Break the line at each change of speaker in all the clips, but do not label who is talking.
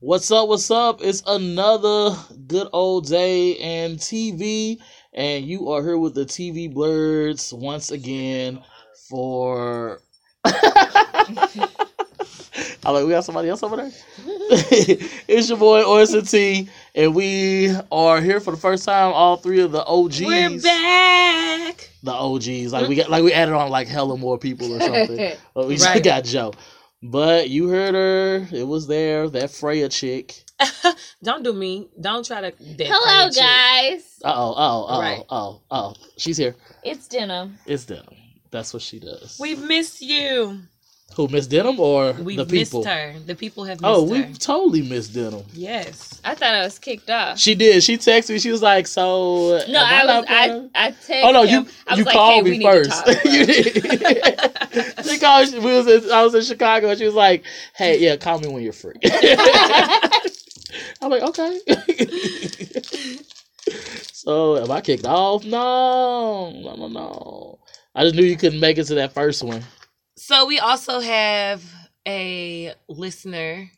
What's up? What's up? It's another good old day and TV, and you are here with the TV Blurs once again for. I like we got somebody else over there. it's your boy Orson T, and we are here for the first time. All three of the OGs,
We're back.
the OGs, like we got, like we added on like hella more people or something. Well, we just
Right.
got Joe. But you heard her. It was there. That Freya chick.
Don't do me. Don't try to. that
Hello,
kind of shit.
guys.
Uh oh, oh, oh,
Right.
oh, oh. She's here.
It's Denim.
It's Denim. That's what she does.
We've missed you.
Who, Miss Denim or
We've
the
missed
people?
her. The people have missed
Oh,
her.
we've totally missed Denim.
Yes.
I thought I was kicked off.
She did. She texted me. She was like, so.
No,
am
I was.
not
I
gonna-
I texted.
Oh no! You
him. I was
you
like,
called
hey,
me
we need to
first.
talk,
you
bro.
did. she called. We was in, I was in Chicago. and She was like, "Hey, yeah, call me when you're free." I'm like, okay. so am I kicked off? No, no, no, no. I just knew you couldn't make it to that first one.
So we also have a listener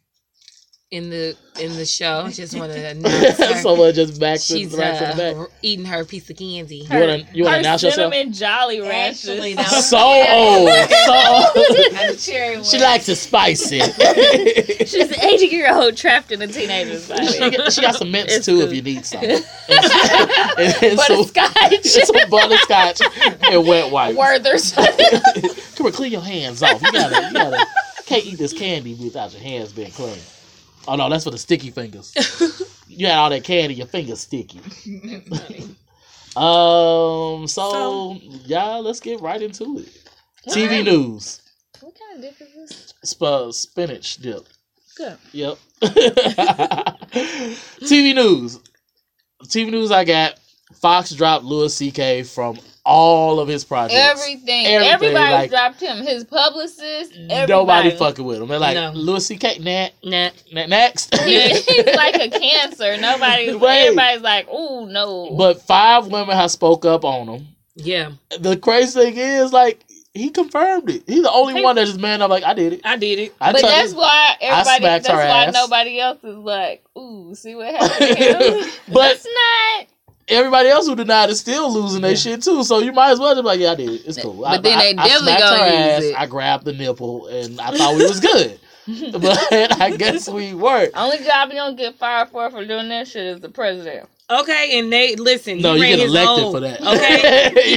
in the in the show. Just want to announce her.
Someone just back to
She's
the back to the back.
uh, eating her piece of candy.
You wanna you wanna
Her
announce yourself?
cinnamon Jolly Ranchers.
Actually, that was-
So old, so old.
I'm cheering.
She likes to spice it.
She's an 80 year old trapped in a teenager's
she,
body.
got- she got some mints
It's
too if
good.
you need some. And, and some,
Butterscotch.
some butterscotch and wet wipes.
Werther's.
Come here, clean your hands off. You gotta, you gotta, can't eat this candy without your hands being clean. Oh no, that's for the sticky fingers. You had all that candy, your fingers sticky. Um, so,
So-
y'all, let's get right into it.
All
TV
right.
news,
what kind of dip is this?
Sp- uh, spinach dip.
Good.
Yep. TV news. TV news. I got Fox dropped Louis C.K. from all of his projects.
Everything.
Everything,
Everybody
like-
dropped him. His publicist. Everybody.
Nobody fucking with him. They're like
No.
Louis C.K. Nah,
Nah.
nah, next.
He- He's like a cancer. Nobody's.
Right.
Everybody's like, ooh no.
but five women have spoke up on him.
Yeah,
The crazy thing is, like, he confirmed it. He's the only
He-
one that just man up. Like, I did it.
I did it.
I
but
took
that's
it.
why everybody.
smacked
That's
her
why
ass.
nobody else is like, ooh, see what happened. to him?
but
it's not.
everybody else who denied is still losing their
Yeah.
shit too. So you might as well just be like, yeah, I did it. It's cool. I,
But then they
I- I
definitely
smacked
gonna
her
use
ass,
it.
I grabbed the nipple and I thought we was good, but I guess we weren't.
Only job you don't get fired for for doing that shit is the president.
Okay, and they listen.
No,
he
you
ran
get
his
elected
own-
for that.
Okay,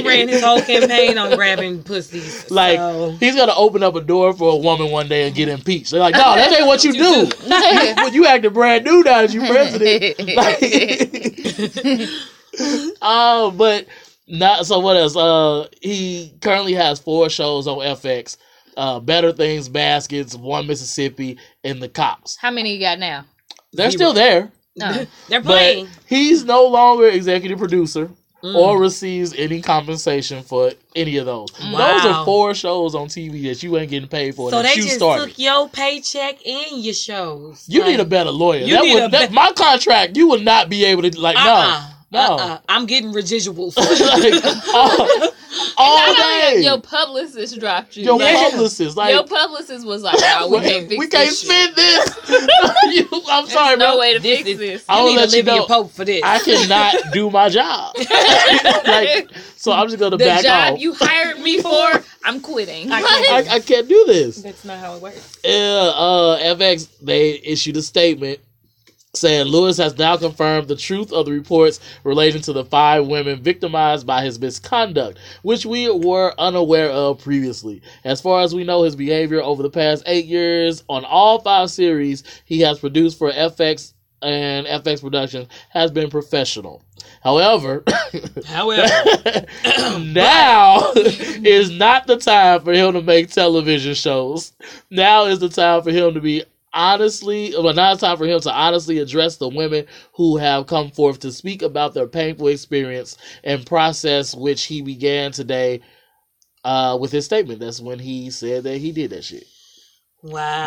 he ran his whole campaign on grabbing pussies.
Like
so.
he's gonna open up a door for a woman one day and get impeached. They're like, no, that ain't what you do. you, when you acting brand new now as you president. Like- oh, but not so. What else? Uh, he currently has four shows on FX: uh, Better Things, Baskets, One Mississippi, and The Cops.
How many you got now?
They're still
Zero.
there,
No.
they're
but
playing.
he's no longer executive producer.
Mm.
or receives any compensation for any of those. Those
Wow.
are four shows on TV that you ain't getting paid for.
so
that
they
you
just
started.
took your paycheck and your shows.
you
Like,
need a better lawyer.
You
That
need
would
a
that,
be-
my contract. You would not be able to like
uh-uh,
no no.
uh-uh. I'm getting residuals.
like, all all
I know
day.
your, your publicist dropped you.
Your
Like,
publicist, like
your publicist was like, nah, we can't
we,
fix
can't
this shit.
spend this. You- I'm sorry,
no
bro.
way to
This
fix
is-
this.
I
I
will
need
let you
Olivia
know.
Pope for this.
I cannot do my job. like, so I'm just gonna
The
back
job
off.
you hired me for, I'm quitting.
I can't-
I, I can't do this.
That's not how it works.
Yeah, uh, FX they issued a statement saying Lewis has now confirmed the truth of the reports relating to the five women victimized by his misconduct, which we were unaware of previously. As far as we know, his behavior over the past eight years on all five series he has produced for FX and FX Productions has been professional. However,
However,
now is not the time for him to make television shows. Now is the time for him to be honestly, well, now it's time for him to honestly address the women who have come forth to speak about their painful experience and process, which he began today uh, with his statement. That's when he said that he did that shit.
Wow.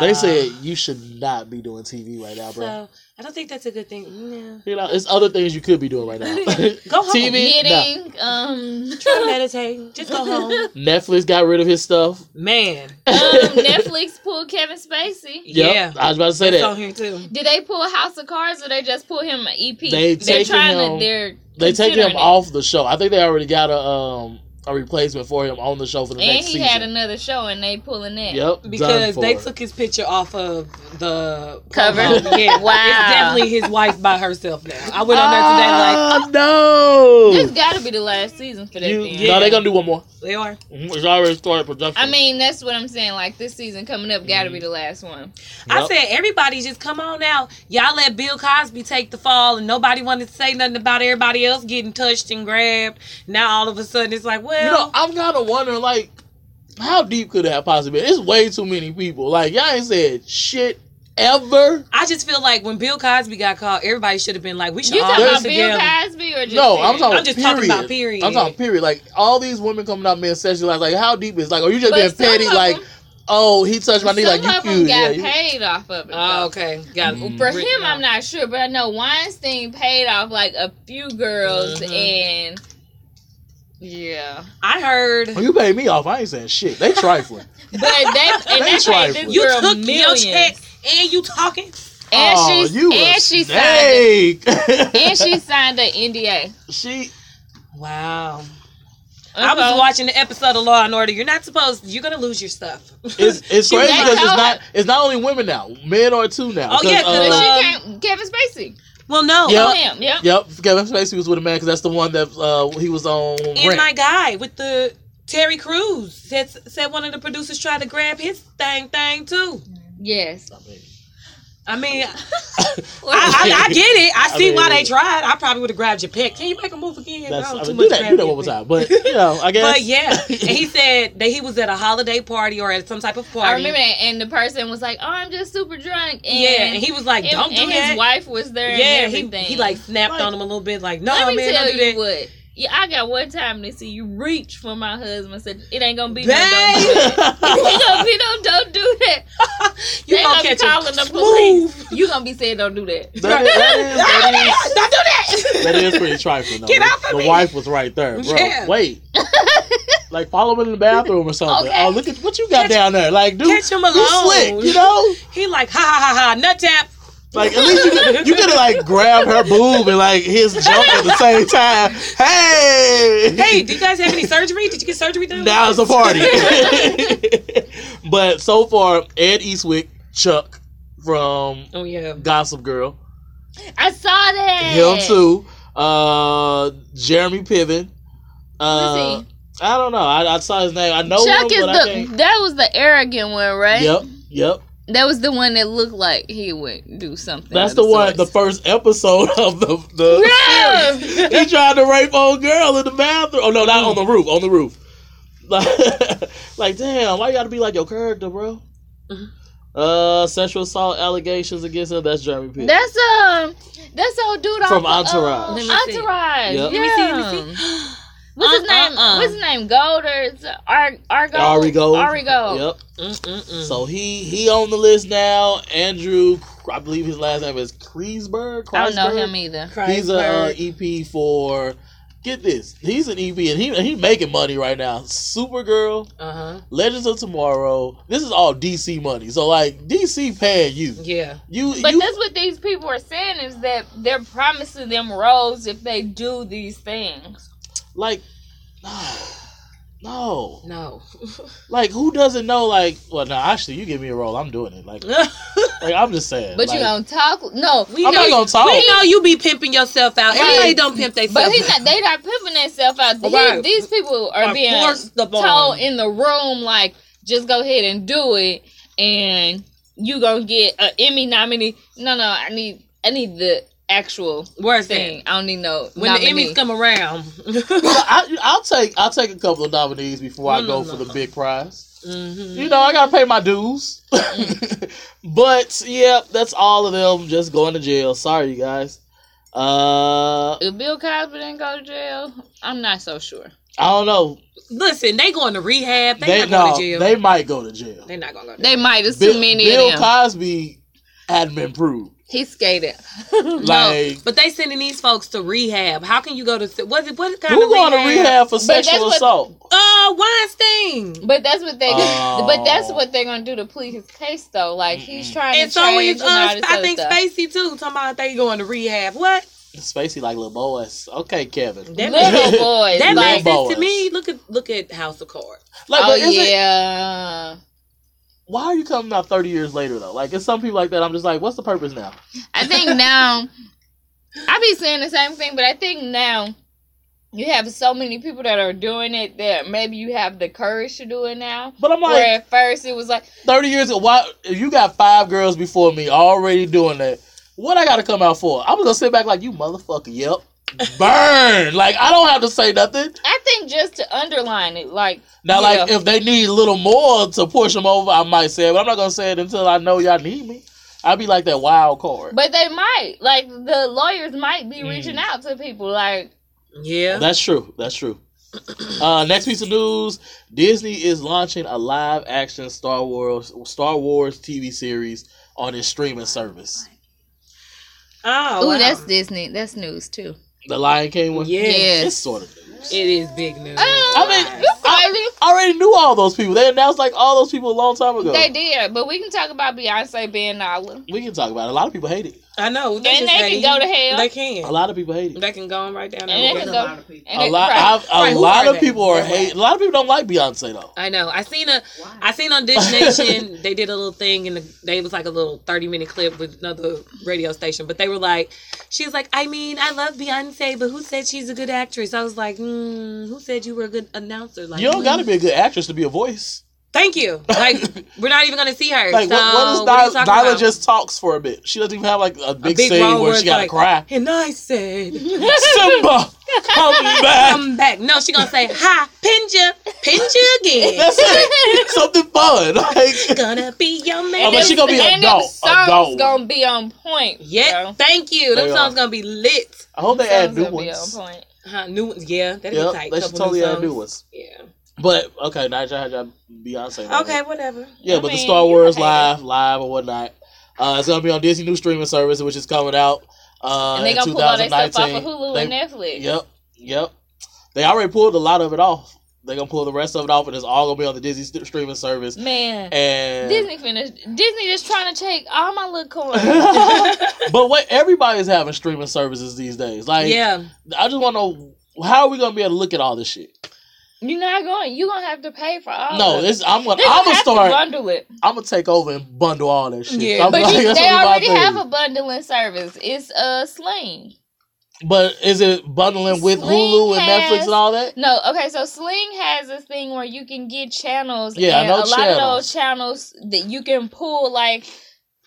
They said you should not be doing TV right now, bro.
So I don't think that's a good thing. No.
you know, it's other things you could be doing right now.
Go home.
TV, no.
Knitting, um,
Try to meditate. Just go home.
Netflix got rid of his stuff.
Man.
um, Netflix pulled Kevin Spacey.
Yep,
Yeah.
I was about to say
That's
that.
on here too.
Did they pull House of Cards or they just pull him an EP?
They
are
taking
trying
him-
to. They're
They taking
considering
him
it.
off the show. I think they already got a um a replacement for him on the show for the
And
next
he
season.
had another show and they pulling that.
yep, done
Because they
for.
took his picture off of the
Cover?
promo. Yeah.
Wow.
It's definitely his wife by herself now. I went on there
Ah, no.
This got to be the last season for that.
You-
then.
No,
Yeah.
they're gonna do one more.
today like they are.
Mhm, It's already started production.
I mean, that's what I'm saying. Like this season coming up, got to be the last one.
I
Yep.
said everybody just come on now. Y'all let Bill Cosby take the fall and nobody wanted to say nothing about everybody else getting touched and grabbed. Now all of a sudden it's like, well
you know, I'm kind of wondering like how deep could that possibly be? It's way too many people. Like y'all ain't said shit ever.
I just feel like when Bill Cosby got caught, everybody should have been like, we should
You
all
talking
there's-
be
about Bill
together.
Cosby or just
No, I'm
period?
talking.
I'm just talking about period.
I'm talking period. Like all these women coming out being sexualized. Like how deep is like? Are you just
But
being
some
petty?
of 'em-
Like oh he touched my knee. Like
Some
you
of them
cute. Yeah,
got
you-
paid off of it.
Oh,
though.
okay. Got it.
Mm.
For
Written
him, I'm
out.
not sure, but I know Weinstein paid off like a few girls
Mm-hmm.
Mhm.
and yeah,
I heard
When Oh, you paid me off, I ain't saying shit. They trifling.
but they and
They
they paid
trifling.
this
you
girl
took your
millions.
check and you talking.
and
oh,
she
you a
and she signed
snake.
and she signed an NDA.
she
Wow. I
Uh-huh.
was watching the episode of Law and Order. You're not supposed. You're gonna lose your stuff.
it's it's
She
crazy
mad
because it's
at
not it's not only women now. Men are too now.
Oh, yeah, 'cause
But
uh,
um,
she can't, Kevin Spacey.
well, no.
Yeah.
Oh, him. Yep.
uh, Yep, Kevin Spacey was with a man because that's the one that uh, he was on.
And
Rent.
my guy with the Terry Crews said said one of the producers tried to grab his thing thing too.
Yes.
I mean,
I mean, I,
I-
I, I get it. I
I
see why
mean-
they tried. I probably would have grabbed your pick. Can you make a move again?
that's,
No,
I
too
mean,
much
do that, do
grabbing
that
your
one more
pick.
time. But you know, I guess.
But yeah, and he said that he was at a holiday party or at some type of party.
I remember that, and the person was like, "Oh, I'm just super drunk." And
yeah, and he was like,
and-
"Don't do
and
that."
his wife was there.
yeah,
and
he,
everything.
he like snapped
Like-
on him a little bit, like, "No,
Let me
man,
tell
don't do
you
that."
what. Yeah, I got one time to see you reach for my husband. Said it ain't gonna be no
Dang.
don't. It ain't gonna be no don't do that.
You
they
gonna
gonna,
catch
be
a
calling the
smooth-
police. You gonna be saying don't do that.
that is, that is,
Don't do that.
that is pretty trifling. Though.
Get
The-
off of
the
me.
wife was right there, bro.
Yeah.
Wait, like follow him in the bathroom or something.
Okay.
Oh, look at what you got
Catch-
down there. Like, dude,
catch him
you
alone.
slick, you know.
He like ha ha ha ha nut tap.
Like at least you could, you could have like grab her boob and like his jump at the same time. Hey,
Hey, do you guys have any surgery? Did you get surgery done?
now it's a party. but so far, Ed Eastwick, Chuck from
oh yeah.
Gossip Girl,
I saw that.
him too. Uh, Jeremy Piven. Uh,
Who's
I don't know. I, I saw his name. I know him,
Chuck is
but I
the
can't.
that was the arrogant one, right?
Yep, yep.
That was the one that looked like he would do something.
That's
of
the one. The
sorts.
first episode of the the
Yeah.
series. he tried to rape old girl in the bathroom. Oh no, not on
Mm.
the roof. On the roof. Like, like, damn, why you gotta be like your character, bro?
Mm-hmm.
Mhm.
Uh, sexual assault allegations against him. That's Jeremy Pitt.
That's um that's the old dude off
From
of,
Entourage.
um,
Let me see.
Entourage.
Yep.
Yeah.
Let
me see, let me
What's his
Uh,
name?
uh, uh.
What's his name? Gold or is it Ar Argo?
Ari Gold.
Arigo.
Yep.
Mm-mm-mm.
So he he on the list now. Andrew, I believe his last name is Kreisberg.
I don't know
Kreisberg?
him either.
He's a uh, EP for. Get this. He's an EP and he he making money right now. Supergirl,
huh.
Legends of Tomorrow. This is all DC money. So like DC paying you.
Yeah.
You
But
you
that's what these people are saying is that they're promising them roles if they do these things.
like no. No.
No.
Like who doesn't know like well no, actually you give me a role, I'm doing it. Like like I'm just saying.
But
like,
you don't talk. No,
We
I'm not gonna talk.
We know you be pimping yourself out.
Right.
Everybody don't pimp themselves.
but he's not. They not pimping themselves out. He-
Right.
These people are,
Are
being
forced upon.
told in the room like, just go ahead and do it, and you gonna get an Emmy nominee. No, no, I need, I need the actual
Where's
thing.
that?
I don't need no
When
nominee.
the Emmys come around.
I, I'll take I'll take a couple of nominees before I
No,
go
no,
for
no.
the big prize.
Mhm.
You know, I gotta pay my dues. but yeah, that's all of them just going to jail. Sorry, you guys. Uh,
If Bill Cosby didn't go to jail, I'm not so sure.
I don't know.
Listen, they going to rehab. They,
They,
not
no,
going to jail. They,
they might go to jail.
are not going to go to jail.
They might. It's
Bill,
too many
Bill
of them.
Cosby hadn't been proved.
he skated.
Like
But they sending these folks to rehab. How can you go to what? What kind
who
of
going
rehab?
to rehab for
that's
sexual
what-
assault?
Uh, Weinstein.
But that's what they.
Oh.
But that's what they're gonna do to plead his case, though. Like he's trying
And
to
so
change
is
and all
uh,
this
I
other
think
stuff.
Spacey too. Talking about they going to rehab. What?
Spacey like little boys. Okay, Kevin.
That
Little
makes-
boys,
Little
that makes
like,
sense
boys.
to me. Look at look at House of Cards.
Like,
oh
but is it,
yeah.
why are you coming out thirty years later though? Like, it's some people like that. I'm just like, what's the purpose now?
I think now I be saying the same thing, but I think now you have so many people that are doing it that maybe you have the courage to do it now.
But I'm like,
Where at first it was like,
thirty years. Why if you got five girls before me already doing that? What I got to come out for? I'm gonna sit back like you motherfucker. Yep, burn. like I don't have to say nothing.
I think just to underline it, like
Now, like,
Yeah.
if they need a little more to push them over, I might say it, but I'm not gonna say it until I know y'all need me. I'd be like that wild card.
but they might like the lawyers might be
Mm.
reaching out to people like
Yeah.
That's true. That's true. Uh, next piece of news: Disney is launching a live-action Star Wars Star Wars TV series on its streaming service.
oh,
Ooh,
wow.
that's Disney. That's news too.
The Lion King one.
Yeah.
Yes.
it's sort of news.
It is big news.
Oh,
I mean,
you crazy.
I already knew all those people. They announced like all those people a long time ago.
They did, but we can talk about Beyonce being Nala.
We can talk about it. A lot of people hate it.
I know.
And they can go to hell.
They
A
can.
lot of people hate it.
They can go on right down there.
And they
with
can
them.
go.
lot of people.
And
A
it-
lot, oh,
right.
I've, a
Right, who
lot
are
of
they?
people are
They're
hate.
white.
A lot of people don't like Beyonce though.
I know. I seen a.
Why?
I seen on Dish Nation they did a little thing and the, they was like a little thirty minute clip with another radio station, but they were like, she's like, I mean, I love Beyonce, but who said she's a good actress? I was like, mm, who said you were a good announcer? Like,
You don't
mm.
gotta be a good actress to be a voice.
Thank you. Like, we're not even gonna see her.
Like
so,
what, what is
what are you
Nyla?
talking
Nyla
about?
just talks for a bit. She doesn't even have like a
A
big, scene
role
where
it's
she gotta
like,
cry.
And I said,
Simba, come back.
"Come back." No, she gonna say, "Hi, Pinja, Pinja again."
That's it. Something fun. Like
gonna be your
Oh,
man.
but she gonna be
and
adult,
them songs
adult.
gonna be on point.
yeah,
bro.
thank you. Them
They
songs
are.
gonna be lit.
I hope they add
Songs
new
gonna be
ones.
on point.
Huh, new ones, yeah. That'd be
Yep,
tight.
they should
Couple
totally
new
add new
songs.
ones.
Yeah.
But okay, now y'all had y'all Beyonce. moment.
Okay, whatever.
Yeah,
I
but the
mean,
Star
you
Wars
hate it.
live, live or whatnot. Uh, it's gonna be on Disney new streaming service, which is coming out. Uh,
And they
in
gonna pull all that stuff off
2019.
of Hulu
They-
and Netflix.
Yep, yep. They already pulled a lot of it off. They're gonna pull the rest of it off, and it's all gonna be on the Disney st- streaming service.
Man,
And
Disney finished. Disney just trying to take all my little coins.
but what everybody's having streaming services these days. Like,
yeah.
I just want to know how are we gonna be able to look at all this shit?
You're not going. You're gonna have to pay for all.
no,
of it.
this I'm gonna,
Oh, They
I'm gonna
have
start.
to bundle it.
I'm gonna take over and bundle all that shit.
Yeah.
I'm
But
like,
you,
that's
they
what we about
already
to
have
do.
a bundling service. It's uh Sling.
But is it bundling with
Sling
Hulu and
has-
Netflix and all that?
No, okay, so Sling has this thing where you can get channels.
Yeah, I
and
know
a lot of
channels.
those channels that you can pull, like,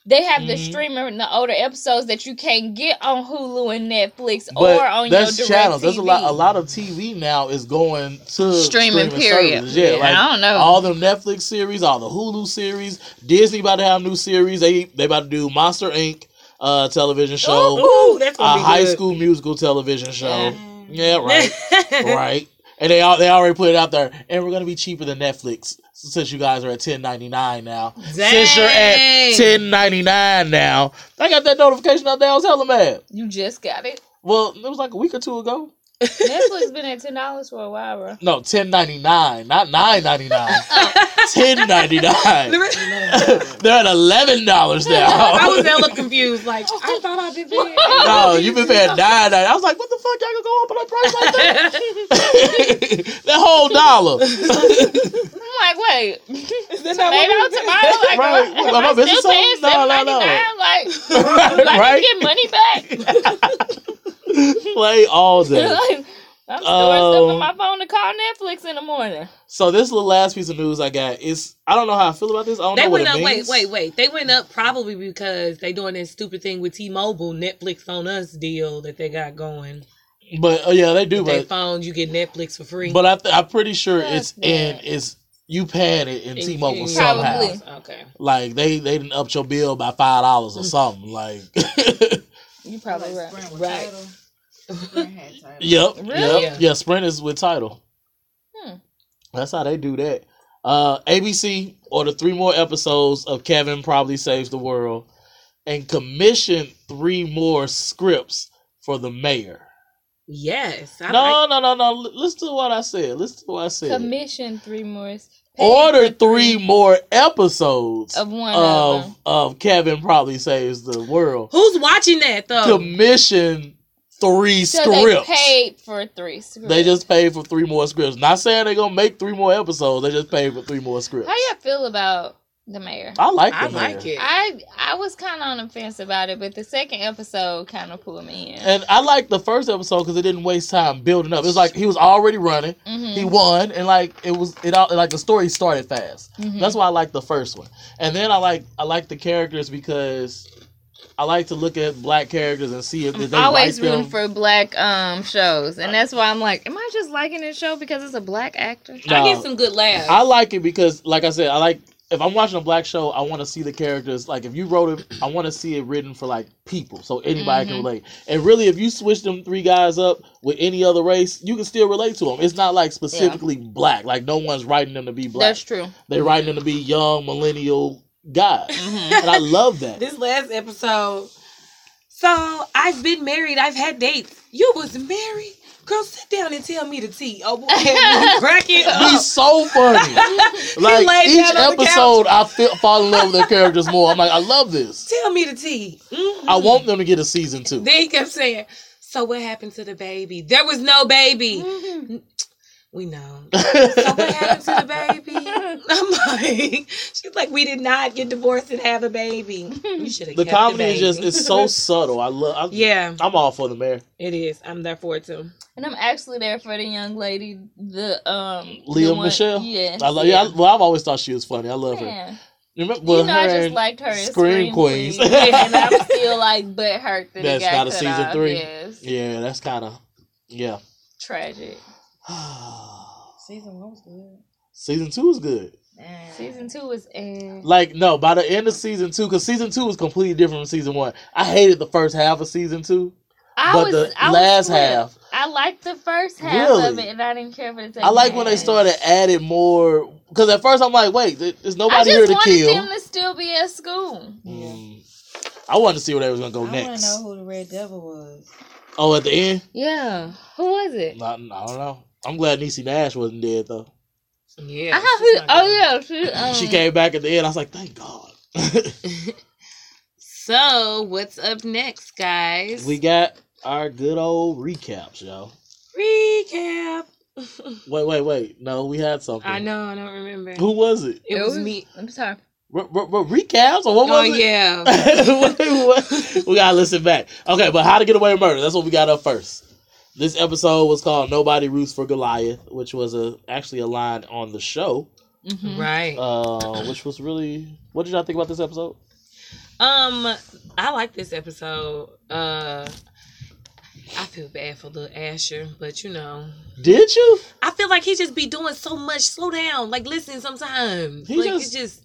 they have the
Mhm.
streamer and the older episodes that you can get on Hulu and Netflix
But
or on your
that's
direct
channels. There's a lot. A
TV.
lot of TV now is going to
Streaming, period.
services. Yeah,
Yeah, Oh.
like
I don't know.
all the Netflix series, all the Hulu series. Disney about to have new series. They they about to do Monster Inc. Uh, television show,
Ooh, that's gonna
a
be
High
good.
School Musical television show. Yeah, right,
right.
right. And they all, they already put it out there, and we're gonna be cheaper than Netflix since you guys are at ten ninety nine now. Since you're at
Dang.
ten ninety nine now, I got that notification out there. I was hella mad.
You just got it.
Well, it was like a week or two ago.
Netflix been at ten dollars for a while, bro.
No, ten ninety nine, not nine ninety nine. Ten ninety nine. They're at eleven dollars
I was
now.
hella confused. Like, I thought I'd be
No, you've been paying nine ninety. I was like, what the fuck? Y'all gonna go up on that price like that? that whole dollar.
I'm like, wait,
That's not
tomato,
what we-
tomato. Like,
Right.
am
Am I
I
missing
still paying
something? No,
seven
no,
ninety
no.
nine? Like, do I
right?
get money back?
Play all day.
like, I'm storing stuff
Um,
on my phone to call Netflix in the morning.
So this little last piece of news I got is I don't know how I feel about this. I don't
They
know what
went
it
up. Wait,
means.
wait, wait. They went up probably because they doing that stupid thing with T-Mobile, Netflix on us deal that they got going.
But uh, yeah, they do.
With their
But
phones, you get Netflix for free.
but I th- I'm pretty sure it's
Fuck
in
that.
it's you paying it in
In-
T-Mobile
in-
somehow.
Probably.
Okay.
Like they they didn't up your bill by five dollars
Mm.
or something. Like
You probably
Like
right.
Sprint with
Right.
Tidal. Sprint had Tidal.
Yep.
Really? Hmm.
Yep. Yeah, Sprint is with title. That's how they do that. Uh, ABC ordered three more episodes of Kevin Probably Saves the World and commissioned three more scripts for the mayor.
Yes. I
no,
like-
no, no, no. L- Listen to what I said. Listen to what I said.
Commission three more. Pay
Order
for
three more episodes
of one of
of
them.
of Kevin Probably Saves the World.
Who's watching that though?
Commission three
So
scripts.
they paid for three scripts.
They just paid for three more scripts. Not saying they're gonna make three more episodes. They just paid for three more scripts.
How y'all feel about the mayor?
I like. The
I like
mayor.
it.
I I was kind of on the fence about it, but the second episode kind of pulled me in.
And I like the first episode because it didn't waste time building up. It's like he was already running.
Mhm,
He won, and like it was it all like the story started fast.
mhm.
That's why I like the first one. And then I like I like the characters because I like to look at black characters and see if did they
always
write
rooting
them.
for black um shows, and that's why I'm like, am I just liking this show because it's a black actor?
No.
Um, I get some good laughs.
I like it because, like I said, I like if I'm watching a black show, I want to see the characters. Like if you wrote it, I want to see it written for like people, so anybody
Mhm.
can
Mm-hmm.
relate. And really, if you switch them three guys up with any other race, you can still relate to them. It's not like specifically black. Like no one's writing them to be black.
That's true.
They're writing them to be young millennial guys, and I love that.
Mm-hmm. this last episode. So I've been married. I've had dates. You was married, girl. Sit down and tell me the tea. Oh boy, I'm
Be
cracking up.
so funny. like
laid
each
down on the
episode, I feel, fall in love with their characters more. I'm like, I love this.
Tell me the tea. Mhm.
I want them to get a season two.
Then he kept saying, "So what happened to the baby? There was no baby. We know. So what happened to the baby? I'm like, she's like, we did not get divorced and have a baby. You should have.
the
kept
comedy
the
is just
baby.
it's so subtle. I love. I'm,
yeah,
I'm all for the mayor,
it is. I'm there for it too.
And I'm actually there for the young lady, the um the
Leah
one-
Michelle.
Yes.
I love. Yeah. I, well, I've always thought she was funny. I love her.
Yeah.
You Remember, well,
you know, I
her
just
and-
liked her in
Scream
Scream
Queens.
Queens, and I'm still like butthurt that
That's
it got
not a
cut
season
off.
three.
Yes.
yeah, that's kind of yeah.
Tragic.
Season one was good.
season two is good.
Season two was in.
Like no, by the end of season two, because season two was completely different from season one. I hated the first half of season two,
I
but
was
the
I was
last
split.
half.
I liked the first half of
Really?
it, and I didn't care for the second.
I like when they
half.
started adding more. Because at first I'm like, wait, there- there's
I
nobody
just
here to
wanted
kill.
them to still be at school.
Mm. I wanted to see where they was gonna go
I want
next.
to know who the Red Devil was.
Oh, at the end.
Yeah, who was it?
I, I don't know. I'm glad Niecy Nash wasn't dead though.
Yeah.
I,
she's not
oh
good.
yeah, she,
Uh,
um,
she came back at the end. I was like, thank God.
So what's up next, guys?
we got our good old recaps, yo.
recap.
Wait, wait, wait. No, we had something.
I know. I don't remember.
Who was it?
It, was, me.
I'm sorry.
R- r- r- recaps or what was
Oh
it?
yeah.
What- what? we gotta listen back. Okay, but how to get away with murder? That's what we got up first. This episode was called "Nobody Roots for Goliath," which was a actually a line on the show,
Mhm.
right.
uh, which was really. What did y'all think about this episode?
Um, I like this episode. Uh, I feel bad for little Asher, but you know,
Did you?
I feel like he just be doing so much. Slow down, like listen sometimes.
He
like
just-
it's just.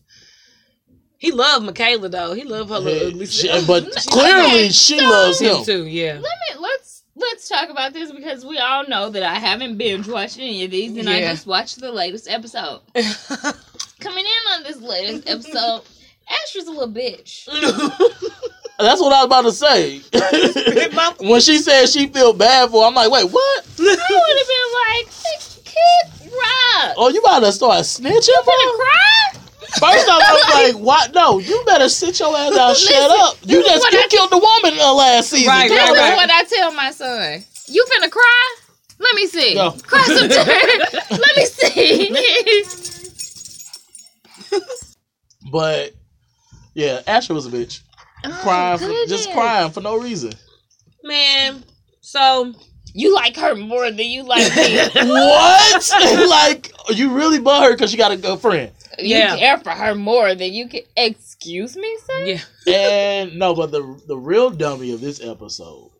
He loved Michaela though. He loved her little ugly
She-
self.
but
She
clearly, she
so-
loves
loved
him.
him too. Yeah.
Let me let's let's talk about this because we all know that I haven't binge watched any of these, and I
Yeah.
just watched the latest episode. Coming in on this latest episode, Asher's a little bitch.
That's what I was about to say. when she said she feel bad for, her, I'm like, wait, what?
I would have been like, kid, rock.
Oh, you about to start snitching?
gonna cry?
First off, I was like, what? No, you better sit your ass down. Shut up. You
this is
just
what
you
I-
killed the woman uh, last season.
Right,
Damn
This
it.
right,
is
right.
what I tell my son. You finna cry? Let me see.
No.
Cry some time. Let me see.
But yeah, Asher was a bitch.
Oh,
Crying, for, just
Oh, goodness.
crying for no reason.
Man. So
You like her more than you like me.
what? like you really butt her because she got a good friend.
Yeah.
You care for her more than you can. Excuse me, sir.
yeah.
And no, but the the real dummy of this episode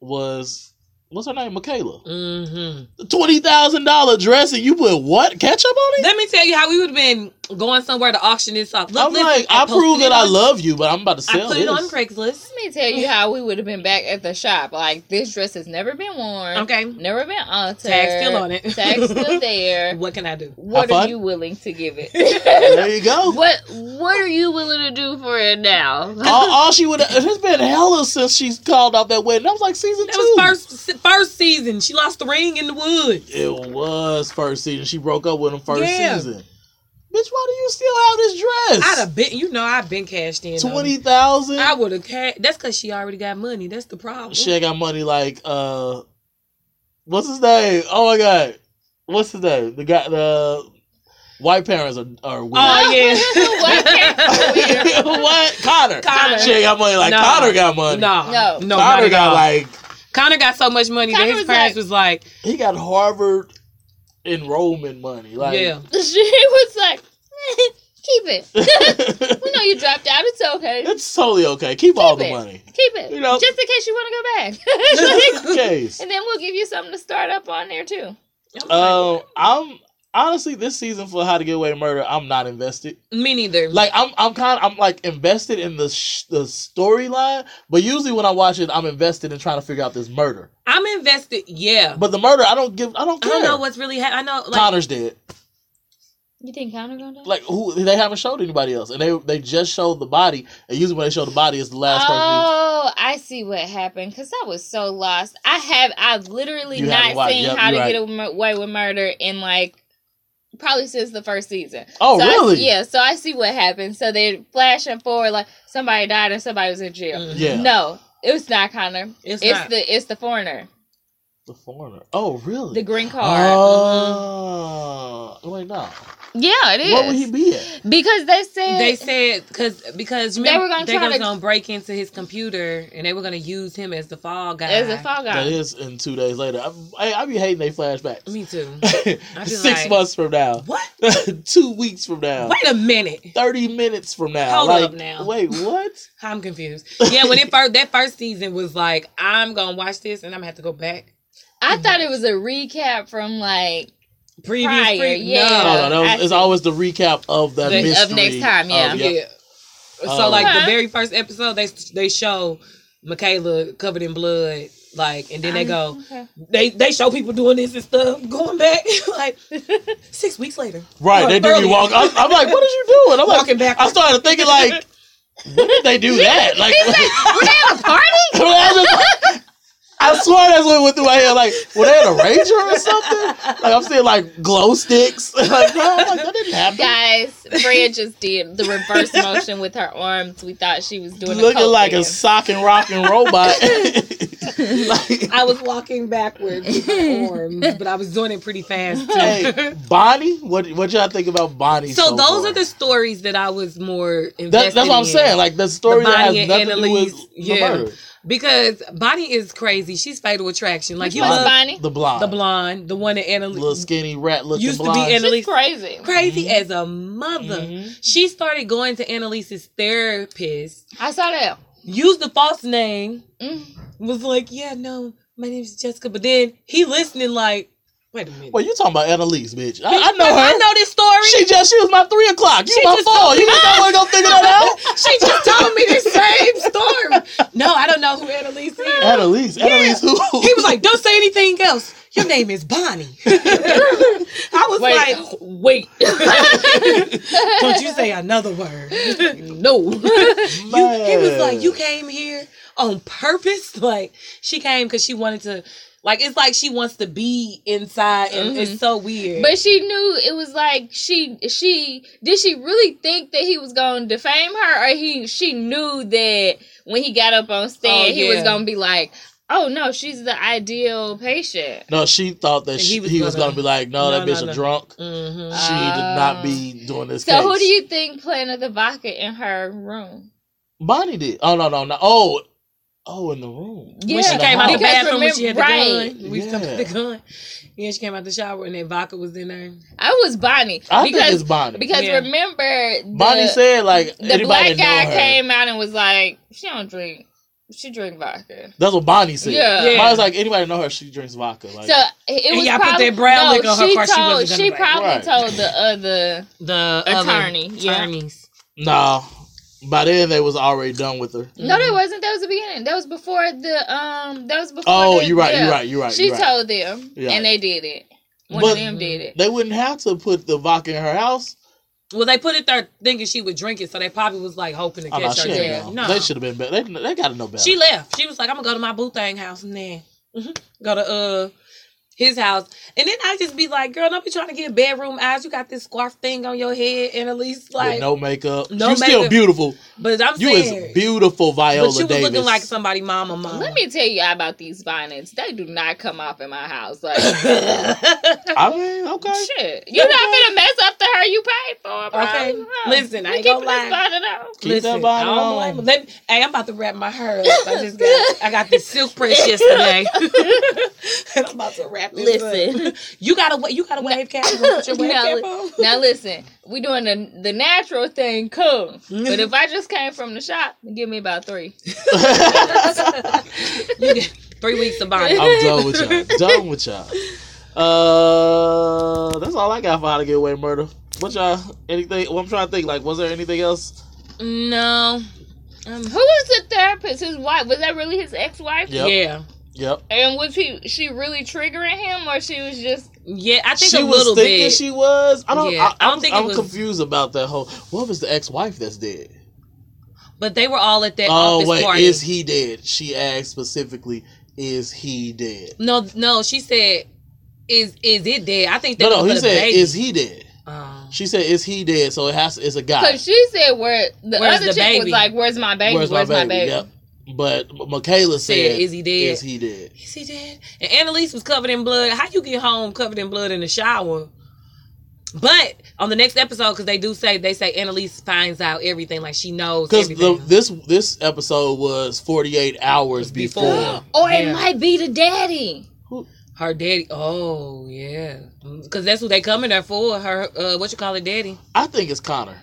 was what's her name, Michaela.
Mm-hmm.
Twenty thousand dollar dress, and you put what ketchup on it?
Let me tell you how we would have been going somewhere to auction this off. Look,
I'm
listen,
like, I
posted
prove
it
that I
on-
love you, but I'm about to
I
sell
put it on
this.
Craigslist.
Let me tell you how we would have been back at the shop. Like this dress has never been worn.
Okay.
Never been altered.
Tag's still on it.
Tag's still there.
What can I do?
What
Have
are
fun.
you willing to give it?
There you go.
what What are you willing to do for it now?
all, all she would it's been hella since she's called off that wedding. That was like season
That
two.
was first first season. She lost the ring in the woods.
It was first season. She broke up with him first
Yeah.
season. Bitch, why do you still have
I'd
this
have been, you know, I've been cashed in.
dress?
on it.
Twenty thousand.
I would have cashed. That's because she already got money. That's the problem.
She ain't got money like uh, what's his name? Oh my god, what's his name? The guy, the white parents are are weird.
Oh yeah.
What character we are?
what Connor?
Connor.
She ain't got money like
No.
Connor got money.
No,
No.
no, no.
Connor got
got like
like
Connor got so much money
Connor
that his
was
parents
like-
was like,
he got Harvard enrollment money. Like
yeah,
She was like, "Eh, keep it. we
it's
know you dropped out. It's okay.
totally okay. Keep, all the
it.
money.
Keep it.
You know-
just in case you want to go back.
Just in case.
and then we'll give you something to start up on there too.
Um, I'm honestly this season for How to Get Away with Murder, I'm not invested.
me neither.
Like I'm, I'm kind, of, I'm like invested in the sh- the storyline. But usually when I watch it, I'm invested in trying to figure out this murder.
I'm invested. Yeah,
But the murder, I don't give, I don't
I
care.
don't know what's really happening. I know, like,
Connor's dead.
You think Connor gonna die?
Like who? They haven't showed anybody else, and they they just showed the body. And usually when they show the body, it's the last person.
Oh, I see what happened because I was so lost. I have I've literally
You haven't
not
watched-
seen
yep,
How to
you're
Get Away with Murder in like probably since the first season.
Oh,
So I-
really?
yeah. So I see what happened. So they're flashing forward like somebody died and somebody was in jail.
mm,
Yeah.
No, it was not Connor.
it's,
It's,
not.
the it's the foreigner,
The foreigner. Oh, really?
the green card.
Oh, wait, no.
yeah, it is.
What would he be at?
Because they said
they said because because
They
remember,
were gonna
they
try
was
to-
gonna break into his computer and they were gonna use him as the fall guy.
as a fall guy.
That is in two days later. I, I, I be hating they flashbacks.
Me too.
Six
like-
months from now,
What?
two weeks from now,
Wait a minute.
thirty minutes from now.
Hold
like,
up now.
Wait, what?
I'm confused. Yeah, when it first that first season was like, I'm gonna watch this and I'm gonna have to go back.
I thought it was a recap from like
Previous,
Prior,
pre-
yeah.
no, no, that was,
I
it's
see.
always the recap of the
The- of
mystery
next time, yeah.
of-
yeah. Um,
yep.
So
Oh.
like the
Okay.
very first episode, they they show Michaela covered in blood, like, and then they go,
Okay.
they they show people doing this and stuff, going back like six weeks later,
Right,
Or
they do
earlier.
be walk. I'm, I'm like, what is you doing? I'm
Walking
like,
back.
I started thinking like, when did they do that? Like,
Were they at a party?
I, was just- I swear that's what went through my head. Like, were they at a ranger or something? Like, I'm seeing like glow sticks. like, no, I'm like, that didn't happen.
Guys, Fred just did the reverse motion with her arms. We thought she was doing a
looking
coke
like a
dance.
sock and rocking robot. like,
I was walking backwards with my arms, but I was doing it pretty fast too.
hey, Bonnie, what what y'all think about Bonnie?
So, those
far?
are the stories that I was more invested
That, that's what I'm
in.
saying. Like the story that
Bonnie
has
and
nothing to do
Annalise,
with
yeah.
the murder.
because Bonnie is crazy. She's fatal attraction. Like
Which
you
one's
love
Bonnie?
the blonde,
the blonde, the one that
little
Annalise
skinny rat looking
Used to be
blonde.
Anna-
She's crazy.
crazy as a
Mm-hmm.
mother.
Mhm.
She started going to Annalise's therapist,
I saw that.
used the false name,
Mm.
was like, "Yeah, no, my name's Jessica." But then he listening like, "Wait a minute,
well, you talking about Annalise, bitch? I, I
Like,
know her.
I know this story.
She
She,
just she was my three o'clock. You
She
my
just
four.
told
You just don't want to go figure that out.
just told me the same story." No, I don't know who Annalise is.
Annalise, Annalise, who?
He was like, "Don't say anything else. Your name is Bonnie." I was
Wait,
like,
wait.
"Don't you say another word."
no.
You, he was like, you came here on purpose. Like she came because she wanted to. Like it's like she wants to be inside, and it's so weird.
but she knew it was like she she did she really think that he was gonna defame her or he she knew that when he got up on stage
Oh,
he was
yeah.
gonna be like, Oh no, she's the ideal patient.
No, she thought that
And
she, he was, gonna, be like, no,
No,
that
no,
bitch
no. Ah.
a drunk.
Mhm.
She did
Oh.
not be doing this.
So who
case.
do you think planted the vodka in her room?
Bonnie did. Oh no no no. Oh oh in the room.
When she
Yeah.
came out the
Because
bathroom, when she had the
right.
gun, we was talking about
Yeah.
the gun. Yeah, she came out the shower, and that vodka was in there.
I was Bonnie
I think it's
because
Bonnie.
because
Yeah.
remember the,
Bonnie said like
the
anybody
black
know
guy
her.
came out and was like she don't drink. She drink vodka.
That's what Bonnie said.
Yeah.
Yeah.
Bonnie's like anybody know her, she drinks vodka. Like,
So it
And
was
y'all put
probably
that brown
no,
liquor on her
she
car, she
told,
wasn't gonna
she,
make it.
probably
Right. Mm-hmm.
told the other
The
Attorney,
other
yeah.
attorneys.
no. By then they was already done with her.
No, that wasn't. That was the beginning. That was before the um. That was before.
Oh,
the-
you're right,
yeah.
you're right, you're right.
She
you're right.
told them,
You're right.
and they did it. One
But-
of them did it.
they wouldn't have to put the vodka in her house.
Well, they put it there thinking she would drink it, so they probably was like hoping to
Oh, no,
catch
she
her.
ain't
dead.
know.
No,
They should have been better. They, they gotta know better.
She left. She was like, I'm gonna go to my boo thing house and then mhm, go to uh his house. And then I just be like, girl, don't be trying to get bedroom eyes. You got this scarf thing on your head, and at least
with
like,
no makeup.
No
you still
makeup.
beautiful.
but I'm
You
saying,
is beautiful,
but
Viola
you was
Davis.
looking like somebody mama
Mm.
mama.
Let me tell you about these bonnets. They do not come off in my house. Like
I mean, okay.
shit, you're not gonna mess up to her. You paid for, bro.
Okay.
Huh.
Listen, I
We
ain't gonna
keeping
lie.
this bonnet on.
Keep that bonnet
I don't
on.
blame 'em. Let me- hey, I'm about to wrap my hair up. I just got I got this silk press yesterday. and I'm about to wrap this
Listen.
up. You gotta wa- you gotta wave cap on. Put your wave
No,
cap on.
Now listen, we doing the the natural thing, cool. But if I just came from the shop, give me about three.
You get three weeks of bonding.
I'm done with y'all. Done with y'all. Uh, that's all I got for how to get away with murder. What y'all? Anything? Well, I'm trying to think. Like, was there anything else?
No. Um, who was the therapist? His wife was that really his ex wife?
Yep.
Yeah.
Yep.
And was he she really triggering him, or she was just
Yeah, I think
She
a
was
little
thinking
bit.
she was. I don't.
Yeah,
I,
I
am
don't think it
I'm
was-
confused about that whole. What was the ex-wife that's dead?
But they were all at that
Oh
office
wait,
party.
is he dead? She asked specifically, "Is he dead?"
no, no, she said, "Is is it dead?" I think they
No, no.
were for
He
the
said,
baby.
"Is he dead?"
Oh.
She said, "Is he dead?" So it has. It's a guy.
Because she said, "Where the
Where's
other
the
chick was
baby?
like, where's my baby? Where's, my baby?"
Yep. But Michaela said,
said, "Is he dead?"
Is he dead?
Is he dead? And Annalise was covered in blood. How you get home covered in blood in the shower? But on the next episode, because they do say they say Annalise finds out everything, like she knows
Because
everything.
this this episode was 48 hours before.
Before.
Or it
Yeah.
might be the daddy.
her daddy. Oh yeah, because that's what they coming there for. Her uh, what you call it, daddy?
I think it's Connor.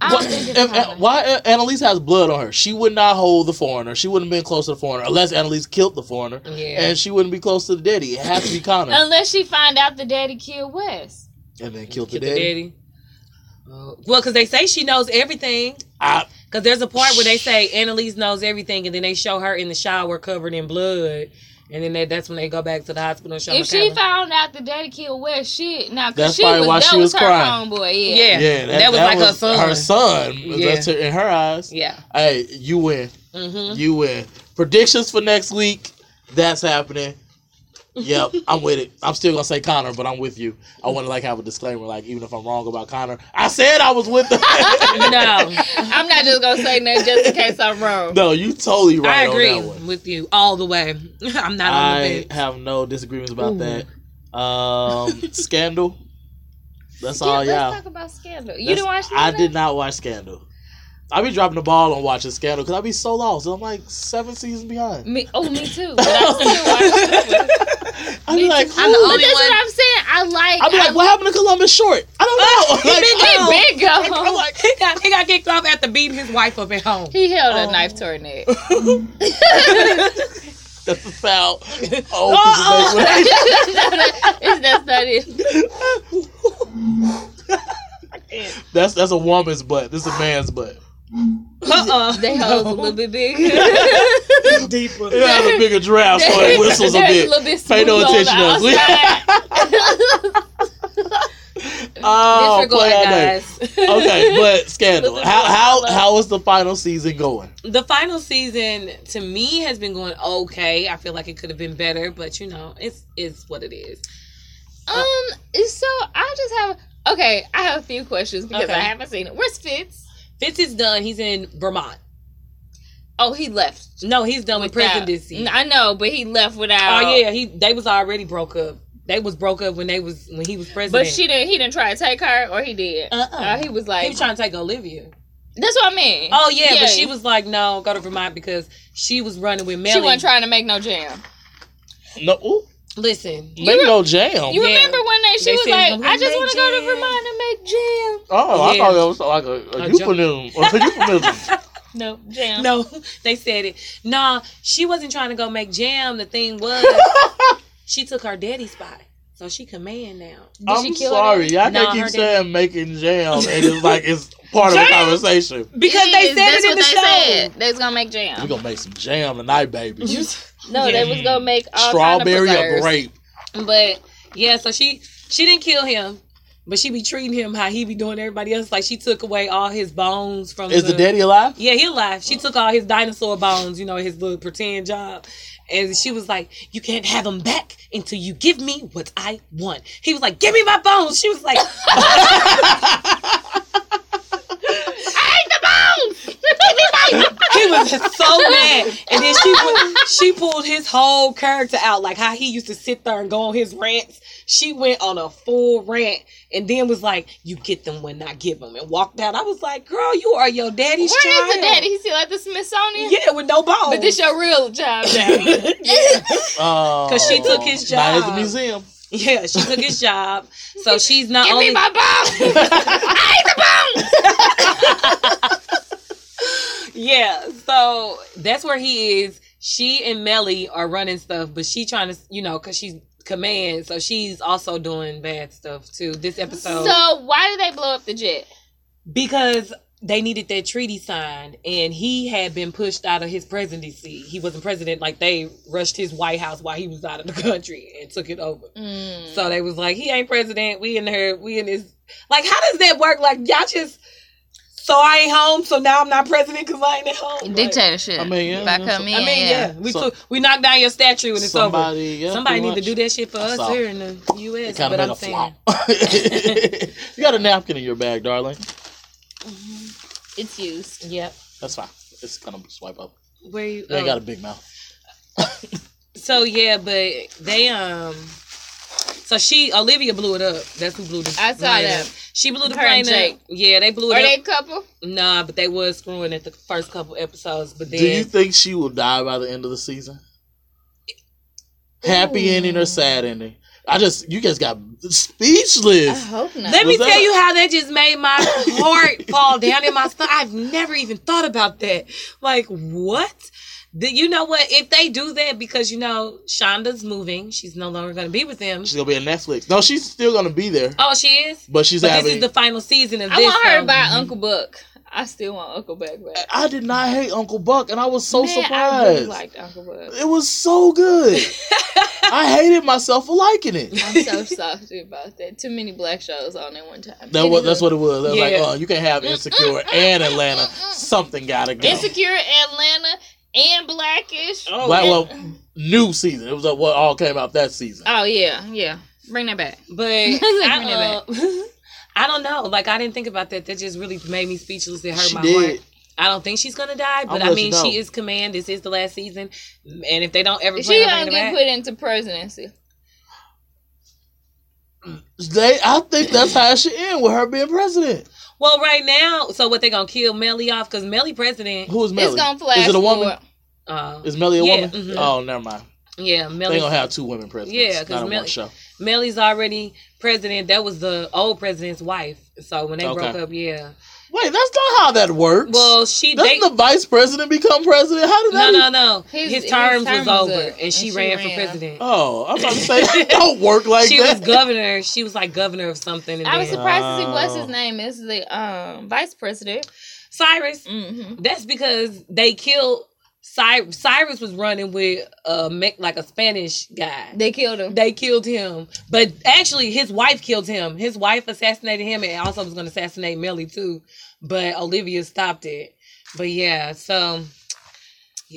I
Why,
don't think it's
if-
her.
why A- Annalise has blood on her? She would not hold the foreigner. She wouldn't have been close to the foreigner unless Annalise killed the foreigner.
Yeah.
And she wouldn't be close to the daddy. It has to be Connor.
Unless she find out the daddy killed Wes.
and then killed the
Get the
daddy.
daddy. Uh, well, because they say she knows everything.
I,
Because there's a part where they say Annalise knows everything, and then they show her in the shower covered in blood, and then that, that's when they go back to the hospital and show
If she
Makayla.
found out the daddy killed Wes, shit. Now,
That's
cause she
probably
was,
why
that
she
was,
was
her
crying.
homeboy. Yeah.
yeah,
yeah,
that, was like her son.
Her son.
Yeah.
That's her, in her eyes.
Yeah.
Hey, you win.
Mm-hmm.
You win. Predictions for next week. That's happening. Yep, I'm with it. I'm still gonna say Connor, but I'm with you. I want to like have a disclaimer, like even if I'm wrong about Connor, I said I was with him.
No,
I'm not just gonna say nothing just in case I'm wrong.
no, you totally
I
right
agree
on that one.
with you all the way. I'm not on the
I
fence.
have no disagreements about
Ooh.
that. Um, Scandal. That's
Yeah,
all,
let's
y'all.
talk about Scandal. You
That's-
didn't watch
I
none of
did
that?
not watch Scandal. I be dropping the ball on watching Scandal because I be so lost. I'm like seven seasons behind.
Me, oh, me too. But I still watch it.
I be like,
I'm the
who?
But
Only
that's
one-
what I'm saying. I like.
I be like, what happened to Columbus Short? I don't know. Like,
been
I don't-
gone.
Big
I'm
girl.
like,
He got, he got kicked off after beating his wife up at home.
He held
"Oh."
a knife to her neck.
that's the sound. Oh, 'cause it makes-
It's- that's not it.
that's that's a woman's butt. This is a man's butt.
Uh-uh.
They hoes a little bit big.
deeper.
It has a bigger draft, so it whistles a
There's
bit.
little bit
Pay no
smooth on the
attention to us. We- Oh,
Disregard,
play all day.
guys.
Okay, but Scandal.
Disregard.
How how how is the final season going?
The final season to me has been going okay. I feel like it could have been better, but you know, it's it's what it is.
Um, it's so I just have okay. I have a few questions because
Okay.
I haven't seen it. Where's Fitz?
Fitz is done. He's in Vermont.
Oh, he left.
No, he's done with prison
without-
this season.
I know, but he left without.
Oh yeah, he they was already broke up. They was broke up when they was when he was president.
But she didn't. He didn't try to take her, or he did.
Uh-uh.
Uh, he was like,
he was trying to take Olivia.
that's what I mean.
Oh yeah, but she was like, no, go to Vermont because she was running with
She
Melly.
wasn't trying to make no jam.
No, ooh,
Listen,
make no jam.
You
Oh, Yeah.
remember one day she
They
was
said,
like,
"We
I just
make
want to go to
jam."
Vermont and make jam.
oh, I
Yeah.
thought that was like a, a
A jam.
euphemism. A euphemism.
No, jam.
No, they said it. Nah, she wasn't trying to go make jam. The thing was, she took her daddy's spot, so she command now.
Did she
I'm
kill her
sorry.
daddy?
Y'all
No,
can't
her
keep
daddy-
saying making jam and it's like it's part of the
Jam!
conversation.
Because
It
they
is.
said it
That's
in
what
the
they
show.
said. They was gonna make
We're
jam.
gonna make some jam tonight, baby.
No, they was gonna make all
Strawberry
kind of
or
preserves.
grape.
But
Yeah, so she she didn't kill him, but she be treating him how he be doing everybody else. Like she took away all his bones from
Is the daddy alive?
Yeah, he alive. She took all his dinosaur bones, you know, his little pretend job. And she was like, You can't have him back until you give me what I want. He was like, Give me my bones. She was like, He was so mad. And then she went, she pulled his whole character out, like how he used to sit there and go on his rants. She went on a full rant and then was like, "You get them when I give them," and walked out. I was like, "Girl, you are your daddy's
where
child."
is the daddy? He still at the Smithsonian.
Yeah, with no bones.
But this your real job now.
Oh,
'Cause she took his
Now it's the
job.
museum.
yeah, she took his job, so she's not
Give
only.
me my bone. I ate the bone.
yeah, so that's where he is. She and Melly are running stuff, but she trying to, you know, because she's command, so she's also doing bad stuff too. This episode,
So why did they blow up the jet?
because they needed that treaty signed and he had been pushed out of his presidency he wasn't president like they rushed his white house while he was out of the country and took it over
Mm.
so they was like he ain't president we in here we in this like how does that work like y'all just so i ain't home so now i'm not president because i ain't at home Like,
Dictatorship.
I mean, yeah,
if I
that's-
come
i
in,
mean yeah,
yeah.
we
So-
took, we knocked down your statue and it's over
Somebody, yeah,
somebody
pretty
need to
much.
do that shit for us
saw-
here in the
It
u.s
kind
but
of made
i'm
a flop.
saying
you got a napkin in your bag, darling.
Mm-hmm. It's used.
yep
That's fine. It's gonna swipe up.
where you
They
oh.
got a big mouth.
oh.
So yeah, but they um. So she Olivia blew it up. That's who blew the.
I saw
plane
that.
Up. She blew the
Her and
plane up.
Jake.
Yeah, they blew it
Are they
up.
a couple?
Nah, but they was screwing at the first couple episodes. But then
Do you think she will die by the end of the season? Happy ending or sad ending? I just you guys got
I
speechless.
hope not.
let me
Was that-
tell you how that just made my heart fall down in my stomach. I've never even thought about that. Like what? The, you know what? If they do that, because you know Shonda's moving, she's no longer going to be with them.
She's gonna be on Netflix. No, she's still gonna be there,
Oh, she is.
but she's
But this
having.
is the final season of
I
this.
want her
so-
to buy Uncle Buck. I still want Uncle Buck back.
I did not hate Uncle Buck, and I was so
Man, I really
surprised.
liked Uncle Buck.
it was so good. I hated myself for liking it.
I'm so salty about that. Too many black shows on at one time.
That was that's what it was. They was like,
Yeah.
oh, you can have Insecure and Atlanta. Something gotta go.
Insecure Atlanta and Blackish.
Oh,
Black, well, new season. It was uh, what all came out that season.
Oh yeah, yeah. Bring that back.
But
Like, bring
I,
it
uh, I don't know. Like I didn't think about that. That just really made me speechless. It hurt
she
my
did.
heart. I don't think she's gonna die, but
glad
I
she
mean,
don't.
she is command. This is the last season, and if they don't ever
She
plan
gonna
on
get
bringing her back,
put into presidency.
They, I think that's how it should end with her being president.
well, right now, so what they gonna kill Melly off? Because Melly president,
Who is Melly?
It's gonna flash.
Is it a woman?
forward.
uh,
Is Melly a
Yeah,
woman?
mhm.
Oh, never mind.
yeah,
They
Melly,
gonna have two women presidents.
Yeah, 'cause
not in one
Melly-
show.
Melly's already president. That was the old president's wife. So when they
Okay.
broke up, yeah,
Wait, that's not how that works.
well, she
doesn't
they,
the vice president become president? How did
no,
that?
no, no,
His-
his,
his
terms
term
was
was
over,
up,
and she,
and she
ran,
ran.
for president.
Oh, I'm about to say it don't work like
she
that.
was governor. She was like governor of something. And
I was
then-
surprised to see what's
Oh.
his name is the um vice president.
Cyrus.
hmm
That's because they killed Cyrus. Cyrus was running with a Me- like a Spanish guy.
They killed him.
They killed him, but actually his wife killed him. His wife assassinated him, and also was going to assassinate Millie too. But Olivia stopped it. But yeah, so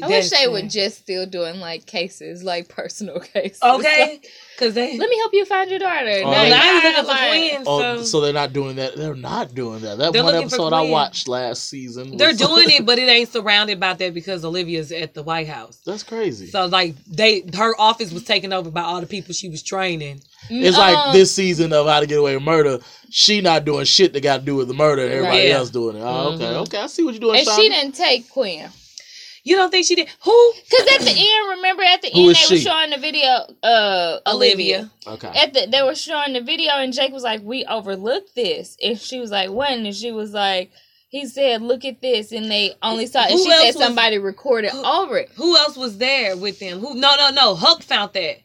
I wish they were just still doing like cases, like personal cases.
okay because they.
Let me help you find your daughter.
Oh,
Well,
Like,
yeah.
now they're looking
like-
for twins,
Oh,
so-
so they're not doing that. They're not doing that. That
They're
one
looking for
episode I
Gwen.
watched last season. was-
They're doing it, but it ain't surrounded by that because Olivia's at the White House.
That's crazy.
So like they her office was taken over by all the people she was training.
it's like
Um,
this season of How to Get Away with Murder. She not doing shit that got to do with the murder. and Everybody
Right. Yeah.
else doing it. Oh, okay,
Mhm.
okay. I see what you're doing.
And
Shonda.
she didn't take Quinn.
You don't think she did? Who?
Cause at the end, remember at the
Who
end
is
they were
she?
showing the video uh Olivia.
Olivia.
Okay.
At the they were showing the video and Jake was like, We overlooked this and she was like, When? And she was like, He said, "Look at this," and they only saw. And
Who
she said
else was-
somebody recorded
who-
over it.
Who else was there with them? Who? No, no, no. Huck found that.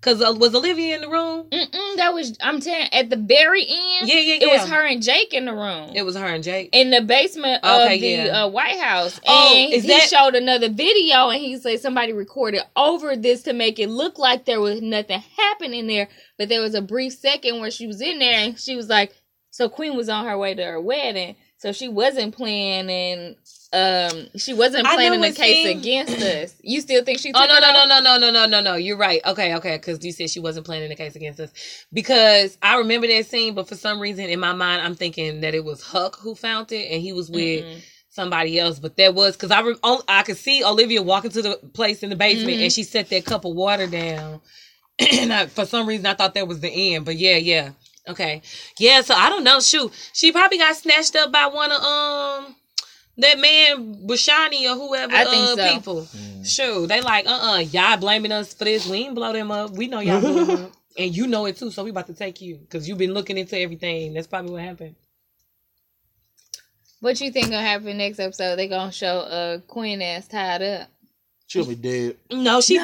Cause uh, was Olivia in the room?
Mm-mm, that was I'm telling at the very end.
Yeah, yeah, yeah.
It was her and Jake in the room.
It was her and Jake.
in the basement
Okay,
of the
yeah.
uh, White House, and
Oh,
he
is that-
showed another video, and he said somebody recorded over this to make it look like there was nothing happening there, but there was a brief second where she was in there, and she was like, "So Queen was on her way to her wedding, so she wasn't planning, um, she wasn't
I know
planning the
it
case
seemed-
against us." You still think she? Took
Oh no
it
no
off?
no no no no no no no! You're right. Okay okay, because you said she wasn't planning the case against us. Because I remember that scene, but for some reason in my mind, I'm thinking that it was Huck who found it, and he was with
Mm-mm.
somebody else. But that was because I re- oh, I could see Olivia walking to the place in the basement,
Mhm.
and she set that cup of water down. and I, for some reason, I thought that was the end. But yeah, yeah, okay, yeah. So I don't know. Shoot, she probably got snatched up by one of um that man Bushani or whoever
I think
uh,
so.
people.
Mm.
Shoot, they like uh uh-uh, uh, you all blaming us for this. We ain't blow them up. We know y'all blew them up. And you know it too, so we about to take you because you've been looking into everything. That's probably what happened.
What you think gonna happen next episode? They gonna show uh Queen ass tied up.
She'll be dead.
No, she she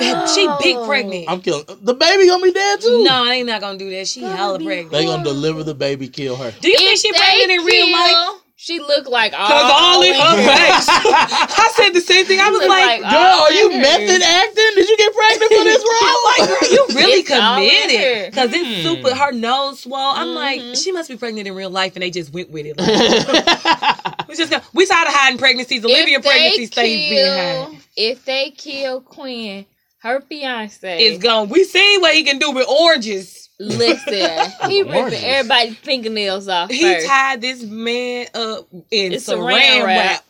big
No.
pregnant.
I'm killing the baby. Gonna be dead too.
No, they not gonna do that. She
That
hella
would be
pregnant.
They gonna deliver the baby. Kill her.
Do you think
If
she
they
pregnant in real life?
kill, oh, She looked like all,
Cause all in her
in
face. I said the same thing. I
She
was
looked
like,
Girl, are Oh, you
all in her.
method acting? Did you get pregnant for this
I'm
role?
like, girl, you really
It's all in
committed. Cause
Mm.
it's super. Her nose swole. I'm like,
Mhm.
she must be pregnant in real life, and they just went with it. Like, we just got, we tired of hiding pregnancies. Olivia
if they
pregnancies things being hiding.
If they kill Quinn, her fiance
It's gone. We seen what he can do with oranges.
listen. he ripping
Gorgeous.
everybody's fingernails off
He
first.
tied this man up in
It's
saran,
saran
wrap.
wrap.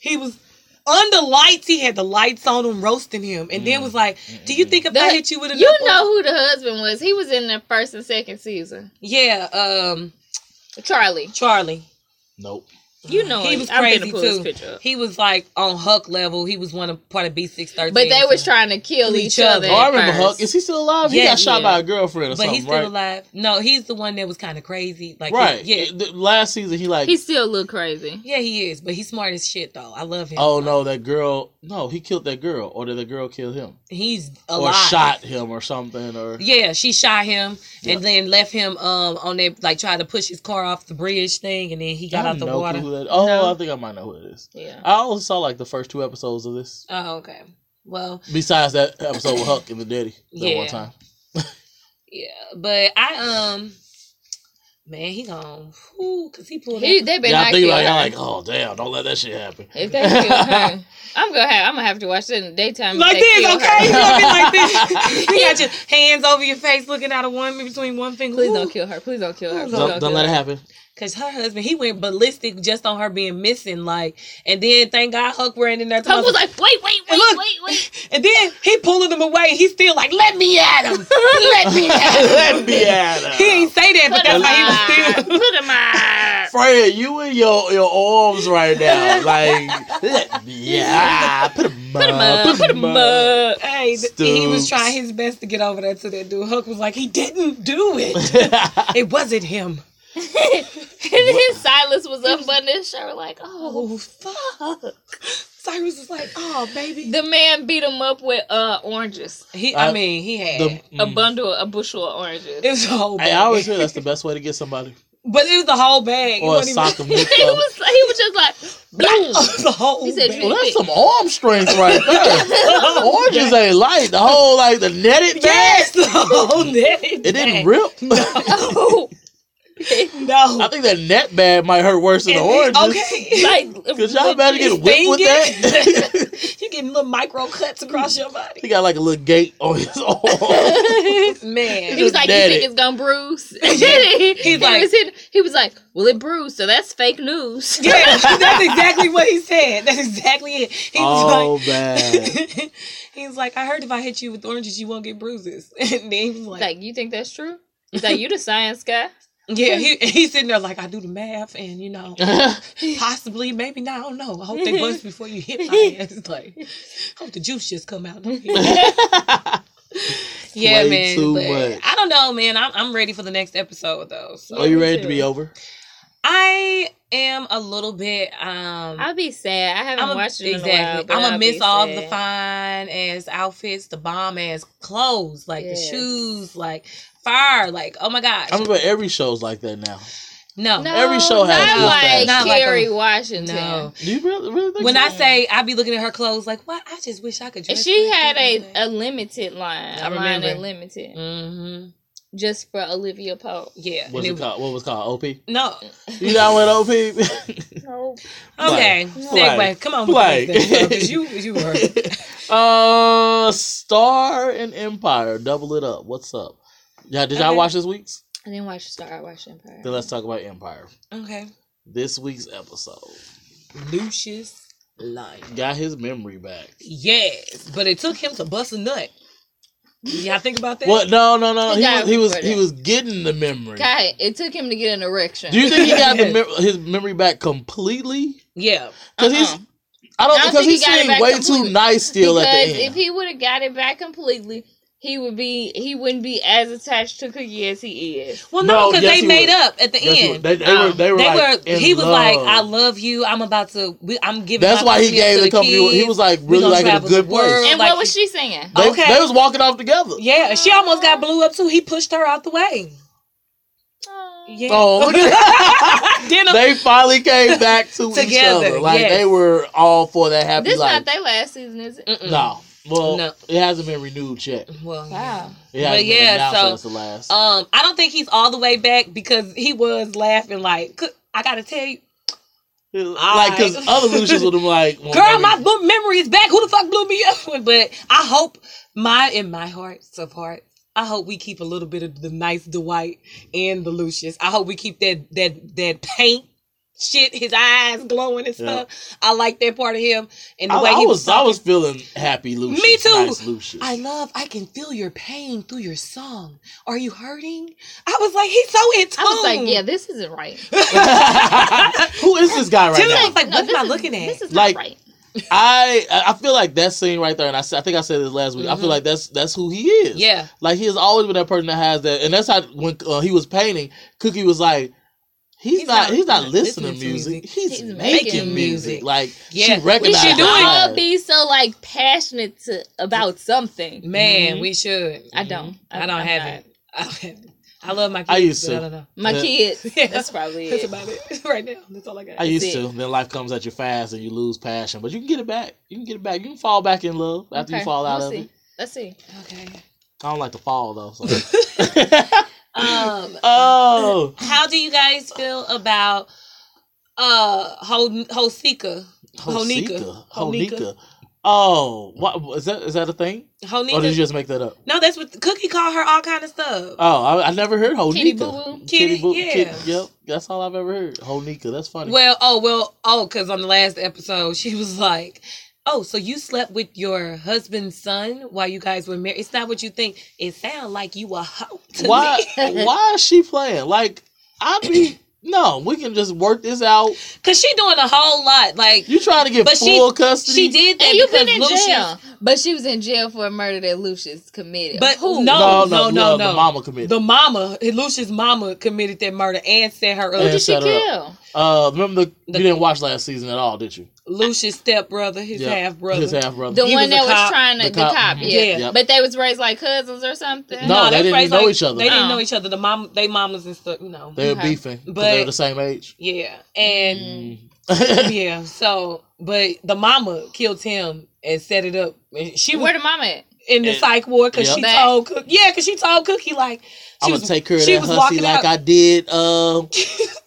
He was under lights. He had the lights on him, roasting him, and then
Mm.
was like, "Do you think if I
That-
hit you with a
you
knuckle?"
know who the husband was. He was in the first and second season.
Yeah, um,
Charlie.
Charlie.
nope.
You know
He
him.
was
I'm finna
crazy
pull his
too.
picture up.
He was like on Huck level. He was one of part of B six thirteen.
But they was trying to kill each, other.
Oh, I remember
at
Huck.
first.
Is he still alive? he
Yeah,
got shot
yeah.
by a girlfriend or
But
something,
he's still
right?
alive. No, he's the one that was kind of crazy. Like,
Right.
Yeah,
It- the- last season, he like,
He still look crazy.
yeah, he is. But he's smart as shit though. I love him.
oh no, that girl. No, he killed that girl, or did the girl kill him,
he's
or
alive.
shot him, or something, or
Yeah, she shot him
Yeah.
and then left him um on that like tried to push his car off the bridge thing and then he got
I
out the
don't know
water.
who that- oh,
No.
I think I might know who it is.
Yeah.
I only saw like the first two episodes of this.
Oh, okay. Well,
Besides that episode with Huck and the Daddy, that
Yeah.
one time.
yeah, but I um man, he gone whoo, cause he pulled
He,
up-
they better
Yeah, I
not
think
kill
about it,
her.
I'm like, oh damn, don't let that shit happen.
if they kill her, I'm gonna have I'm gonna have to watch it in the daytime. if
like
they
this,
kill
okay? You
her.
gonna be like this? you got your hands over your face, looking out of one between one finger.
Please
Woo.
don't kill her. Please don't kill her. Please
don't, don't
kill
let it
her.
happen.
Cause her husband, he went ballistic just on her being missing, like, and then thank God Huck ran in there.
Huck was like, wait, wait, wait,
Look.
wait, wait.
and then he pulling him away. He's still like, let me at him, let me at him.
let me at her.
He ain't say that, but
Put him
that's how he
out.
was still.
Put him out.
Fred, you in your, your arms right now. Like, let me yeah, put him
Put him up. Put him up.
Hey, th- he was
Stoops.
trying his best to get over that to that dude. Hook was like, he didn't do it. it wasn't him.
And then Silas was up on this show like,
Oh
oh.
fuck! Cyrus was like, oh baby.
The man beat him up with uh oranges.
He, I
Uh,
mean, he had
The-
A
mm.
bundle, a bushel of oranges.
it was a whole bag.
Hey, I always hear that's the best way to get somebody.
but it was the whole bag. It
Or a
wasn't even-
sock of
he
milk.
was he was just like,
It
boom.
was the whole
He said,
bag.
"You
Well, that's some arm strength right there. Oranges ain't light. The whole, like, the netted bag.
Yes, the whole net.
It didn't rip.
Oh.
I
No.
think that net bag might hurt worse than the oranges.
Okay.
like
Cause y'all better get whipped with that.
You're getting little micro cuts across your body.
he got like a little gate on his arm.
Man.
He was like,
Daddy.
"You think it's gonna bruise?" And then he, he
like-
was in- he was like, "Well, it bruised, so that's fake news."
Yeah, that's exactly what he said. That's exactly it. He
oh,
was
man.
like, he was like, I heard if I hit you with oranges, you won't get bruises. And then he was like,
like, you think that's true? He's like, "You the science guy."
yeah, he and he's sitting there like, I do the math, and you know, possibly, maybe not. I don't know. I hope they bust before you hit my ass. Like, hope the juice just come out. yeah,
Way
man.
too
but
much.
I don't know, man. I'm I'm ready for the next episode though. So
Are you ready to be over?
I am a little bit um
I'll be sad. I haven't
I'm a,
watched it
exactly.
in a while.
I'm gonna miss all the
fun.
fine ass outfits, the bomb ass clothes, like
Yes.
the shoes, like fire, like oh my gosh,
I remember every show's like that now.
no, no.
No,
Every show has
not
those
like
things.
Not like
Kerry
a-
Washington.
Do you really, really think
When
so?
I say I be looking at her clothes, like what? I just wish I could.
And
Dress
she had a, a limited line.
I
A line
remember.
of limited.
mm-hmm.
Just for Olivia Pope.
yeah.
What's
and
it
it-
called? What was it called? OP?
No,
You not with OP?
No.
Play.
okay. Segue. Come on,
Play.
because you you were
uh, Star and Empire, double it up. What's up? Yeah, did y'all
Okay.
watch this week's?
I didn't watch Star. I watched Empire.
Then let's talk about Empire.
okay.
This week's episode
Lucius Lyon.
got his memory back.
Yes, but it took him to bust a nut. Y'all think about that?
What? No, no, no.
He
He
got
was he was,
it.
he was getting the memory.
God, it took him to get an erection.
Do you think he got the mem- his memory back completely?
Yeah.
Because he's
Uh-uh.
I
I
don't
don't
because
think
he
he got it
seemed
back
way
completely.
too nice still
because
at the
if
end.
he would have got it back completely, he would be he wouldn't be as attached to Cookie as he is.
Well, no,
No,
because
yes,
they
he
made
was.
up at the
Yes, he was.
end.
They- they were-
Um,
they were, like, in
he was like,
love.
"I love you. I'm about to. We, I'm giving."
That's
my
why he
consent
gave
to
the company.
kids.
He was like
We
really
gonna
like in a
travel the
good place.
world.
And
like
what was
he-
she singing?
They,
Okay.
they was walking off together.
Yeah, she almost got blew up too. He pushed her out the way. Yeah.
Oh, look at
Dinner.
they finally came back to each
Together,
other. Like
yes.
they were all for that happy
This
life.
not mm. their last season, is it?
Mm-mm.
no, well,
No.
it hasn't been renewed yet.
Well, yeah.
Wow.
It hasn't been
yeah,
announced
so,
that it's the last.
Um, I don't think he's all the way back because he was laughing like, "Cook- "I gotta tell you,
like because
alright.
other Lucius would have like, well,
girl,
maybe-
my book memory is back. Who the fuck blew me up?" But I hope my in my hearts of hearts, I hope we keep a little bit of the nice Dwight and the Lucius. I hope we keep that that that paint shit, his eyes glowing and stuff. I like that part of him and the
I,
way
I
he
was,
was.
I was feeling happy, Lucius.
Me too.
Nice Lucius.
I love. I can feel your pain through your song. Are you hurting? I was like, he's so in
I
tune.
was like, yeah, this isn't right.
Who is this guy right
Timothy
now?
was like, what
this
am I
is-
looking at?
This is
Like-
not right.
I I feel like that scene right there, and I, said- I think I said this last week. I feel like that's that's who he is.
yeah.
Like he has always been that person that has that, and that's how when uh, he was painting, Cookie was like, "He's,
He's
not,
not
he's not listening
listening
to
to
music.
music.
He's,
He's
making, music."
making
music.
Like
Yeah.
she
We should
We
recognized.
should
how
all
hard-
be so like passionate to about something.
Man,
Mhm.
we should.
I don't.
Mm-hmm. I don't
I'm
have
not.
it. I don't have it. I love my kids.
I used
but
to.
I don't know.
My
Yeah.
kids.
Yeah.
That's probably
That's
it.
about it right now. That's all I got.
I used
it.
to. Then life comes at you fast, and you lose passion. But you can get it back. You can get it back. You can fall back in love after
Okay,
you fall out
we'll
of
see.
it.
Let's see.
okay.
I don't like to fall though. So.
Um,
oh,
how do you guys feel about uh Hon- Honika?
Honika,
Honika.
Honika. Oh, what is that? Is that a thing? Or Oh, did you
Honika?
just make that up?
No, that's what Cookie called her. All kind of stuff.
Oh, I, I never heard Honika.
Kitty Boo Boo.
Kitty
Kitty,
Boo.
yeah.
Kitty, yep, that's all I've ever heard. Honika. That's funny.
Well, oh well, oh, because on the last episode she was like, "Oh, so you slept with your husband's son while you guys were married? It's not what you think. It sounds like you a hoe to
why?
me."
why is she playing? Like I'd be no. We can just work this out.
Because she doing a whole lot. Like
You trying to get
But she-
full custody?
she did that
And you've been
because
in
Lucius-
jail. But she was in jail for a murder that Lucius committed.
But
who?
No,
no.
no, no,
no,
The
no.
mama committed.
The mama, Lucia's mama, committed that murder and set her up.
Who
Yeah.
did she
set her up.
kill?
uh, remember the,
The-
you didn't watch last season at all, did you?
Lucia's stepbrother, his
Yeah.
half brother.
His half brother.
The
He was a
one that was
cop.
trying to
The
the
cop.
cop,
Mhm.
yeah.
Yep.
But they was raised like cousins or something.
No, they didn't
raised
know each other.
They didn't
Oh.
know each other. The mom, they mamas and stuff. No.
They were
Okay.
beefing, 'cause
But-
they were the same age.
yeah, and
Mm.
yeah. So, but the mama killed him and set it up. And she was
Where the mama at?
in the
And-
psych ward because
Yep.
she
Back.
told Cookie. Yeah, because she told Cookie like she
I'm
was
gonna take care of
she
that
was
hussy
walking
like
out.
I did uh,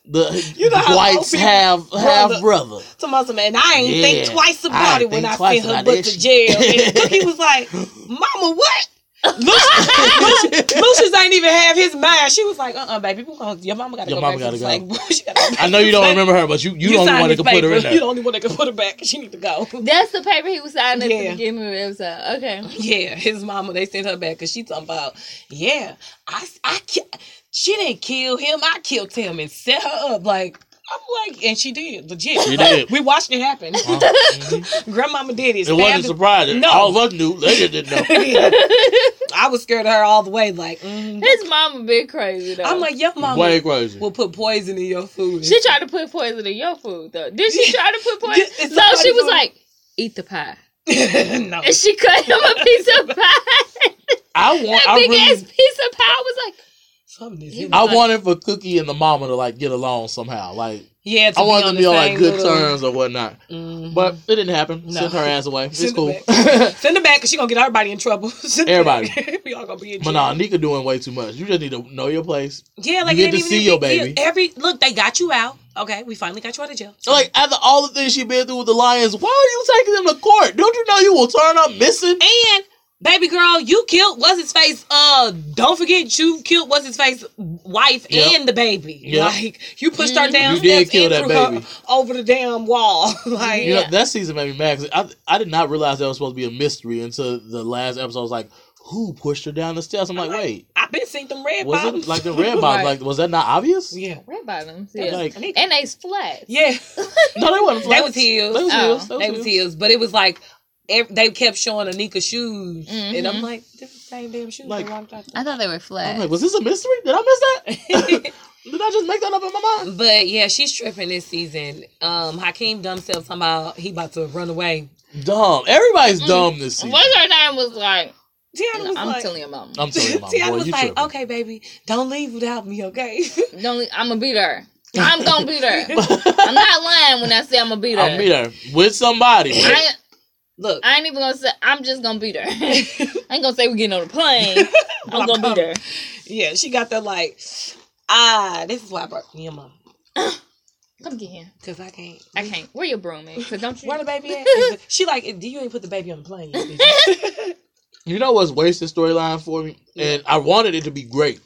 the
You know how
Dwight's
old people-
half half
Brother.
brother.
to Muslim and I ain't
Yeah.
think twice
I
about
ain't
it when
think
I
twice
sent her
about
butt
that
to jail.
shit.
And Cookie was like, "Mama, what?" Lucius, Lucius ain't even have his mind. She was like, "Uh, uh baby, we gonna, your mama gotta
Your
go
mama
back to
gotta
the psych. She gotta go back
I know
to
you
the
don't
psych.
remember her, but you you, the
signed
only one that
this
can put her
paper.
in there.
You the only one that can put her back. She need to go."
That's the paper he was signing at
Yeah.
the beginning of the episode. uh, Okay.
Yeah, his mama. They sent her back because she talking about. Yeah, I, I, ki- she didn't kill him. I killed him and set her up. Like I'm like, and she did legit.
She did.
we watched it happen.
Huh? Mhm.
Grandmama did it.
It wasn't
stabbed
surprising.
No.
All of us knew. They just didn't know.
I was scared of her all the way. Like, mm.
His mama been crazy though.
I'm like, your mama
Way crazy.
will put poison in your food.
she tried to put poison in your food though. Did she try to put poison?
Yeah, it's
so she
somebody's
was
food.
like, "Eat the pie,"
no.
and she cut him a piece of pie.
I want.
that
I
big ass
really.
piece of pie was like,
Something is
I
in
I
there.
wanted for Cookie and the mama to like get along somehow. Like
Yeah, to
I wanted to
the
be on like
same
good
little-
terms or whatnot.
Mhm.
But it didn't happen.
No.
Sent her ass away. It's
Send her
cool.
Send her back because she gonna get everybody in trouble. Send her
Everybody.
back. we all gonna be in
but
trouble.
nah, Nika doing way too much. You just need to know your place.
yeah, like
you
it
get
ain't
to
even
see your
a big deal.
baby.
Every look, they got you out. Okay, we finally got you out of jail.
Like after all the things she been through with the Lions, why are you taking them to court? Don't you know you will turn up missing?
And baby girl, you killed what's his face. Uh, don't forget you killed what's his face wife
Yep.
and the baby.
Yep. Mm-hmm.
Like you pushed her
Mhm.
down
You did kill that baby.
over the damn wall. like
You know,
Yeah.
that season made me mad. 'cause I, I did not realize that was supposed to be a mystery until the last episode. I was like, who pushed her down the steps? I'm like, wait,
I've been seeing them red
was
bottoms.
it like the red bottom?
Right.
Like, was that not obvious?
yeah,
"Red bottoms, yeah."
Like-
and they flat.
yeah.
No, they wasn't.
They
flats.
was heels.
They was
Oh,
heels. They
They
was heels.
was heels, but it was like ev- they kept showing Anika shoes, and I'm
Mhm.
like, "This is the same damn shoes
Like-
they walked out.
I thought they were
I'm
flat.
like, was this a mystery? Did I miss
there."
that? did I just make that up in my mind?
but yeah, she's tripping this season. Um, Hakeem dumb self somehow he about to run away.
Dumb. Everybody's dumb this season.
What's her name was like,
Tiana was
I'm
like,
telling your mom.
I'm sorry, mom.
Tiana
boy,
was
you
like,
tripping.
okay, baby, don't leave without me, okay?
Don't, I'm gonna beat her. I'm gonna beat her. I'm not lying when I say I'm gonna beat her.
I'll meet her with somebody.
I, ain't-
Look,
I ain't even gonna say. I'm just gonna beat her. I ain't gonna say we getting on the plane. I'm gonna beat her.
yeah, she got that like, ah, this is why I brought me a mom
Come get here.
because I can't.
I can't. Where your broom at? Cause don't you?
Where the baby at? Is it- she like, "Do you ain't put the baby on the plane? Yet, did you?"
You know what's wasted storyline for me, and I wanted it to be great.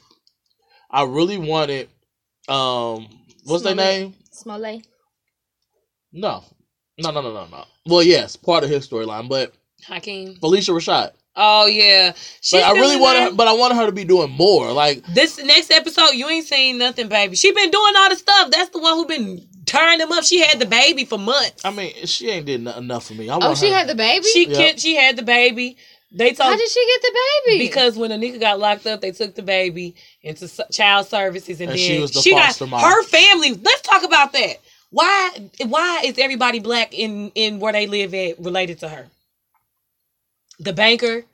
I really wanted, um, what's their
Smollett.
name?
Smollett.
No, no, no, no, no, no. Well, yes, part of his storyline, but
Hakeem.
Felicia Rashad.
Oh yeah, she.
Like, I
still
really
in
wanted,
there?
her, but I wanted her to be doing more. Like,
This next episode, you ain't seen nothing, baby. She been doing all the stuff. That's the one who been turning him up. She had the baby for months.
I mean, she ain't did n- enough for me. I
Oh,
want
she
her-
had the baby.
She
Yeah.
kid, she had the baby. They
How
told
did she get the baby?
because when Anika got locked up, they took the baby into s- child services, and,
And
then
she was the foster
got
mom.
her family. Let's talk about that. Why? Why is everybody black in in where they live at related to her? The banker,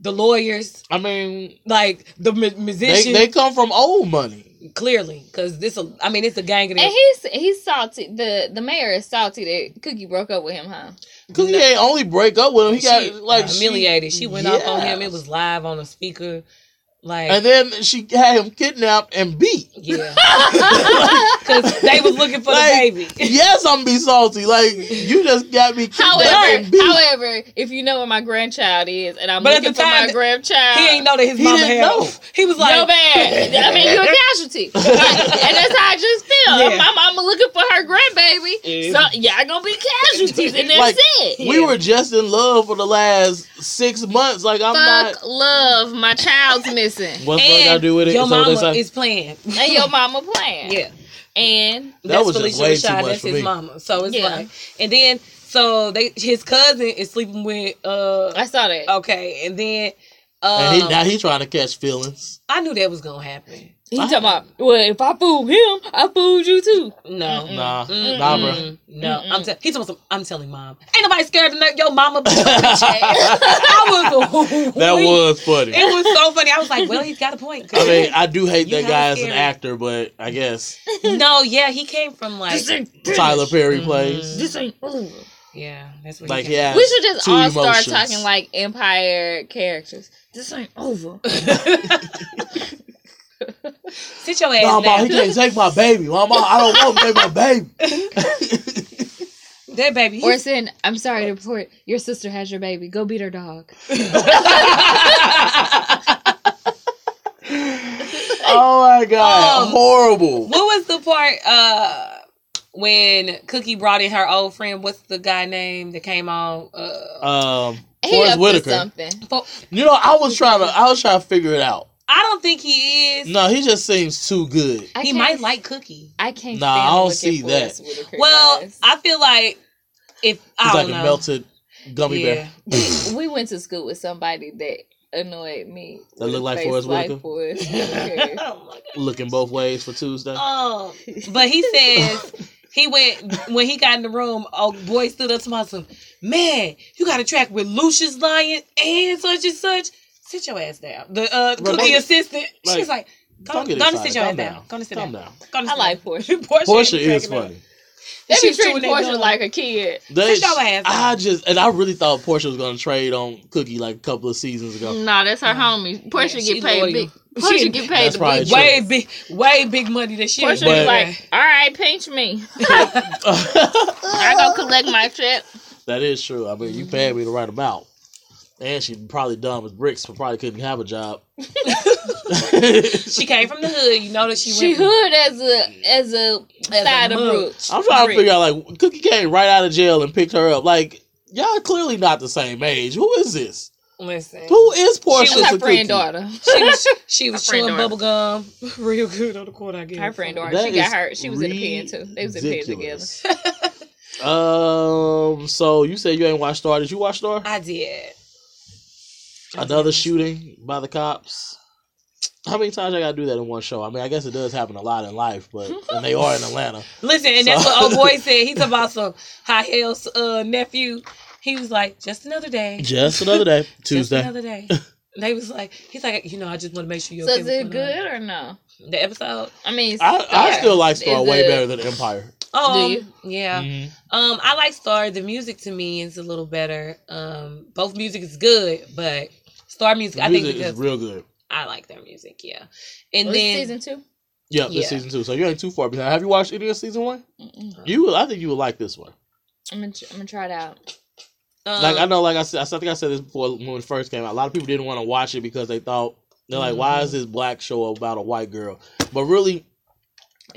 the lawyers,
I mean,
like the mu-
they,
musician.
they come from old money.
clearly, because this, a, I mean, it's a gang of them.
And he's he's salty. The the mayor is salty that Cookie broke up with him, huh?
Cause he ain't only break up with him. He
she,
got like she-
humiliated. She, went off on
Yeah.
him. It was live on a speaker. Like
and then she had him kidnapped and beat.
yeah, because they was looking for
Like,
the baby.
yes, I'm be salty. Like you just got me kidnapped
However,
and beat.
however, if you know where my grandchild is and I'm
But at
looking
the
for
time,
my grandchild,
He ain't know that his
He
mama
didn't
had.
know.
He was
no
like,
bad. I mean, you're a casualty, Like, and that's how I just feel.
Yeah.
My mama looking for her grandbaby, so y'all gonna be casualties, and that's
Like,
it.
we were just in love for the last six months. Like I'm
Fuck
not.
love, my child's missing,
What the fuck
and
I do with it?
your
Is that what they
mama
say?
is playing.
and your mama playing.
Yeah,
and
that was
Felicia
just way too
Rashad,
much
That's
for
his
me.
mama. So it's
Yeah.
like, and then so they his cousin is sleeping with. uh
I saw that.
Oh,
Okay, and then. Um,
And he, now he trying to catch feelings.
I knew that was gonna happen.
He talking about, well, if I fooled him, I fooled you too.
No,
Mm,
Nah,
Mm-mm.
nah, bro.
No,
Mm-mm.
I'm te- he's almost. I'm telling mom. Ain't nobody scared of no- your mama.
that
I was.
was funny.
It was so funny. I was like, well, he's got a point.
I mean, I do hate
You
that
kinda
guy as an
scary.
actor, but I guess
no, yeah, he came from like.
This ain't
Tyler Perry
Mm.
Mhm.
plays.
This ain't over.
Yeah, that's what.
Like,
he came
yeah.
We should just
Two
all start
emotions.
talking like Empire characters. This ain't over.
Sit your ass
No, mom,
down.
he can't take my baby. Mama, I don't want to take my baby.
That baby.
Or
he's-
saying, I'm sorry to report, your sister has your baby. Go beat her dog.
Oh my god,
Um,
horrible.
what was the part uh when Cookie brought in her old friend? What's the guy name that came on? Uh,
Um,
He
Forrest
up to
Whitaker.
something.
for-
You know, I was trying to, I was trying to figure it out.
I don't think he is.
No, he just seems too good.
I
he
can't-
might like Cookie.
I can't.
Nah,
stand
I don't
looking
see
for
that.
Forrest Whitaker,
Well,
guys.
I feel like if I
He's
don't
like
know.
a melted gummy
yeah.
bear.
we went to school with somebody that annoyed me.
That look like
Face
Forrest Whitaker?
Forrest Whitaker.
Oh my
Looking both ways for Tuesday.
Oh, but he says he went when he got in the room. Oh, boy stood up to my son. Man, you got a track with Lucius Lyon and such and such. Sit your ass down. The uh,
Right,
cookie
don't-
assistant. She's like, go,
Don't get
go and
excited.
sit your
Calm
ass down.
down.
Go and sit
Calm
down.
down.
Go and
I
sit
like
down.
Portia.
Portia.
Portia is
cracking up.
funny.
They be
She's
treating
chewing that
Portia
gum.
like a kid.
They-
Sit your ass
I
down.
just and I really thought Portia was gonna trade on Cookie like a couple of seasons ago.
Nah, that's her homie. Portia
she
get paid
loyal.
big. Portia
She-
get paid
That's
the
probably
big.
true.
bucks.
Way big, way big money that she.
Portia
But-
was like, "All right, pinch me.
Mm.
I go collect my check."
that is true. I mean, you paid
Mm-hmm.
me the right amount, and she probably dumb as bricks, but probably couldn't have a job.
she came from the hood. You know that she.
She
went,
hood as a as a
As a
side of
mug.
brooch.
I'm trying to
Brick.
figure out like Cookie came right out of jail and picked her up. Like y'all clearly not the same age. Who is this?
Listen.
Who is Portia?
She was
to
her
Cookie?
friend daughter.
She was, she was
Her friend
chewing
daughter.
bubble gum real good on the court, I guess.
Her friend daughter.
That
She got
is
hurt. She was in the pen too. They was in the pen together.
ridiculous. Um. So you said you ain't watched Star. Did you watch Star?
I did.
Another shooting by the cops. How many times I gotta do that in one show? I mean, I guess it does happen a lot in life, but and they are in Atlanta.
Listen, and that's
So-
what old boy said. He's about some high hell's uh, nephew. He was like, just another day.
Just another day,
Just
Tuesday.
another day. They was like, he's like, you know, I just want to make sure you're
So
okay.
is
with
it
what I'm-"
good or no?
The episode.
I mean,
I, I
Star.
still like Star
Is
way
it-
better than Empire.
Oh,
Do you?
yeah.
Mhm.
Um, I like Star. The music to me is a little better. Um, both music is good, but Star music,
The
I think
music is
because
real good.
I like their music. Yeah, and
Well, Oh, it's
then
season two.
Yeah, this
Yeah.
season two. So you ain't too far behind. Have you watched any of season one?
Mm-mm.
You, will, I think you would like this one.
I'm gonna, tr- I'm gonna try it out.
um,
like I know, like I said, I said- I think I said this before when it first came out. A lot of people didn't want to watch it because they thought they're like, "Why
Mm-hmm.
is this black show about a white girl?" But really,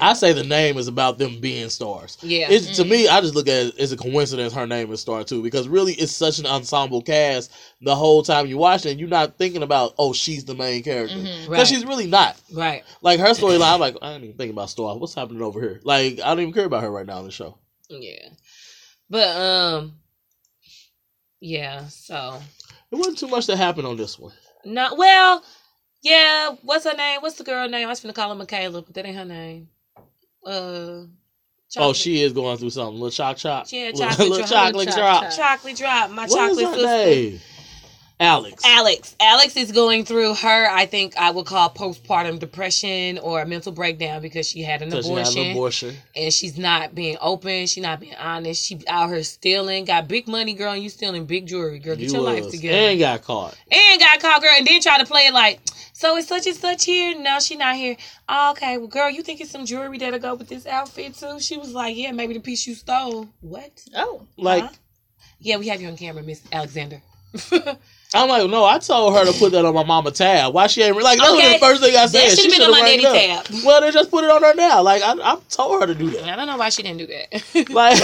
I say the name is about them being stars.
yeah, Mm-hmm.
It's, to me, I just look at it as a coincidence her name is Star too, because really it's such an ensemble cast the whole time you watch it, and you're not thinking about, oh, she's the main character.
Mhm.
Because
Mm-hmm. right,
she's really not.
right.
Like her storyline, I'm like, I didn't even think about Star. What's happening over here? Like, I don't even care about her right now on the show.
Yeah. But um yeah, so
It wasn't too much that happened on this one. Oh,
not well, yeah, what's her name? What's the girl name? I was gonna call her Michaela, but that ain't her name. Uh
Oh, she is going through something. Little choc choc.
Yeah,
Little-
chocolate
little
drop.
chocolate
Choc
drop.
choc.
chocolate drop, my
What is
chocolate
her
sister.
name? Alex.
Alex. Alex is going through her, I think I would call postpartum depression or a mental breakdown because she had an
So she had
abortion.
an abortion.
and she's not being open. She's not being honest. She out here stealing. Got big money, girl, and you stealing big jewelry, girl. Get
You
your life
was-
together.
And got caught.
and got caught, girl, and then try to play it like, so it's such and such here. No, she not here. Oh, okay, well, girl, you think it's some jewelry that'll go with this outfit too? She was like, yeah, maybe the piece you stole. What?
Oh,
Like,
Huh? Yeah, we have you on camera, Miss Alexander.
I'm like, no, I told her to put that on my mama tab. Why she ain't re- like? That was
Okay.
the first thing I said.
that should
She
have been on my
should've
nanny
rang it up.
tab.
Well, they just put it on her now. Like I, I told her to do that.
I don't know why she didn't do that.
Like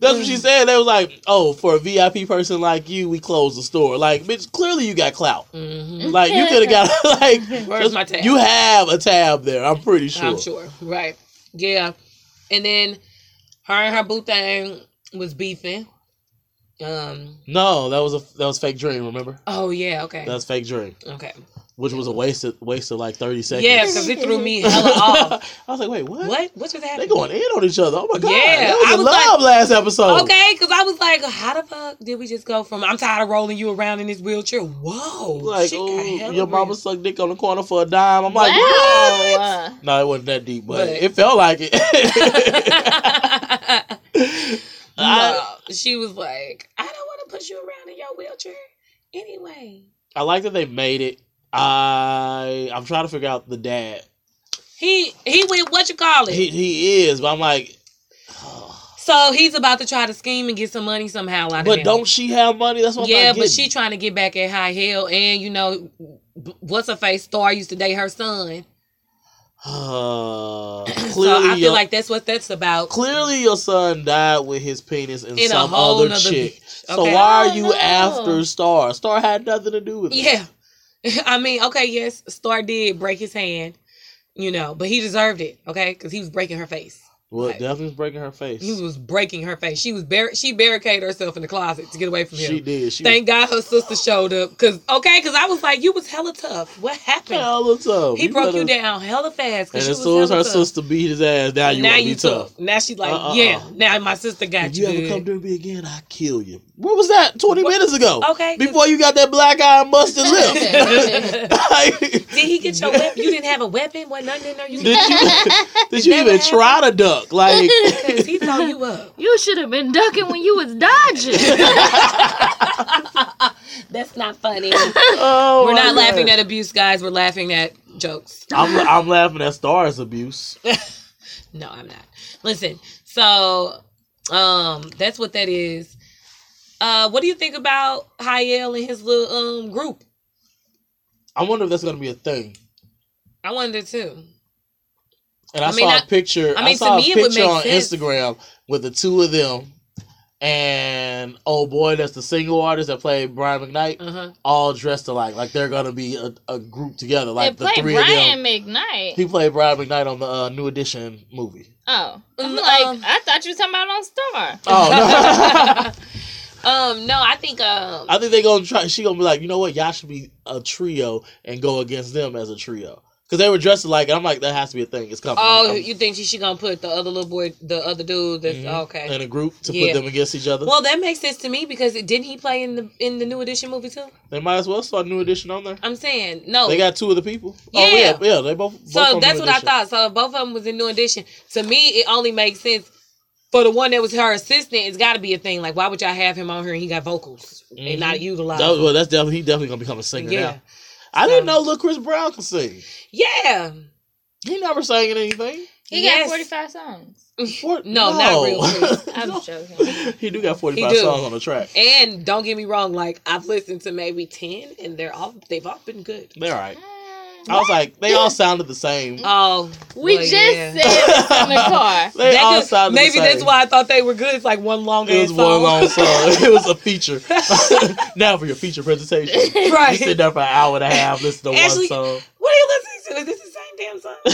that's what she
Mm.
said. They was like, oh, for a VIP person like you, we close the store. Like, bitch, clearly you got clout.
hmm
Like you could have got like
Where's my tab?
You have a tab there. I'm pretty sure.
I'm sure. Right. Yeah. And then her and her boo thing was beefing. Um.
No, that was a that was fake dream. Remember?
Oh yeah. Okay.
That's fake dream,
okay.
which was a waste of waste of like 30 seconds.
Yeah, because it threw me hella
I
off.
was like, wait, what?
What? What was happening?
They going in on each other. Oh my god.
Yeah,
that was
I
a
was
love last episode.
Okay, because I was like, how the fuck did we just go from I'm tired of rolling you around in this wheelchair? Whoa,
Like,
shit got
oh,
hella
your
real.
mama sucked dick on the corner for a dime. I'm like, what?
wow.
No, it wasn't that deep, but,
But-
it felt like it. I,
No, she was like, I don't want to push you around in your wheelchair anyway.
I like that they made it. I I'm trying to figure out the dad.
He he went what you call it.
He he is, but I'm like,
so he's about to try to scheme and get some money somehow out of
but
them.
don't she have money? That's what I'm
yeah,
not
but
getting.
she trying to get back at High Hill, and you know, b- what's her face star used to date her son.
Uh,
so
clearly,
I
your,
feel like that's what that's about.
clearly your son died with his penis in,
In a
some
whole
other
nother
chick.
bitch.
So
Okay.
why
Oh,
are you
no.
after Star? Star had nothing to do with it.
Yeah. I mean, okay, yes, Star did break his hand, you know, but he deserved it, okay? Because he was breaking her face.
Well,
Like-
Delphine's breaking her face.
He was breaking her face. She was bar- she barricaded herself in the closet to get away from him.
She did. She
Thank God her sister showed up. Cause okay, cause I was like, you was hella tough. What
was
happened?
hella tough.
He broke you
better-
down hella fast.
And
Cause she
as
was
soon as her
hella tough.
sister beat his ass, now you
now
want to
you
be tough.
Now she like,
Uh-uh-uh.
yeah. Now my sister got
If you
you.
ever
good.
come to me again, I kill you. What was that? Twenty
What-
minutes ago.
okay. 'cause-
Before you got that black eye and busted lip.
Did
Like,
he get your weapon? You didn't have a weapon? What nothing in there? You
did you did you
never
even
had
try to duck? Like
Because he throw you up.
You should have been ducking when you was dodging.
That's not funny.
oh
We're
my
not laughing
God.
at abuse, guys. We're laughing at jokes.
I'm I'm laughing at stars abuse.
No, I'm not. Listen, so um that's what that is. Uh what do you think about Hayel and his little um group?
I wonder if that's gonna be a thing.
I wonder too.
And I,
I mean,
saw a
I-
picture.
I
I,
mean, to
saw a
me, it would
picture
make
on
sense.
Instagram with the two of them, and oh boy, that's the single artist that played Brian McKnight,
Uh-huh.
all dressed alike. Like they're gonna be a, a group together,
they
like the
played
three
Brian
of them.
McKnight.
He played Brian McKnight on the uh, New Edition movie.
oh, I'm
Mm,
like
um,
I thought you were talking about on Star.
Oh no!
um, no, I think um
I think they gonna try. She gonna be like, you know what? Y'all should be a trio and go against them as a trio because they were dressed alike. And I'm like, that has to be a thing. It's coming.
Oh,
I'm-
you think she, she gonna put the other little boy, the other dude? That's
Mhm.
okay.
in a group to
Yeah.
put them against each other.
Well, that makes sense to me because it, didn't he play in the in the new edition movie too?
they might as well start New Edition on there.
I'm saying no.
They got two of the people.
oh. Yeah.
Oh yeah, yeah. They both. both
so
on
that's
New
what I
Edition.
thought. So if both of them was in new edition. To me, it only makes sense for the one that was her assistant. It's got to be a thing. Like, why would y'all have him on here and he got vocals
Mhm.
and not utilize?
That was- well, that's definitely he definitely gonna become a singer
yeah,
now. I didn't
So-
know little Chris Brown could sing.
yeah.
He never sang in anything.
He
Yes.
got 45 songs.
For-
No, not real Chris.
I'm
No.
joking.
He do got forty
He
five
do.
songs on the track.
And don't get me wrong. Like I've listened to maybe ten, and they're all they've all been good.
They're all right.
Mm,
I was like, they all sounded the same.
Oh,
we
well,
just
yeah.
said this in the car.
they
That
all
could-
sounded the
maybe
same.
that's why I thought they were good. It's like one long
It
ass
was one
song.
long song. It was a feature. now for your feature presentation. You
right.
sit there for an hour and a half, listen to one
Actually-
song.
What are you listening to? Is this the same damn song?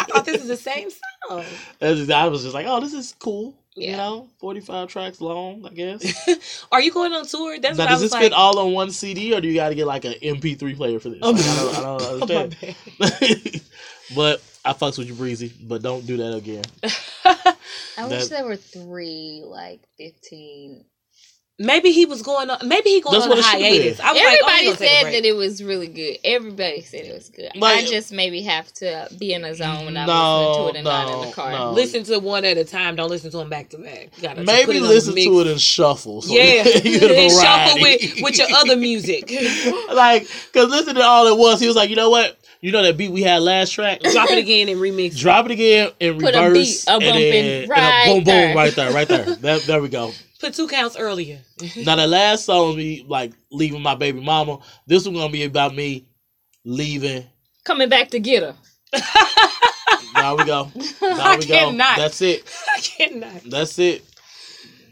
I thought this was the same song.
That's just- I was just like, oh, this is cool. You
Yeah.
know, 45 tracks long, I guess.
Are you going on tour? That's
now,
what I
does
was
this
like.
fit all on one CD or do you got to get like an MP3 player for this?
Um,
Like, I don't, I don't
Oh, my
understand. but I fucks with you, Breezy, but don't do that again.
bad.
I wish
That-
there were three, like 15.
maybe he was going on. Maybe he going
That's
on a
what it should've
hiatus.
been.
I was
Everybody
like, oh,
said that it was really good. Everybody said it was good.
Like-
I just maybe have to be in a zone when I
No,
listen to it and not in
no,
the car.
no.
Listen to one at a time. Don't listen to them back to back. You gotta just put
Oh. Maybe
it on
listen
mix.
to it and shuffle. So
Yeah,
you get a
and shuffle
variety.
with with your other music.
like, because listen to all it was. He was like, you know what? You know that beat we had last track?
Drop it again and remix. it.
Drop it again in
Put a
reverse.
beat, a bump in
and then,
right
and a boom, boom,
there.
right there, right there. that, there we go.
Put two counts earlier.
Now the last song be like leaving my baby mama. This one gonna be about me leaving.
Coming back to get her.
Now we go. Now
I
we go.
cannot.
That's it.
I cannot.
That's it.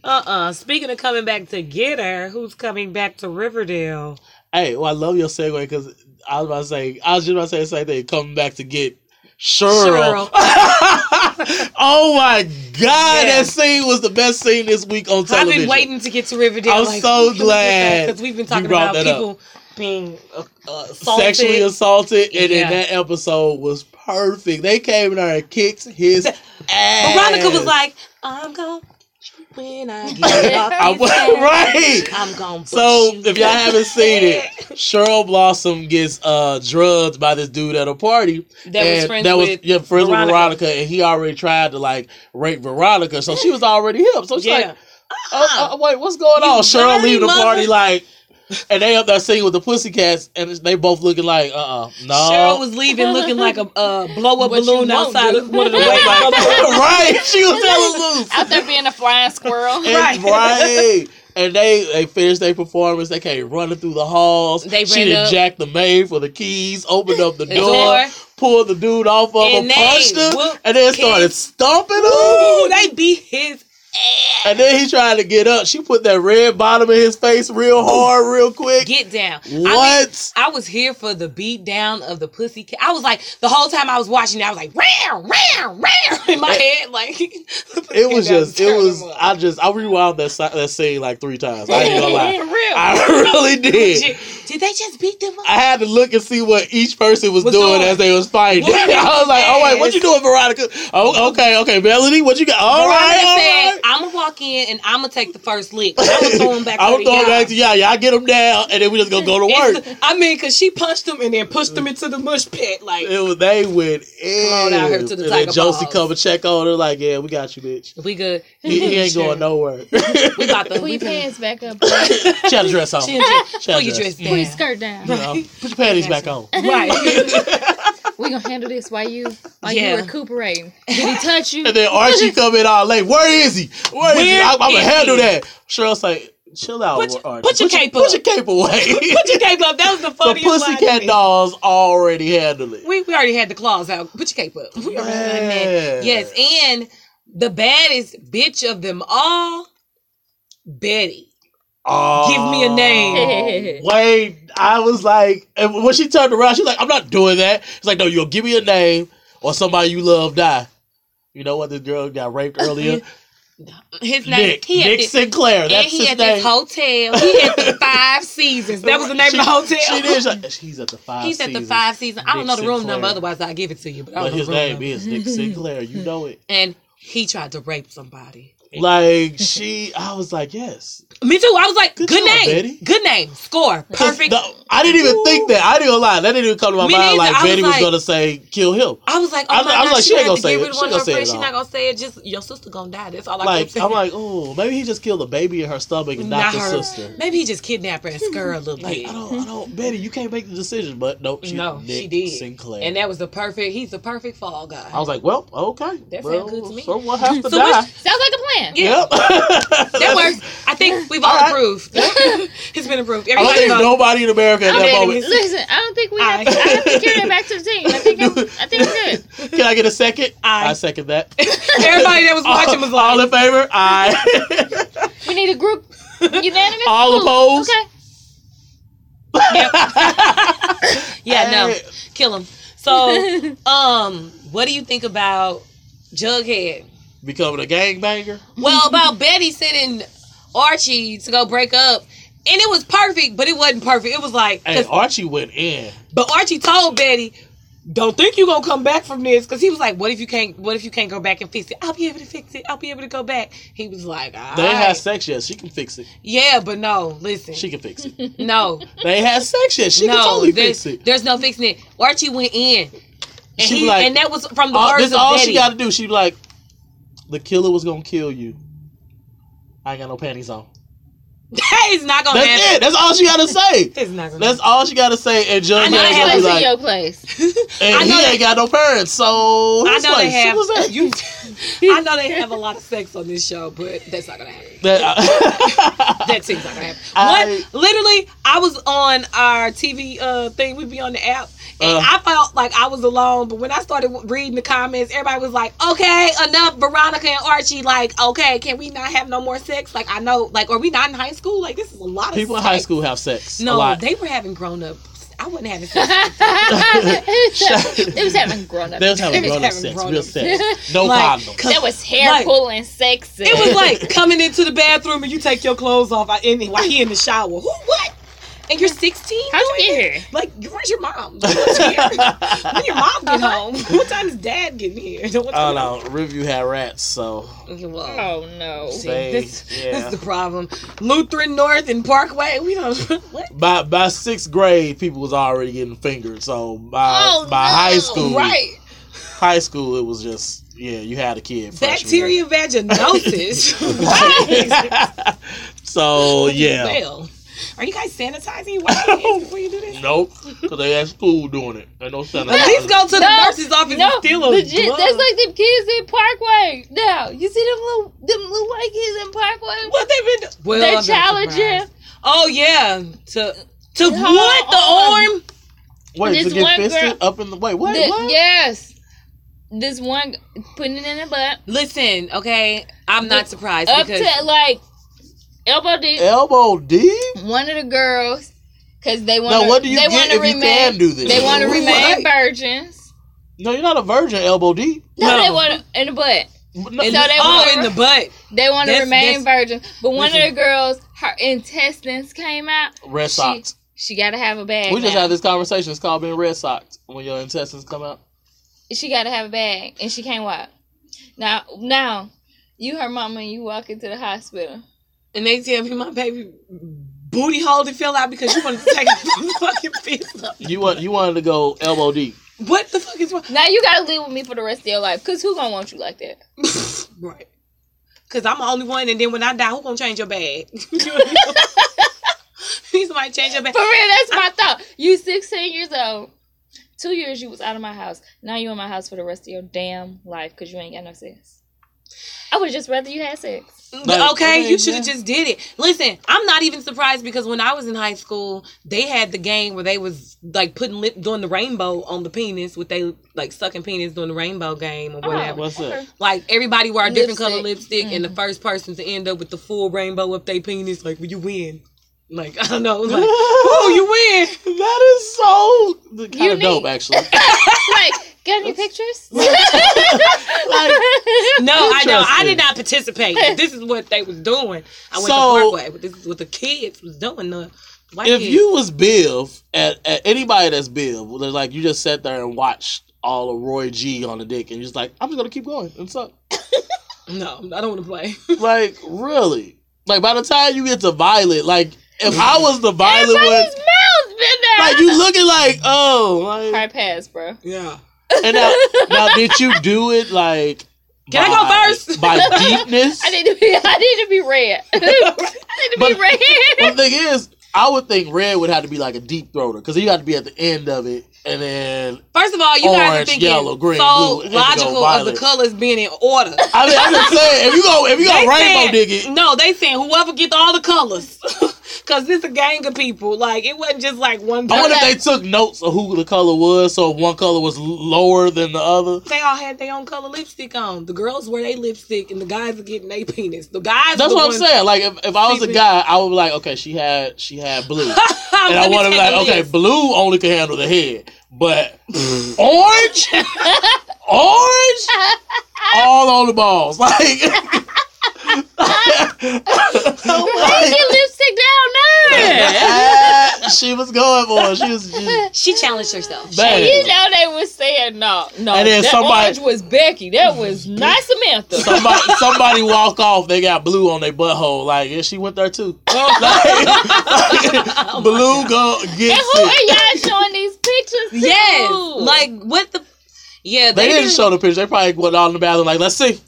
Uh uh Speaking of coming back to get her, who's coming back to Riverdale?
Hey, well, I love your segue because I was about to say I was just about to say the same thing. Coming back to get Cheryl.
Cheryl.
oh my God,
Yeah.
that scene was the best scene this week on
I've
television.
been waiting to get to Riverdale.
I'm so glad
because we've been
you
talking
brought
about
that up.
people being uh, uh, assaulted.
Sexually assaulted, and
Yeah.
in that episode was perfect. They came in there and kicked his ass.
Veronica was like, "I'm gonna when I get off
I was right.
I'm gonna."
So
push you."
if y'all haven't seen it, Cheryl Blossom gets uh drugged by this dude at a party.
that was
and
friends
that was
with
yeah, friends with
Veronica.
Veronica, and he already tried to like rape Veronica, so she was already hip. So she's
yeah.
like, oh, oh, wait, what's going
You
on? Cheryl
dirty
leaving the
mother-
party like, and they up there singing with the Pussycats, and they both looking like, uh, uh no.
Cheryl was leaving looking like a uh, blow up
What you
balloon
won't
outside
do.
of one of the
It
white
was like, right, she was hella loose.
Out there being a flying squirrel.
And, right. And they they finished their performance. They came running through the halls.
They
she
ran
did
up-
jack the maid for the keys, opened up the
The
door,
door.
pulled the dude off of
And
him,
they
punched him,
whooped
and then started
his-
stomping him.
Ooh, they beat his
And then he tried to get up. She put that red bottom in his face real hard, real quick.
Get down. I mean,
What?
I was here for the beat down of the pussy. Ca- I was like the whole time I was watching. it, I was like, rare, rare, rare in my head. Like
It was just, it was. I just, I rewound that si- that scene like three times. I ain't gonna lie,
for real.
I really did.
Did did they just beat them
I
up?
had to look and see what each person was,
Was
doing,
doing.
as they was fighting.
What did
I was like,
they
"Oh wait, what
say?
you doing, Veronica? Oh, okay, okay, Melody, what you got? All right,
Veronica
all
said,
right."
"I'm gonna walk in and I'm gonna take the first lick. I'm gonna throw him back.
I'm
over to
throwing
y'all."
back to y'all. Y'all get them down, and then we just gonna go to work.
It's- I mean, cause she punched him and then pushed him into the mush pit. Like
it was they went in.
on out here to the
and then
Tiger
Josie
Balls.
come and check on her, like, "Yeah, we got you, bitch.
we good.
He, he ain't
Sure.
going nowhere."
We about to.
Pull
We
your
finna-
pants back up.
she had a dress on.
Chin, chin.
She had
Pull your
a dress.
dress
Pull your
down.
skirt down.
You know, put your panties back on.
Right.
We gonna handle this while you while
Yeah.
you recuperating. Did he touch you?
And then Archie come in all late. Where is he? Where is he?
Where
I, I'm gonna
is
handle
he?
that. Cheryl's like, chill out,
Put your-
Archie.
put your cape
Put
up.
your cape away.
Put your cape up. That was the
the
funniest line to
pussycat
me.
dolls already handle it.
We, we already had the claws out. Put your cape up. We already done that.
Yeah.
Yes, and the baddest bitch of them all, Betty.
Oh,
Give me a
name.
Wait, I was like, and when she turned around, she was like, I'm not doing that. She's like, no, you'll give me a name or somebody you love die. You know what? This girl got raped earlier.
His name.
Nick.
He at
Nick
this,
Sinclair.
and
That's
he
his
at
name.
this hotel. He at the Five Seasons. That was the name
She-
of the hotel.
She did. She's, like, "He's at the five
He's at the
Seasons."
Five Seasons. I don't
Nick
know the room
Sinclair.
number, otherwise I'd give it to you. But, I don't
But
know
his
the room
name
number.
is Nick Sinclair. You know it.
And he tried to rape somebody.
Like she, I was like, yes.
Me too. I was like,
Good
good,
job,
name.
Betty.
Good name. Score.
'Cause
Perfect.
the- I didn't even think that. I didn't even lie. That didn't even come to my
Me
mind.
neither.
Like
I was
Betty was,
like-
gonna say, kill him.
I was like, oh
I- I
my
was
God,
like,
she
she ain't
had
gonna
to
say
get
it.
rid of
She
one
gonna
of her
say it
friends. She
all.
not gonna say it. Just your sister gonna die. That's all I
Like
kept saying.
I'm like, oh, maybe he just killed the baby in her stomach and not, the sister.
Maybe he just kidnapped her and scared her a little
Like
bit.
I don't, I don't, Betty, you can't make the decision. But no, she,
no,
Nick
she did.
Sinclair.
And that was the perfect. He's the perfect fall guy.
I was like, well, okay.
That sound
well,
good to me.
Someone has to
So
die.
which-
Sounds like a plan.
Yeah.
Yep.
that works. I think we've all,
All right.
approved. it's been approved.
I don't
Everybody
think
vote.
nobody in America at
I'm
that
ready
moment.
Listen, I don't think we have to,
Aye.
I have to carry it back to the team. I think I'm, I think we're good.
Can I get a second?
Aye.
I second that.
Everybody that was watching was
all
like,
in favor? Aye.
We need a group unanimous.
All
Ooh,
opposed?
Okay.
yeah, no,
Hey.
kill him. So, um, what do you think about Jughead?
Becoming a gangbanger?
Well, about Betty sending Archie to go break up, and it was perfect, but it wasn't perfect. It was like, 'cause-
Hey, Archie went in.
but Archie told Betty, "Don't think you're gonna come back from this," because he was like, "What if you can't? What if you can't go back and fix it? I'll be able to fix it. I'll be able to go back." He was like, "All
They ain't
right."
had sex yet. She can fix it.
"Yeah, but no, listen,
She can fix it.
no,
they ain't had sex yet. She can
no,
totally
there's,
fix it.
there's no fixing it." Archie went in, and,
She
he,
like-
and that was from the
All-
words
this is
of
all
Betty.
she got to do. She be like, the killer was going to kill you. I ain't got no panties on.
that is not gonna
That's
happen.
it. That's all she got to say.
That's not gonna.
That's all she got to say. And Judge
I know
Man's
they
gonna
have
be
Place in
like,
your place.
I
and he
know they-
ain't got no parents, so
I
who's
know they
place?
have.
Who was that?
You, I know they have a lot of sex on this show, but that's not gonna happen.
That-
That seems not gonna happen.
I-
what? Literally, I was on our TV uh, thing. We'd be on the app, and
Uh.
I felt like I was alone. But when I started w- reading the comments, everybody was like, "Okay, enough, Veronica and Archie. Like, okay, can we not have no more sex? Like, I know, like, are we not in high school? Like, this is a lot of
People in
sex.
high school have sex. a
No,
lot.
they were having grown up. I wasn't having sex.
it was having grown up.
They was having
They was
grown up
having
sex,
grown
real
up
sex, no
Like,
problem.
c-
That was hair
Like-
pulling, sexy.
It was like coming into the bathroom and you take your clothes off I- and while he in the shower. Who what? And you're 16.
How'd you
doing
get
this?
here?
Like, where's your mom? What's here? when your mom get home? What time is dad getting here? What
Oh
time
no, Review had rats, so
Okay, well,
Oh no.
see,
they-
this, this
yeah.
is the problem. Lutheran North and Parkway. We don't. What?
by by sixth grade, people was already getting fingered. So by
Oh,
uh, by
no.
high school,
Right.
high school, it was just yeah, you had a kid. freshman
Bacteria vaginosis.
year.
right.
so yeah,
Well, are you guys sanitizing your wiping hands before you do this?
nope, because they at school doing it. Ain't no
At least go to the nurse's office and steal a
legit,
glove.
that's like them kids in Parkway. Now you see them little, them little white kids in Parkway.
What they been? Well,
they
I'm not surprised.
challenging.
Oh yeah, to to
Her
what the
arm.
arm?
Wait, to
this
get
one
fisted
girl-
up in the wait, what?
The-
what?
Yes. this one putting it in the butt
Listen, okay, I'm not surprised
up
because
to like elbow deep.
Elbow deep.
one of the girls because they want.
Now, what do you
they
get
want
if
to
you can
remain?
do this?
They want to
Right.
remain virgins.
No, you're not a virgin. Elbow deep.
No,
No.
they want in the butt.
No,
in,
So they
oh,
were-
in the butt.
They want to
That's-
remain virgin. But one of
Listen.
the girls, her intestines came out.
red
she-
socks.
She gotta have a bag.
We just
now.
had this conversation. It's called being red socks when your intestines come out.
She gotta have a bag, and she can't walk. Now, now, you her mama, and you walk into the hospital.
And they tell me my baby booty hole to fill out because you wanted to take a fucking piss up.
You want you wanted to go elbow deep.
What the fuck is wrong?
Now you gotta live with me for the rest of your life, cause who gonna want you like that?
Right. Cause I'm the only one, and then when I die, who gonna change your bag? He's might change your bag.
For real, that's my thought. You 16 years old. Two years you was out of my house. Now you in my house for the rest of your damn life because you ain't got no sex. I would just rather you had sex.
Like,
okay,
okay,
you should have
yeah.
just did it. Listen, I'm not even surprised because when I was in high school, they had the game where they was like putting lip doing the rainbow on the penis with they like sucking penis doing the rainbow game
Oh,
or whatever.
what's that?
Like everybody wear a different color
Lipstick.
lipstick,
Mm.
and the first person to end up with the full rainbow up their penis, like you win. Like I don't know, like oh you win.
That is so kind of
Unique.
dope, actually.
like, got any pictures?
Like,
No, I know I
Interesting.
did not participate. This is what they was doing. I
So-
went to Parkway, but this is what the kids was doing. The white
if
kids.
you was Biv, at, at anybody that's Biv, there's like you just sat there and watched all of Roy G on the dick, and you're just like, I'm just gonna keep going and suck.
no, I don't want to play.
Like, really? Like, by the time you get to Violet, like, if I was the Violet one,
Everybody's mouth's been there.
like, you looking like, oh, like,
Hard pass, bro.
Yeah.
and now, now, did you do it like?
Can I go first?
By deepness.
I need to be I need to be red. I need to
But-
be red.
But the thing is, I would think red would have to be like a deep throater because you got to be at the end of it, and then
First of all, you guys are
Orange,
thinking
yellow, green,
so
blue, indigo,
logical of the
violet.
colors being in order.
I mean, I'm just saying if you go if you
They
go rainbow
said-
dig it,
No, they saying whoever gets all the colors, because this a gang of people. Like it wasn't just like one.
I
Color.
wonder if they took notes of who the color was, so if one color was l- lower than the other.
They all had their own color lipstick on. The girls wear their lipstick, and the guys are getting their penis. The guys.
That's
the
what I'm
ones-
saying. Like if, if I was a
Stupid.
guy, I would be like, okay, she had she had blue, and
Let
I
me
want to be like,
take a
okay,
list.
blue only can handle the head, but orange, orange, all on the balls, like.
Take your lipstick down there.
Ah, she was going for it. She was just
She challenged herself.
bad.
You know they was saying no, no.
And then
that
somebody- Mm-hmm.
orange was Becky. That was not Samantha.
Somebody, somebody walk off. They got blue on their butthole. Like yeah, she went there too. Like, blue go
And
gets
who
it.
are y'all showing these pictures to?
Yes. Like what the? Yeah,
They
they,
didn't show the picture. They probably went out in the bathroom. Like let's see.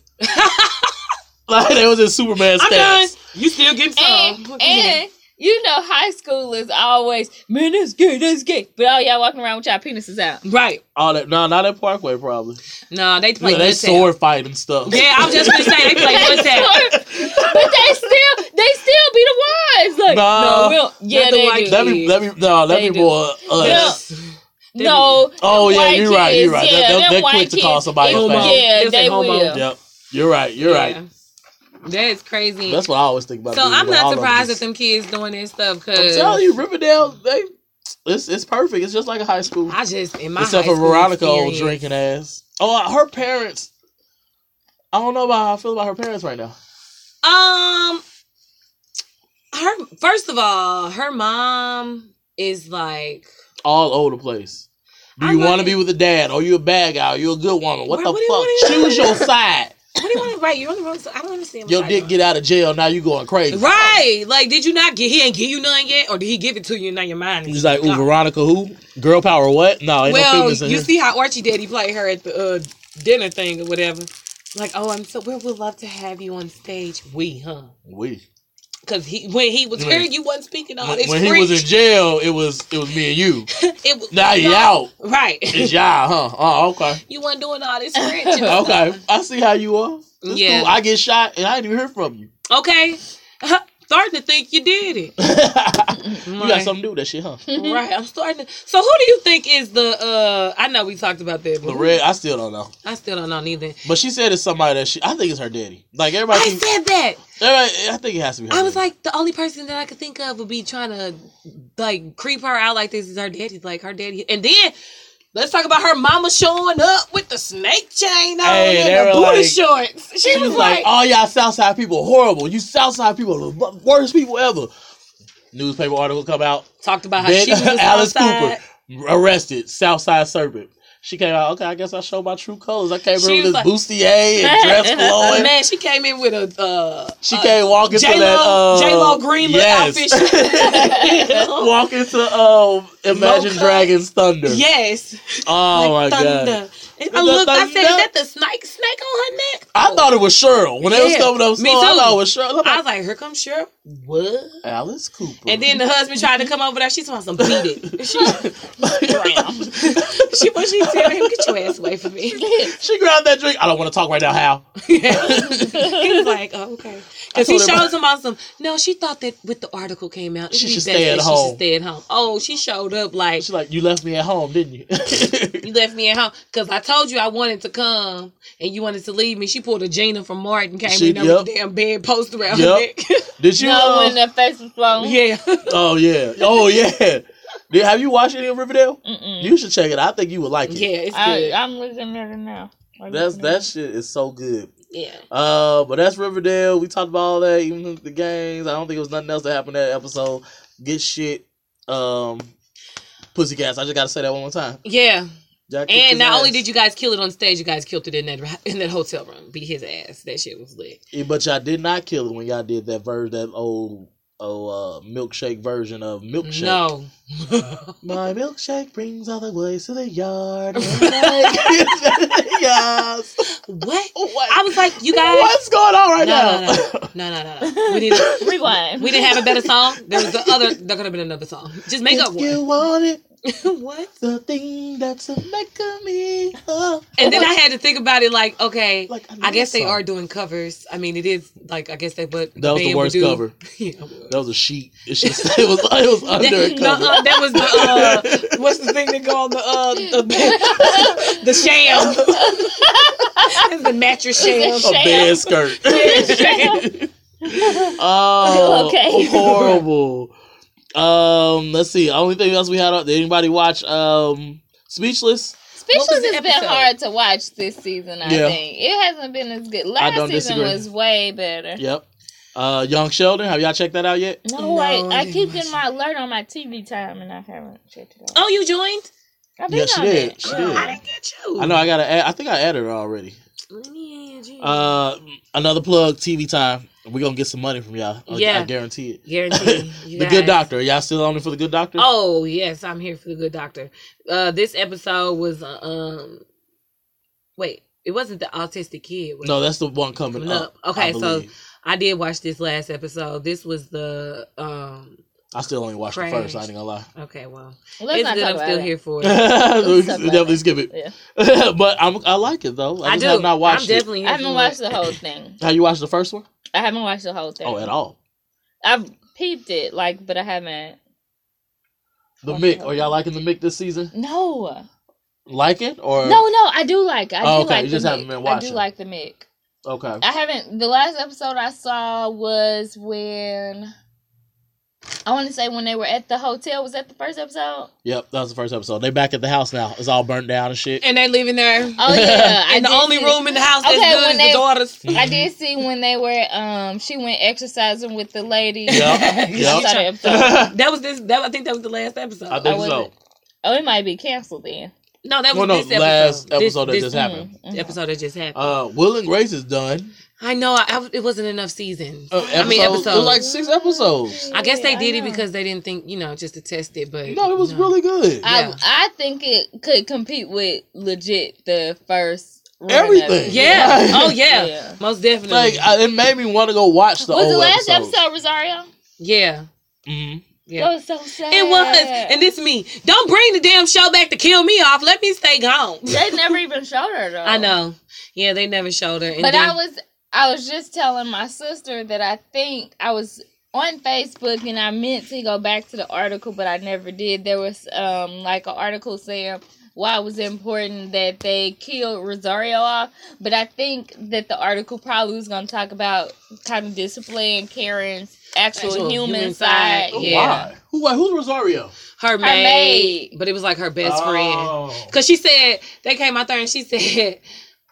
like they was in Superman
I'm done.
stance.
You still getting some?
and, and you know, high school is always man, that's gay, that's gay. But all y'all walking around with y'all penises out.
right.
All that. No, not at Parkway. Probably.
No, they play.
yeah, they
good tap.
sword fight and stuff.
Yeah, I was just gonna say they play
but
good tap.
they still, they still be the ones. Like,
Nah.
no, we don't- yeah,
Not the
they
white
do.
Let me. Let me. No. Let
They
me
do.
more. us.
Yeah.
They
no.
Oh
them
yeah,
white
you're right, you're
kids,
right.
Yeah,
They- they-
them
they quick
white
to call
kids,
somebody a
if-
homo.
Yeah,
They'll say
they
homo.
will.
Yep. You're right. You're right.
That is crazy.
That's what I always think about.
so
Disney,
I'm
but all
not
of
surprised
this-
at them kids doing this stuff
I'm
because
telling you, Riverdale, they it's it's perfect. It's just like a high school,
I just in my
except
high
for
school
Veronica, old
experience-
drinking ass. Oh, her parents. I don't know about how I feel about her parents right now.
Um, her first of all, her mom is like,
All over the place. Do
I
you
like-
want to be with a dad? Or you a bad guy? Or you a good woman? What
Why
the
would you
fuck?
wanna-
Choose your side.
"What do you want to write? You're on the wrong side. I don't understand." what
Your
y'all
dick
doing."
get out of jail. Now you going crazy.
right. Like, did you not get? He ain't give you none yet, or did he give it to you and now your mind? is
He's like, ooh,
gone?
Veronica, who? Girl power? What? No, ain't no
well,
feelings in
you
here.
see how Archie Daddy played her at the uh, dinner thing or whatever. Like, oh, I'm so we would love to have you on stage. We, huh?
we.
Because he when he was
When-
here, you wasn't speaking all
When,
this.
when he was in jail, it was it was me and you.
it was
Now you
no,
out.
right.
It's y'all, huh? Oh, okay.
you weren't doing all this French. And stuff.
Okay, I see how you are. It's
Yeah.
cool. I get shot and I didn't even hear from you.
okay. Uh-huh. starting to think you did it.
you got
Right.
something to do with that shit, huh?
right. I'm starting to. So who do you think is the? uh I know we talked about that, but
Lorette, I still don't know.
I still don't know neither.
But she said it's somebody that she. I think it's her daddy. Like everybody,
I
thinks,
said that.
everybody I think it has to be. Her
I was
daddy.
like, the only person that I could think of would be trying to like creep her out like this is her daddy. Like her daddy, and then let's talk about her mama showing up with the snake chain on
Hey, they
and
were
the booty
like-
shorts. She,
she was like, "All y'all Southside people are horrible. You Southside people are the bu- worst people ever." Newspaper article come out.
talked about how
Ben,
Ah, she was
Alice
outside.
Cooper arrested Southside Serpent. She came out. Okay, I guess I showed my true colors. I came
She
in with this
was like-
bustier and dress
Uh,
flowing.
man, she came in with a uh,
She
uh,
came walking to
J-Lo-
that uh,
J-Lo green look outfit.
walking to um, Imagine
Low cut.
Dragons Thunder.
Yes.
Oh
like
my
thunder.
god!
And I
that
looked. I
thunder?
said, "Is that the snake snake on her neck?"
I thought it was Cheryl when they was
Yeah,
coming up.
me
slow, I
too.
thought it was Cheryl. I'm like,
I was like, "Here comes Cheryl."
Mm-hmm. what? Alice Cooper.
And then the husband tried to come over there. She talking about some beat it. She, she, what she tell him, "Get your ass away from me."
she grabbed that drink. I don't want to talk right now, Hal.
he was like, "Oh, okay." Because
I
he
told
shows
everybody-
him on some. No, she thought that with the article came out,
She
it'd be
should
best
stay at
that She
home.
should stay at home. Oh, she showed up like
She's like, "You left me at home, didn't you?"
You left me at home because I told you I wanted to come and you wanted to leave me. She pulled a Gina from Martin, came
She-
in there with
yep.
the damn bed post around
Yep. Did you?
no,
uh,
when the face was flowing.
her neck. yeah.
Oh yeah. Oh yeah. Did, have you watched any of Riverdale?
Mm-mm.
You should check it. out. I think you would like it.
Mm-hmm. Yeah, it's
I,
good.
I'm looking at it now. I'm
That's
looking at
that shit is so good.
yeah.
Uh, but that's Riverdale. We talked about all that, even the games. I don't think it was nothing else that happened that episode. Get shit, um, pussycats. I just gotta say that one more time.
Yeah.
Y'all kicked his
And not
ass.
only did you guys kill it on stage, you guys killed it in that in that hotel room. Beat his ass. That shit was lit.
Yeah, Eh, but y'all did not kill it when y'all did that version, that old, old uh, milkshake version of milkshake.
No.
My milkshake brings all the boys to the yard. yes.
what?
What?
I was like, you guys.
What's going on right
No,
now?
No, no, no. no.
it.
We didn't.
Rewind.
We didn't have a better song. There was the other. There could have been another song. Just make up
if you
one.
want it,
what?
the thing that's a make of me. uh,
And then I had to think about it. Like, okay,
Like, I know
I guess
that
they
song.
are doing covers. I mean, it is like I guess they but
That was the
band
worst
would do-
cover.
yeah, it was.
That was a sheet. It's just it was it was under a
That, no,
cover.
uh, that was the uh, what's the thing that go on the uh, the, the sham, It's the mattress sham.
a bed skirt. oh,
Okay.
horrible. Um, let's see. Only thing else we had. up- Did anybody watch um Speechless?
Speechless
What was the
has been
episode?
hard to watch this season, I
Yeah.
think. It hasn't been as good. Last
don't
season
disagree.
was way better.
Yep. Uh, Young Sheldon. Have y'all checked that out yet?
No,
No,
wait.
I
I,
didn't
keep
watch
getting my alert on my TV time and I haven't checked it out.
Oh, you joined?
I've been
Yeah, she
on
did.
it.
She
Girl,
did.
I didn't get you.
I know. I gotta. Add, I think I added her already.
Yeah,
Uh, another plug. TV time. We're gonna get some money from y'all. I- I
Yeah.
guarantee it.
guarantee. you
The Good
guys.
Doctor. Y'all still on it for the Good Doctor?
Oh yes, I'm here for the good doctor. Uh, this episode was uh, um, wait, it wasn't the autistic kid. Was it?
No, that's the one coming
Coming
up.
up. Okay,
I
so-
believe.
I did watch this last episode. This was the um.
I still only watched the first. I
Crash.
ain't gonna lie.
Okay, well,
Let's
it's
not
good.
talk
I'm
about
still
it.
here for it.
we
talk
can
about
definitely
it.
skip it.
Yeah.
but I'm, I like it though. I,
I
just
do.
have not watched
I'm
it.
definitely.
I haven't watched the whole thing.
Have you watched the first one?
I haven't watched the whole thing.
Oh, at all.
I've peeped it, like, but I haven't.
The
Oh,
Mick.
no.
Are y'all liking the Mick this season?
No.
Like it or
No, no, I do like. I do
Oh, okay,
like
you
the
just
Mick.
haven't been
I
watching.
do like the Mick.
Okay.
I haven't. The last episode I saw was when I want to say when they were at the hotel. Was that the first episode?
Yep, that was the first episode. They back at the house now. It's all burnt down and shit.
And they living there. And
Oh yeah, I
the
did
only
see-
room in the house that's
Okay,
good
when
is
they-
the daughter's.
I did see when they were. Um, she went exercising with the lady.
Yep.
I saw the
Yep.
episode.
That was this. That I think that was the last episode.
I think
was
so.
it? Oh, it might be canceled then.
no, that was
Well, no,
this episode.
last
This-
episode that
this
just happened.
Mhm, mhm.
Episode that just happened.
Uh, Will and Grace is done.
I know. I, I- it wasn't enough seasons.
Uh,
I
episodes-
mean,
It was
episodes.
like six episodes.
I guess they
Yeah,
did it
know.
because they didn't think, you know, just to test it. But
No, it was really good.
I
Yeah.
I think it could compete with legit the first. run of
Everything.
it.
Yeah.
Right.
Oh yeah.
Yeah.
Most definitely.
like I, it made me want to go watch the
was
old
the last
episodes.
episode, Rosario?
yeah.
Mhm.
Yeah.
That was so sad.
It was, and it's me. Don't bring the damn show back to kill me off. Let me stay gone.
they never even showed her though.
I know. Yeah, they never showed her. And
But
then,
I was I was just telling my sister that I think I was on Facebook, and I meant to go back to the article, but I never did. There was um like an article saying why it was important that they killed Rosario off, but I think that the article probably was going to talk about kind of discipline, Karen's actual,
Actual
human,
human side.
side.
Oh,
Yeah.
Why? Who? wait, Who's Rosario?
Her, maid,
maid.
But it was like her best friend.
Oh.
Because she said, they came out there and she said,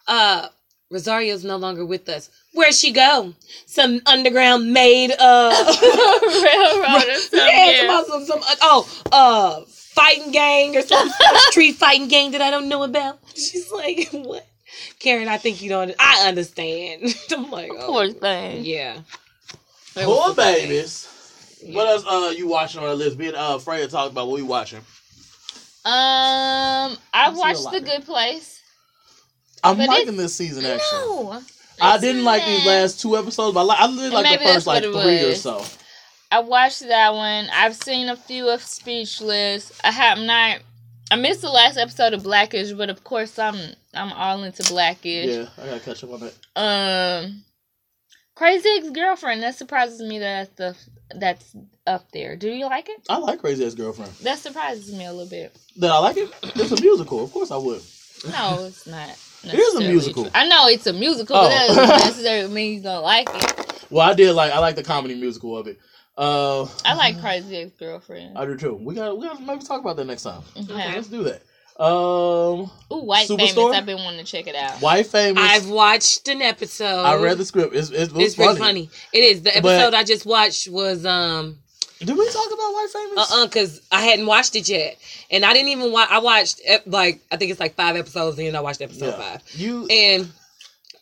uh, Rosario's no longer with us. Where'd she go? Some underground maid of.
Railroad or something.
yeah,
yeah.
Some, other- some, uh, oh, uh, fighting gang or some street fighting gang that I don't know about. She's like, what? Karen, I think you don't. I understand. I'm like,
Of
oh,
course, thing.
yeah.
Poor babies. What else uh you watching on the list? Me and uh Freya talked about what we watching.
Um,
I've
I've
seen a
watched
lot
The
of it.
Good Place.
I'm
But
liking this season actually.
No,
I
It's
didn't
not
like these
bad.
last two episodes, but I, li- I did like
Maybe
the first
that's
like
what
three
it
or
was.
so.
I watched that one. I've seen a few of Speechless. I have not. I missed the last episode of Blackish, but of course I'm I'm all into Blackish.
Yeah, I gotta catch up on that.
Um, Crazy Ex Girlfriend. That surprises me that that's the that's up there. Do you like it?
I like Crazy Ass Girlfriend.
That surprises me a little bit.
Did I like it? It's a musical. Of course I would.
No, it's not.
It is a
necessarily
musical.
true. I know it's a musical,
Oh.
but that doesn't necessarily mean you don't like it.
Well, I did like I like the comedy musical of it. Uh,
I like Crazy Ex Girlfriend.
I do too. We got to we got to maybe talk about that next time.
Okay.
Let's do that. Um,
Ooh, White
Superstore?
Famous. I've been wanting to check it out.
White famous.
I've watched an episode.
I read the script. It's it's, it was
It's pretty funny. It is. The
But-
episode I just watched was um
Did we talk about White
Uh-uh.
uh
famous?
uh because I hadn't watched it yet, and I didn't even watch. I watched ep- like I think it's like five episodes in. I watched episode
Yeah.
five,
You
and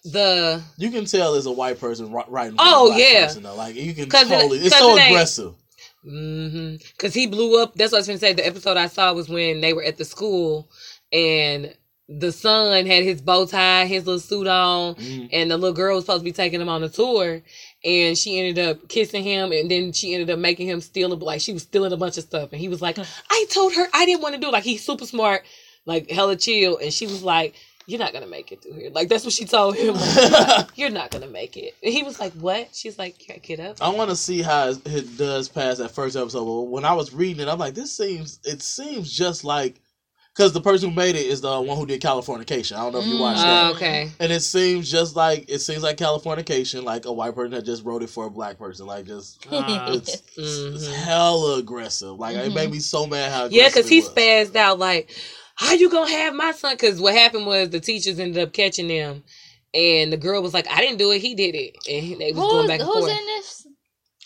the
you can tell it's a white person wri- writing. for
Oh,
a black
yeah.
person, though. like you can
'Cause it-
totally. it's
'cause
so
it ain't-
aggressive.
mm cause he blew up. That's what I was gonna say. The episode I saw was when they were at the school, and the son had his bow tie, his little suit on,
Mhm.
and the little girl was supposed to be taking him on a tour and she ended up kissing him and then she ended up making him steal a like she was stealing a bunch of stuff and he was like i told her i didn't want to do it." like he's super smart like hella chill and she was like you're not gonna make it through here like that's what she told him like, you're not gonna make it and he was like what she's like "Get- get up
I want to see how it- it does past that first episode. But when I was reading it, I'm like, this seems it seems just like because the person who made it is the one who did Californication. I don't know if you
Mm.
watched that.
oh, okay
And it seems just like it seems like Californication, like a white person that just wrote it for a black person, like just
uh,
it's, it's
Mhm.
hella aggressive. Like it made me so mad how
Mm-hmm. yeah
aggressive
because
it
he
was.
spazzed out like how you gonna have my son because what happened was the teachers ended up catching them and the girl was like i didn't do it he did it and they was going
Who's,
back and
who's
forth
in this?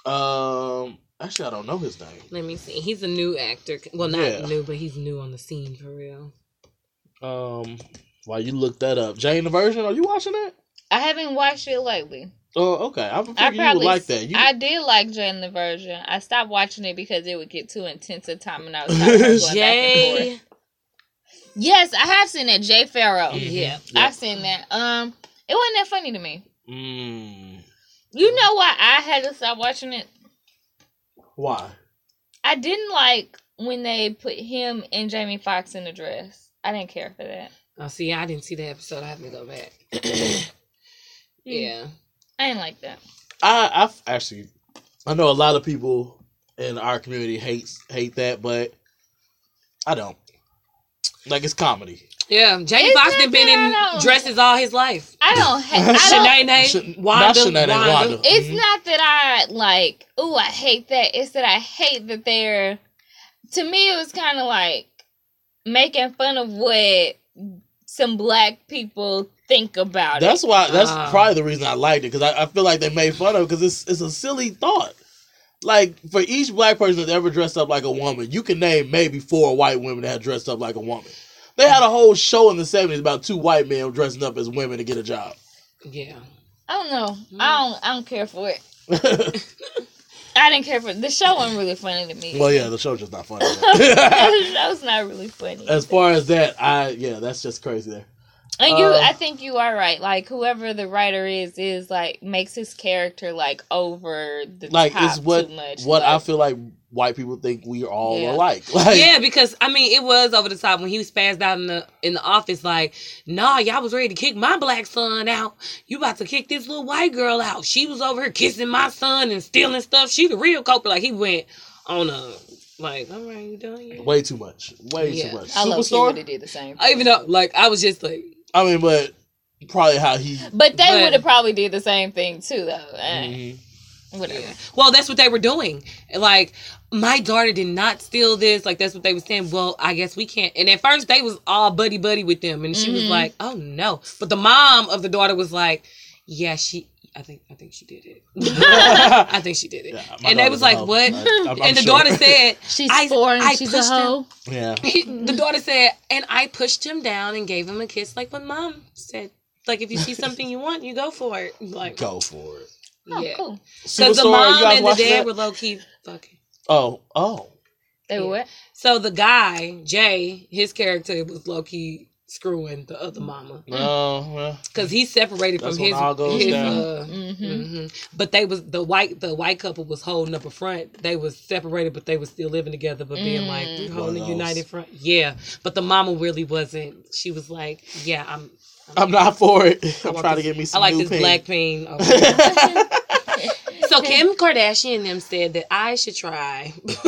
Um, actually, I don't know his name.
Let me see. He's a new actor. Well, not
Yeah.
new, but he's new on the scene for real.
Um, while you look that up, Jane the Virgin, are you watching that?
I haven't watched it lately.
Oh, okay. I figured
I
you would
probably
like that. You,
I did like Jane the Virgin. I stopped watching it because it would get too intense a time, and I was tired of her going back and forth.
Jay.
Yes, I have seen that. Jay Farrow.
Mhm.
Yeah.
I've seen that. Um, it wasn't that funny to me.
Mm,
You know why I had to stop watching it?
why?
I didn't like when they put him and Jamie Foxx in the dress. I didn't care for that.
Oh, see, I didn't see the episode. I have to go back.
Hmm.
yeah.
I didn't like that.
I I actually I know a lot of people in our community hates hate that, but I don't. Like it's comedy.
Yeah. Jamie
It's
Foxx
not
been been
that I
in
don't-
dresses all his life.
I don't. Ha- I don't
Shanae, Nae,
Sh- not
Wanda,
Shanae Nae,
Wanda.
Wanda.
It's
Mhm.
not that I like, oh, I hate that. It's that I hate that they're. To me, it was kind of like making fun of what some black people think um, about
That's why. That's
Ah.
probably the reason I liked it because I, I feel like they made fun of because it's it's a silly thought. Like for each black person that's ever dressed up like a woman, you can name maybe four white women that have dressed up like a woman. They had a whole show in the seventies about two white men dressing up as women to get a job.
Yeah.
it. I don't
Mm-hmm.
know. I don't. I don't care for it. I didn't care for it. The show wasn't really funny to me.
well, yeah, the show's just not funny.
the show's not really funny.
as far as that, I yeah, that's just crazy there.
And you,
Um,
I think you are right. Like whoever the writer is, is like makes his character like over the
Like,
top
it's what-
too much.
What I
like,
feel like white people think we are all
Yeah.
alike. Like,
yeah, because I mean, it was over the top when he was spazzed out in the in the office. Like, nah, y'all was ready to kick my black son out. You about to kick this little white girl out. She was over here kissing my son and stealing stuff. She the real culprit. Like he went on a like, all right, you done yet?
way too much. Way
Yeah.
too much.
I love would
Superstore.
have did the same.
I even though like I was just like,
I mean, but probably how he.
But they
But-
would have probably did the same thing too, though. Eh,
Mhm.
Whatever.
Mm-hmm. Yeah. Well, that's what they were doing. Like, my daughter did not steal this. Like, that's what they were saying. Well, I guess we can't. And at first, they was all buddy buddy with them, and she was
Mhm.
like, "Oh no!" But the mom of the daughter was like, "Yeah, she. I think. I think she did it. I think she did
mm-hmm.
it."
Yeah, my
and they
daughter's
was
a
like,
hoe.
"What?"
I'm- I'm
and the
sure.
daughter said,
She's
I-
four and
I
she's a
pushed him.
hoe.
"Yeah,
the daughter said, and I pushed him down and gave him a kiss, like what mom said. Like, if you see something you want, you go for it. Like,
go for it."
Oh,
yeah.
cool.
Because the
Superstore,
mom and the
watched
dad
that?
were low key fucking.
Oh, oh.
They
Yeah.
were what?
So the guy, Jay, his character was low key screwing the other mama
No, well,
because he separated
That's
from
when
his.
all goes
his,
down.
uh,
Mm-hmm.
mhm. But they was the white the white couple was holding up a front. They was separated, but they was still living together, but being like
Mm.
we
One
holding a
of
united
those.
front. Yeah, but the mama really wasn't. She was like, yeah, I'm.
I'm not for it.
I
I'm
want
trying to
this-
get me
I
some
like
new
this
pink.
black pain. over here. so Kim Kardashian and them said that I should try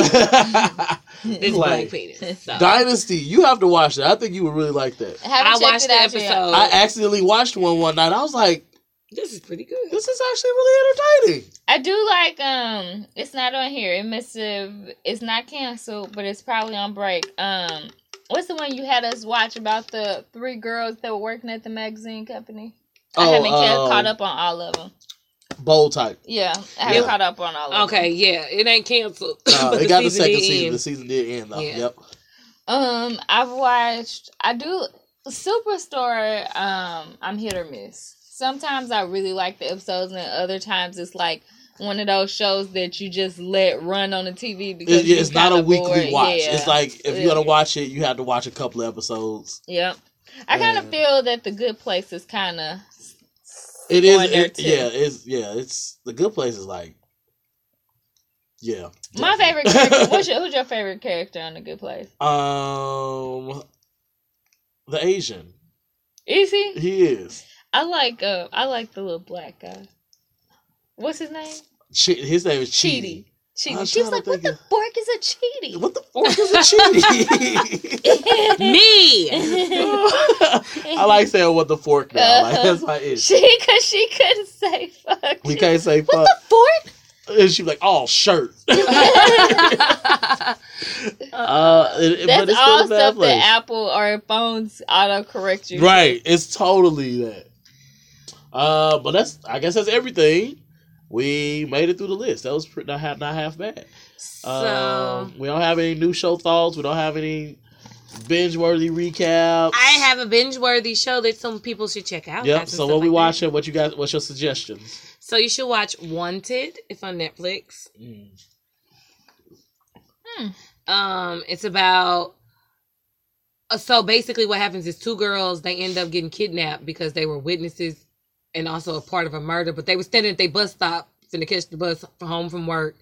Like,
this black penis. So.
Dynasty, you have to watch that. I think you would really like that.
I
Haven't checked
watched
it
the
out
episode.
yet.
I accidentally watched one one night. I was like,
this is pretty good.
this is actually really entertaining.
I do like um it's not on here. It must have it's not canceled, but it's probably on break. Um what's the one you had us watch about the three girls that were working at the magazine company? I
Oh,
haven't ca-
uh,
um,
caught up on all of them.
Bold type.
Yeah, I haven't
Yeah.
caught up on all of them.
Okay, yeah, it ain't canceled.
Uh,
but
it got the second
did
season. The
end.
season did end though.
Yeah.
Yep.
Um I've watched I do Superstore um I'm hit or miss. Sometimes I really like the episodes and other times it's like one of those shows that you just let run on the TV because
It-
you
it's not a
kinda
weekly
bored.
watch.
Yeah.
It's like if
Yeah.
you're gonna watch it, you have to watch a couple of episodes.
Yep. I kind of
And-
feel that the good place is kind of.
It is.
Going there,
it-
too.
yeah. It's yeah. It's the good place is like. Yeah.
My
definitely.
favorite character. What's your, who's your favorite character on The Good Place?
Um, the Asian.
Easy.
He is.
I like uh I like the little black guy. What's his name?
Che- his name is Cheaty.
Cheaty.
I
Cheaty.
was
She
trying
was like,
to
"What the
think
fork is a cheaty?"
What the fuck is a Cheaty?
Me.
I like saying what the fork now. Like, that's my issue.
she cause she couldn't say fuck.
We can't say fuck.
What the fork?
And she be like, oh, shirt. uh, it- it- but
That's
it's still
all
a bad
stuff
place.
that Apple or phones auto correct you. to.
Right. It's totally that. Uh, but that's I guess that's everything. We made it through the list. That was pretty, not half not half bad.
so
Um, we don't have any new show thoughts. We don't have any binge worthy recaps.
I have a binge-worthy show that some people should check out.
Yep.
guys, and
So
stuff
what we
like that.
watching? What you guys? What's your suggestions?
So you should watch Wanted. It's on Netflix.
Mm.
Hmm.
Um, it's about. uh, So basically, what happens is two girls they end up getting kidnapped because they were witnesses and also a part of a murder. But they were standing at their bus stop finna catch the bus for home from work,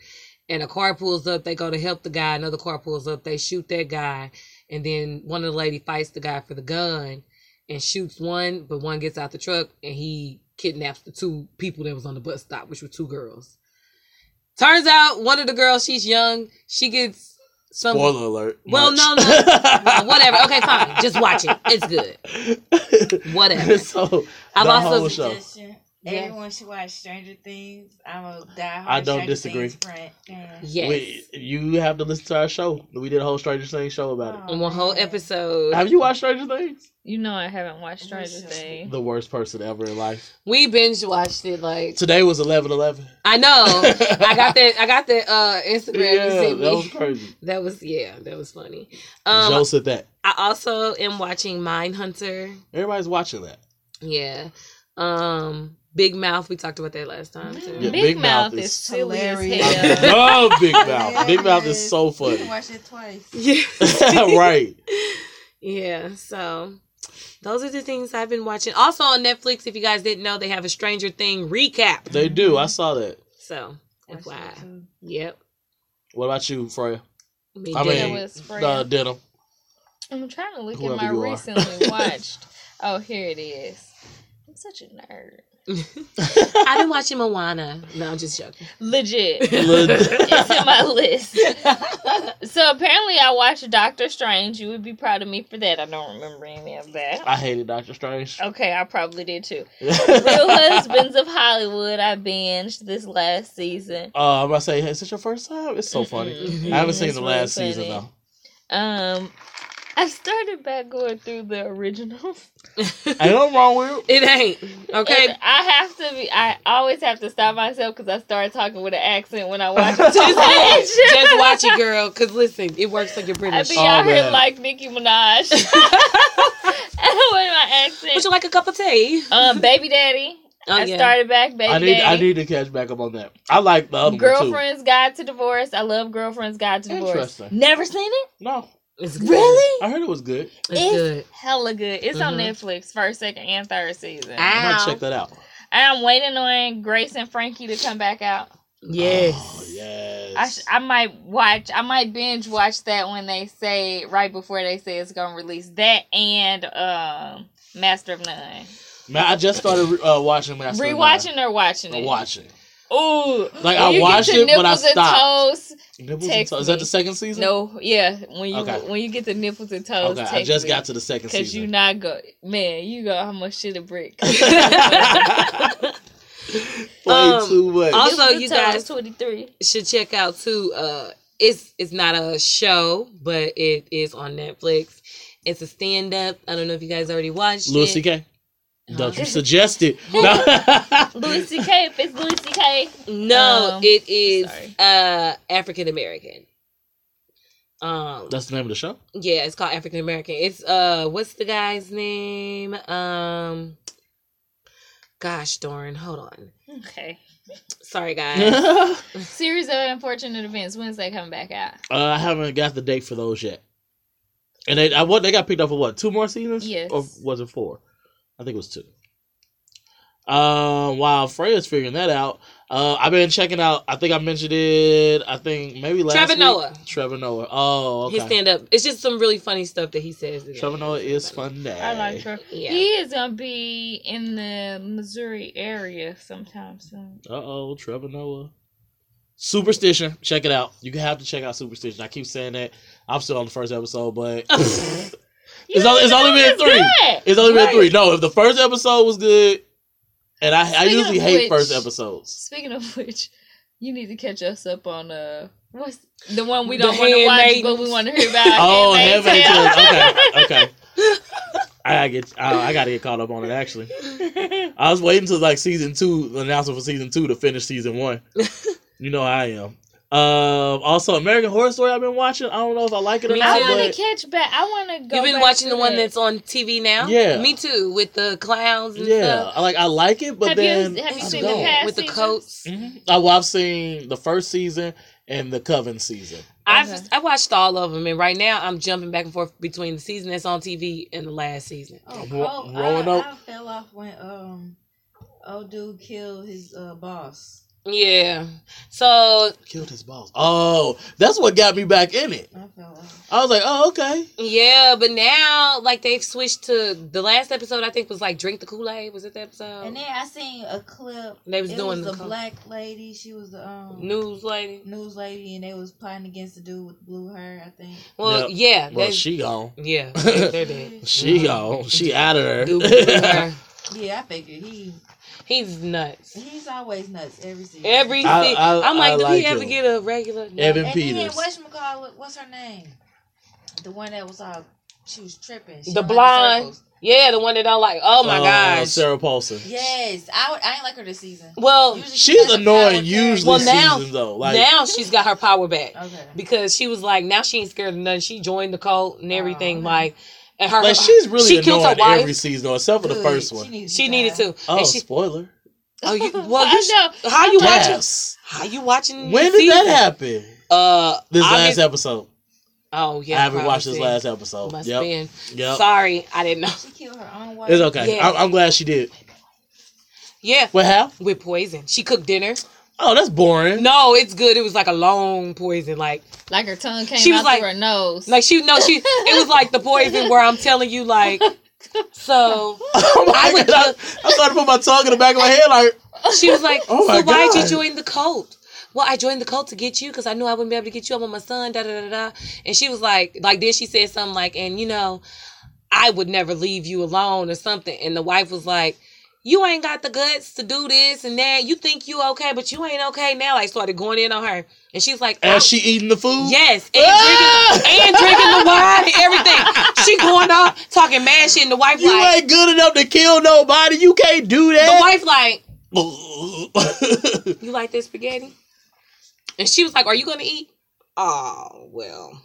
and a car pulls up. They go to help the guy. Another car pulls up. They shoot that guy, and then one of the lady fights the guy for the gun and shoots one, but one gets out the truck and he kidnaps the two people that was on the bus stop, which were two girls. Turns out one of the girls, she's young. She gets some
Spoiler alert.
Well, no, no. Well, whatever. Okay, fine. Just watch it. It's good.
good.
Whatever.
so
I've
the
also-
whole show.
Suggestion.
Yeah.
Everyone should watch Stranger Things. I'm a diehard
I don't
Stranger
disagree.
Things friend. Yeah.
Yes.
We, you have to listen to our show. We did a whole Stranger Things show about it.
Oh,
And one whole
man.
episode.
Have you watched Stranger Things?
You know I haven't watched
Oh,
Stranger
shit.
Things.
The worst person ever in life.
we binge watched it like
Today was 11 11.
I know. I got that I got that uh Instagram you
Yeah,
sent me.
that was crazy.
That was yeah, that was funny. Um
Joe said that.
I also am watching Mindhunter.
Everybody's watching that.
Yeah. Um Big Mouth, we talked about that last time too.
Yeah,
Um, Big,
Big
Mouth
Mouth
is
is
silly
hilarious.
as hell.
Love Big Mouth. Big Mouth is so
You
funny.
can watch it twice.
Yeah.
right.
yeah. So Those are the things I've been watching. Also on Netflix, if you guys didn't know, they have a Stranger Thing recap.
They do. I saw that.
So,
Watched it
FYI.
too.
Yep.
What about you, Freya?
Me
I
too.
mean, Uh, Denim.
I'm trying to look
whoever
at my
you are.
recently watched. Oh, here it is. I'm such a nerd.
I've been watching Moana. No, I'm just joking.
Legit.
Legit.
It's in my list. So apparently, I watched Doctor Strange. You would be proud of me for that. I don't remember any of that.
I hated Doctor Strange.
Okay, I probably did too. Real Husbands of Hollywood. I binged this last season.
Uh, I'm about to say, hey, is this your first time? It's so funny.
Mm-mm.
Mhm.
I haven't seen
Mm-hmm. It's
the
really
last season
funny.
though.
Um, I started back going through the originals.
Ain't nothing wrong with it.
It ain't. Okay.
And I have to be. I always have to stop myself because I start talking with an accent when I watch it.
Just watch it, girl. Because listen, it works like you're
I
British.
be
Oh,
out here
man.
like Nicki Minaj with my
Would
accent.
you like a cup of tea?
Um, baby daddy.
Oh,
I
yeah.
started back. Baby
I need
daddy.
I need to catch back up on that. I like the other one too.
Girlfriend's Guide to Divorce. I love Girlfriend's Guide to Divorce.
Interesting.
Never seen it?
No,
It's good.
Really?
I heard it was good.
It's
It's
good.
hella good. It's on
Mhm.
Netflix, first, second, and third season.
I-
I'm
Ow.
gonna check that out.
and I'm waiting on Grace and Frankie to come back out.
Yes.
Oh, yes.
I, sh- I might watch, I might binge watch that when they say, right before they say it's going to release that and um, Master of None.
Man, I just started re- uh, watching Master of None.
Rewatching or watching
I'm
it?
watching.
Ooh.
Like,
When
I
you get
watched
to
it, but I
Nipples and
stopped.
Toes,
Nipples and
Text
Toes. Is that
me.
the second season?
No, yeah. When you
Okay.
when you get to nipples and toes,
Okay, I
text
just
me.
got to the second
Cause you
season.
not go, man. You go how much shit a brick.
Play
Um,
too much.
I'll- Also, you guys-
twenty three.
should check out too. Uh, it's it's not a show, but it is on Netflix. It's a stand up. I don't know if you guys already watched
Louis
it.
C.K. Don't
Huh?
you suggest it?
Louis C K. If it's Louis C K.
No,
Um,
it is
sorry.
uh African American. Um,
That's the name of the show.
yeah, it's called African American. It's uh, what's the guy's name? Um, gosh darn, hold on.
Okay.
Sorry, guys.
uh,
Series of unfortunate events. When's they coming back out?
Uh, I haven't got the date for those yet. And they, I what they got picked up for what? Two more seasons?
Yes.
Or was it four? I think it was two. Um, while Freya's figuring that out, uh, I've been checking out. I think I mentioned it. I think maybe last
Trevor
week.
Noah.
Trevor Noah. Oh, okay.
His stand up. It's just some really funny stuff that he says.
Trevor Noah is funny.
I like her.
Yeah.
He is gonna be in the Missouri area sometime soon.
Uh oh, Trevor Noah. Superstition. Check it out. You have to check out Superstition. I keep saying that. I'm still on the first episode, but it's only-
You don't
it's
even
only
know
been
it's
three.
good.
only been
Right.
three. No, if the first episode was good, and I, I
Speaking
usually
of
hate
which-
first episodes.
Speaking of which, you need to catch us up on uh what's the one we
The
don't want to watch,
Handmaidens.
but we want to hear about.
Oh,
Handmaid's
Handmaid's
Tale.
Tale. Okay, okay. I gotta get. I, I gotta get caught up on it. Actually, I was waiting till like season two, the announcement for season two, to finish season one. you know how I am. Um, also, American Horror Story. I've been watching. I don't know if I like it or
Me
not.
I
too.
but-
want to catch back. I want to go.
You've been
back
watching
to
the one
that.
that's on TV now?
Yeah.
Me too, with the clowns and
Yeah,
stuff.
I like I like it, but
Have you-
then
have you
I
seen the
don't.
past?
With the
seasons?
coats.
Mhm. Oh, well, I've seen the first season and the Coven season.
Okay.
I've I watched all of them, and right now I'm jumping back and forth between the season that's on TV and the last season.
Oh,
Ro-
oh,
Roanoke.
I, I fell off when um old dude killed his uh, boss.
Oh.
Yeah. So
Killed his boss. Oh, that's what got me back in it.
I fell off.
I was like, oh okay.
yeah, but now like they've switched to the last episode. I think was like drink the Kool Aid. Was it the episode?
And then I seen a clip.
they was
it
doing
was a
the co-
black lady. She was the um
news lady.
news lady, and they was plotting against the dude with blue hair. I think.
Well, yeah.
Well,
that's-
she gone.
yeah. They're they're dead.
She gone. She out of there.
Dude, blue hair.
Yeah, I figured he
He's nuts.
he's always nuts every season.
Every
I-
si-
I-
I'm like,
I
do
like
he ever
him.
get a regular? No.
Evan
and then
Peters.
what's What's her name? The one that was all she was tripping. She
The
liked
blonde.
circles.
Yeah, the one that I like. Oh my
Uh,
gosh.
Sarah Paulson.
Yes, I I ain't like her this season.
Well,
Usually
She's
like a
annoying
power
usually
Oh, Well,
character.
now-
season though. Like
now she's got her power back
Okay.
because she was like, now she ain't scared of nothing. She joined the cult and everything.
Oh.
Like, and her,
like she's really
she killed her
annoying
wife.
every season though, except for the
Good.
first one.
needs
she needed
die.
to.
Oh,
and she,
spoiler.
oh, you,
Well,
well, you,
I know.
how you watching?
Yes.
How you watching?
When
this
did that
season?
happen?
Uh,
This
August,
last episode.
Oh yeah,
I haven't
probably
watched this
see.
last episode.
Must
yep.
been.
Yep.
Sorry, I didn't know.
She killed her own wife.
It's okay.
Yeah.
I'm, I'm glad she did.
Yeah,
What half?
with poison. She cooked dinner.
Oh, that's boring.
No, it's good. It was like a long poison. Like,
Like her tongue came
She was
out
like-
through her nose.
like she no, she. It was like the poison where I'm telling you, like. So
Oh my
I would
God. I, I started to put my tongue in the back of my head like,
she was like,
Oh my
"So why would
God.
you join the cult?" Well, I joined the cult to get you because I knew I wouldn't be able to get you. I want my son. Da da da da. And she was like, like then she said something like, "And you know, I would never leave you alone or something." And the wife was like. You ain't got the guts to do this and that. You think you okay, but you ain't okay now. Like started going in on her, and she's like, "I'm
as she Ah! eating the food?
Yes, and, drinking, and drinking the wine and everything. She going off talking mad shit, and the wife
You
like,
ain't good enough to kill nobody. You can't do
the
that.
wife like, you like this spaghetti? And she was like, are you gonna eat? Oh well,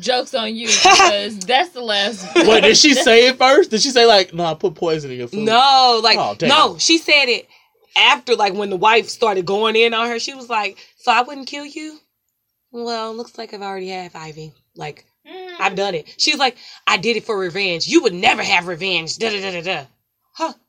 Jokes on you because that's the last.
Wait, did she say it first? Did she say like, no, I put poison in your food?
Mm. no, like
Oh, damn.
no. She said it after, like when the wife started going in on her. She was like, so I wouldn't kill you. Well, looks like I've already have Ivy. Like I've done it. She's like, I did it for revenge. You would never have revenge. Da da da da da. Huh.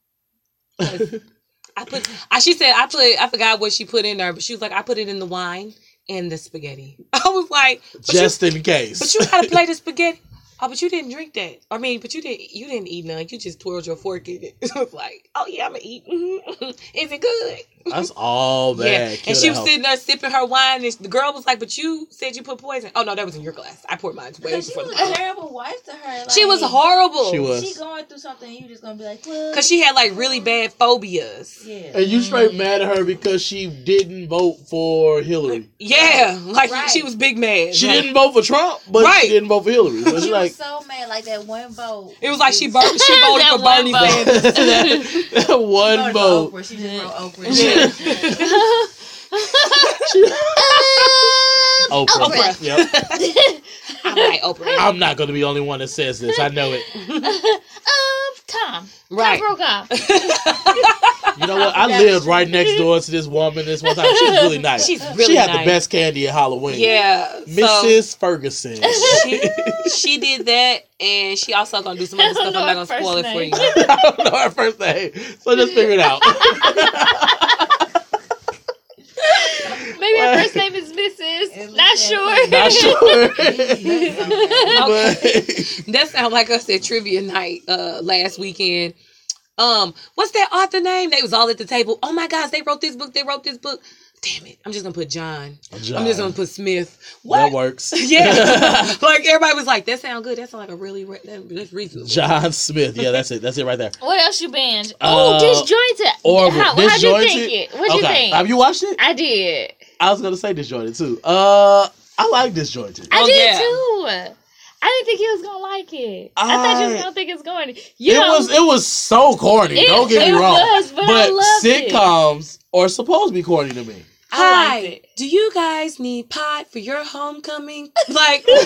I put. I, she said I put. I forgot what she put in there, but she was like, I put it in the wine and the spaghetti. I was like, but,
Just in
you,
case.
but you gotta play the spaghetti. Oh, but you didn't drink that. I mean, but you didn't. You didn't eat none. You just twirled your fork in it. I was like, oh yeah, I'm gonna eat. Mhm. Is it good?
That's all bad.
Yeah.
Kill
And she
that
was
hoe.
sitting there sipping her wine, and the girl was like, but you said you put poison. Oh no, that was in your glass. I poured mine way
Because she
before.
was
the
a terrible wife to her. Like,
She was horrible.
She was.
She going through something. You just gonna be like, well,
Cause she had like really bad phobias.
yeah.
And you straight mad at her because she didn't vote for Hillary.
Yeah, like
Right.
she was big mad.
She
Like,
didn't vote for Trump, but
Right.
she didn't vote for Hillary. So
She
she's like,
was so mad, like that one vote.
It was like she bur- she voted
That
for
one
Bernie
vote.
Sanders.
that, that
She
one
voted for
vote.
Oprah. She just
Oprah.
Yeah. Oprah.
wrote Oprah.
Yep.
I'm like Oprah.
I'm not going to be the only one that says this. I know it.
um, Tom.
Right.
Tom Brokaw.
You know what? I
Yeah.
lived right next door to this woman this one time. She's really nice.
She's really
she had
nice.
the best candy at Halloween.
Yeah. So
Mrs. Ferguson.
she, she did that, and she also gonna do some other stuff. I'm not gonna spoil it for you.
I don't know her first name, so just figure it out.
Maybe her first name is Mrs. Not sure.
Not sure.
Okay.
But-
That sound like us at trivia night uh last weekend. Um, what's that author name? They was all at the table. Oh my gosh, they wrote this book. They wrote this book. Damn it! I'm just gonna put John. I'm just gonna put Smith.
That
What?
works.
Yeah. like everybody was like, that sound good. That sound like a really re- that, that's reasonable.
John Smith. Yeah, that's it. That's it right there.
What else you binge?
Uh,
oh, disjointed.
Or
How, how'd you think it? What'd you think?
Have you watched it?
I did.
I was gonna say disjointed too. Uh, I like disjointed.
I
Oh,
did
yeah.
too. I didn't think he was gonna like it. I, thought you
I-
was gonna think it's going. You
it
know,
was it was so corny.
It-
don't get
it
me wrong.
was, but I loved it.
sitcoms are supposed to be corny to me.
I liked
Hi,
it.
do you guys need pot for your homecoming? Like
Bruh.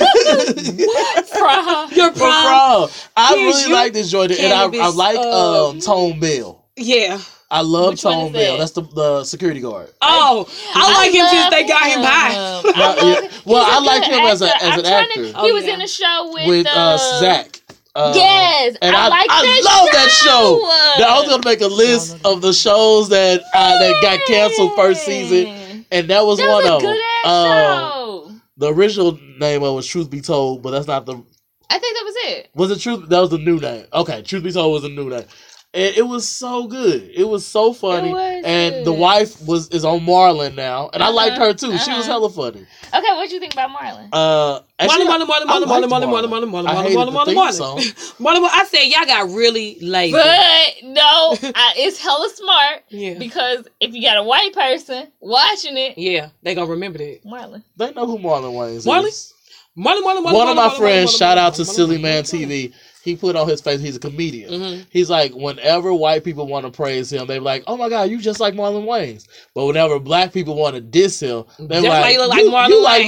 your
But bro,
prom?
I
Here's
really
your
like disjointed, and I, I
cannabis,
like
uh,
um Tone Bell.
Yeah.
I love
Which one
Tone
is
Bell.
that?
That's the the security guard.
Oh, I, like him since they got him high.
him. I
Yeah,
love
yeah. Well,
He's a
I like
good
him as a-
actor.
as
I'm
an
trying to-
actor.
Oh,
he was
yeah.
in a show with,
with uh, Zach. Uh,
Yes,
and
I,
I-
like
I
that
love that show.
show.
Now, I was gonna make a list of the shows that uh, that got canceled first season, and that was
That
one
was a
of them.
good ass
Uh,
show.
The original name of it was Truth Be Told, but that's not the
I think that was it.
was it Truth. That was the new name. Okay, Truth Be Told was the new name, and it was so good. It was so funny.
It was
and the
good.
wife was is on Marlon now, and I liked
Uh-huh,
her too. She was
uh-huh.
hella funny.
Okay, what'd you think about Marlon?
Uh,
Marlon,
actually,
Marlon,
I liked
Marlon, Marlon, Marlon, Marlon,
Marlon.
Marlon, Marlon,
I
Marlon,
hated
Marlon,
the theme song.
Marlon, Marlon, Marlon. I said y'all got really lazy.
But no, I, it's hella smart
yeah,
because if you got a white person watching it,
yeah, they gonna remember that.
Marlon.
They know who Marlon Wayans
Marlon?
is.
Marlon, Marlon, Marlon.
one of
Marlon,
my
Marlon,
friends,
Marlon,
shout
Marlon,
out to
Marlon,
Silly
Marlon,
Man
Marlon.
TV. He put on his face, he's a
Mm-hmm.
comedian.
Mhm.
He's like, whenever white people want to praise him, they're like, oh my God, you just like Marlon Wayans. But whenever black people want to diss him, they're
That's why
like,
you
you, like,
look like Marlon
Marlon you like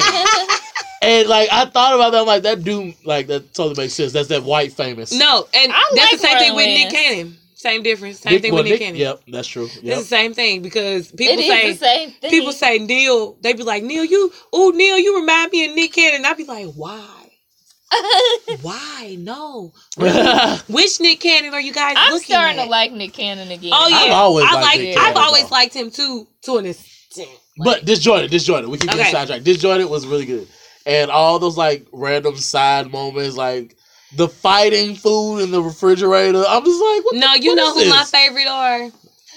Marlon Wayans. and like, I thought about that. I'm like, that dude, like, that totally makes sense. That's that white famous.
No, and
I
that's
like
the same thing
Marlon
with Nick
Wayans.
Cannon. Same difference. Same
Nick-
thing
well,
with Nick,
Nick-
Cannon.
Yep, that's true.
It's
Yep.
the same thing because
It
people
is
say
the same thing.
people say Neil. They be like Neil, you oh Neil, you remind me of Nick Cannon. I be like, why? Why? No.
I've
Which Nick Cannon are you guys
I'm
looking
starting
at?
to like Nick Cannon again.
Oh yeah,
always
I
liked
like.
Nick
Cannon,
I've always
though.
liked him too, to an extent.
But disjointed, disjointed. We keep getting
Okay.
sidetracked. Disjointed was really good, and all those like random side moments, like the fighting food in the refrigerator. I'm just like, what
No, you
what
know
is
who my
this?
favorite are.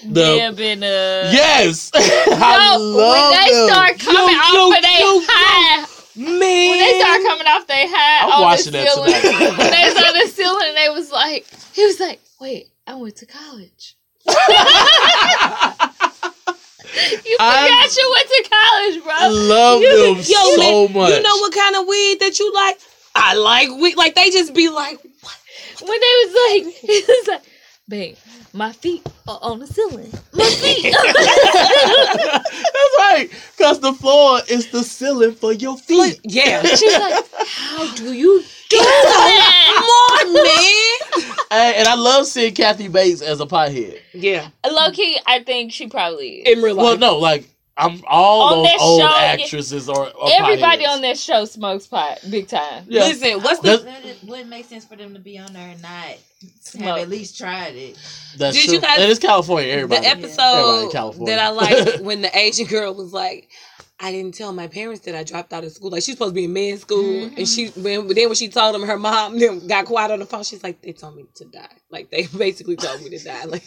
the-
Deb and uh,
Yes, I
No,
love
when they
them.
start coming
Yo,
off
yo,
of they
yo, yo,
high,
man.
when they start coming off they high
I'm
on
watching
the
that
ceiling,
tonight.
when they saw the ceiling, and they was like, he was like, wait, I went to college. You forgot
I'm-
you went to college,
I
bro.
love
You-
them
yo,
Oh, so
man,
much.
You know what kind of weed that you like? I like weed. Like they just be like,
When they was like, he was like, babe, my feet are on the ceiling. My feet.
That's right, because the floor is the ceiling for your feet.
yeah,
She's like, how do you do that?
come on, man.
Hey, and I love seeing Kathy Bates as a pothead.
Yeah,
Low key, I think she probably is.
in real life.
Well, no, like I'm all
On
those
that
old
show,
actresses are, are
Everybody
potheads.
on that show smokes pot big time.
Yeah.
Listen, what's the?
That's-
It wouldn't make sense for them to be on there and not have
Smoke.
at least tried it.
That's
Did
true.
you guys-
and it's California. Everybody.
The
Everybody in
episode
California.
that I like when the Asian girl was like, I didn't tell my parents that I dropped out of school. Like she's supposed to be in med school, and she
Mm-hmm.
when then when she told them, her mom then got quiet on the phone. She's like, they told me to die. Like they basically told me to die. Like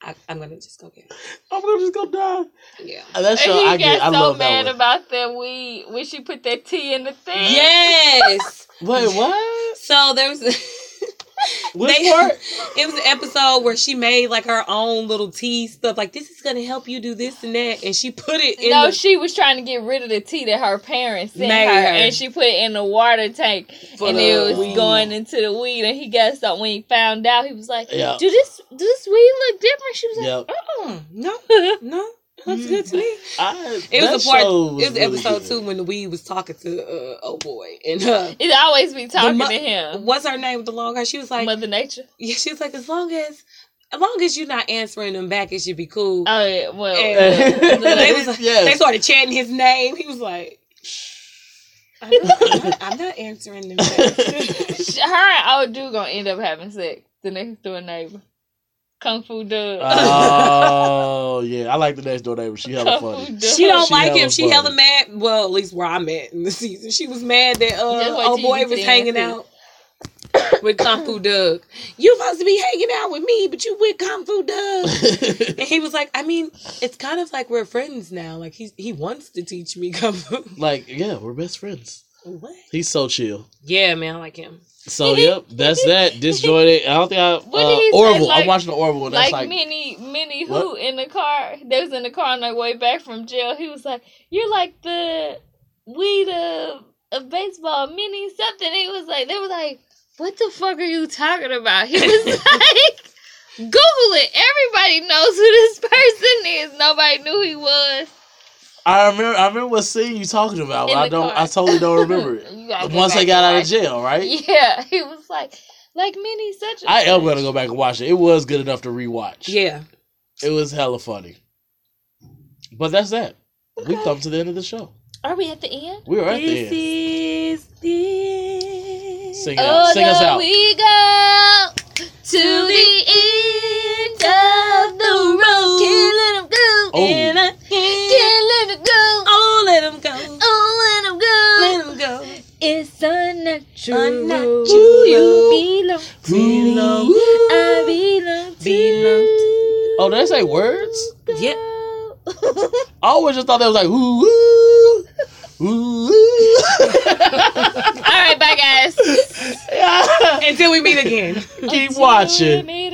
I, I'm gonna just go get. It.
I'm gonna just go die.
Yeah.
And that show,
he
I
got
get.
so
I love
mad
that one.
about that weed when she put that tea in the thing.
Yes.
Wait, what?
So there was.
Which
They-
part?
it was an episode where she made like her own little tea stuff. Like this is gonna help you do this and that, and she put it in.
no,
the,
she was trying to get rid of the tea that her parents sent
Made
her,
her.
and she put it in the water tank,
For
and
the
it was
weed.
going into the weed. And he got so when he found out, he was like,
Yeah.
"Do this, do this weed look different?" She was
Yep.
Mm, no,
like,
no, that's good to me.
I,
It
that
was a part.
show
It was
really
episode
good.
two when the weed was talking to uh, oh boy and uh,
"It always be talking
mo-
to him."
what's her name with the long hair? She was like,
Mother Nature.
yeah, she was like, as long as, as long as you're not answering them back, it should be cool.
Oh yeah, well,
And-
well, well,
they was like,
Yes.
they started chanting his name. He was like. I'm not, I'm not, I'm not answering them. back."
her and old dude gonna end up having sex. The next door neighbor, Kung Fu Doug.
Oh yeah, I like the next door neighbor. She hella funny.
She don't
She
like him.
hella
She hella
funny.
mad. Well, at least where I'm at in the season, she was mad that
Just
uh,
wait till
old
you
boy
get to
was
the
hanging
end.
out with Kung Fu Doug. You supposed to be hanging out with me, but you with Kung Fu Doug. And he was like, I mean, it's kind of like we're friends now. Like he he wants to teach me Kung Fu.
like yeah, we're best friends.
what?
He's so chill.
Yeah, man, I like him.
So yep, that's that. Disjointed. I don't think I
What did he
uh,
say,
Orville. I'm
like-
watching the Orville. And that's
like,
like,
many, many who in the car. They was in the car on their way back from jail. He was like, "You're like the weed of, of baseball, mini something." He was like, "They were like, what the fuck are you talking about?" He was like, "Google it. Everybody knows who this person is. Nobody knew who he was."
I remember. I remember what scene you talking about.
In
But I
the
don't.
car.
I totally don't remember it.
You gotta go
Once
back
I got
and
out of
watch.
jail, right?
yeah, he was like, like many such. and
I am
such."
gonna go back and watch it. It was good enough to rewatch.
Yeah.
It was hella funny. But that's that. We've come to the end of the show.
Are we at the end?
We are at the
This
end.
is the
Sing it out. Sing us
there
out.
Oh, we go to the end of the road. Can't let 'em go.
Oh.
And I can't.
Can't let 'em go.
Oh, let him go.
Oh, let 'em go.
Let him go.
It's unnatural.
Unnatural.
You belong to me.
Belong.
I belong to
Belong
you.
Oh, did I say words?
Yeah.
I always just thought that was like ooh ooh ooh. ooh.
All right, bye guys.
Yeah.
Until we meet again.
Keep watching.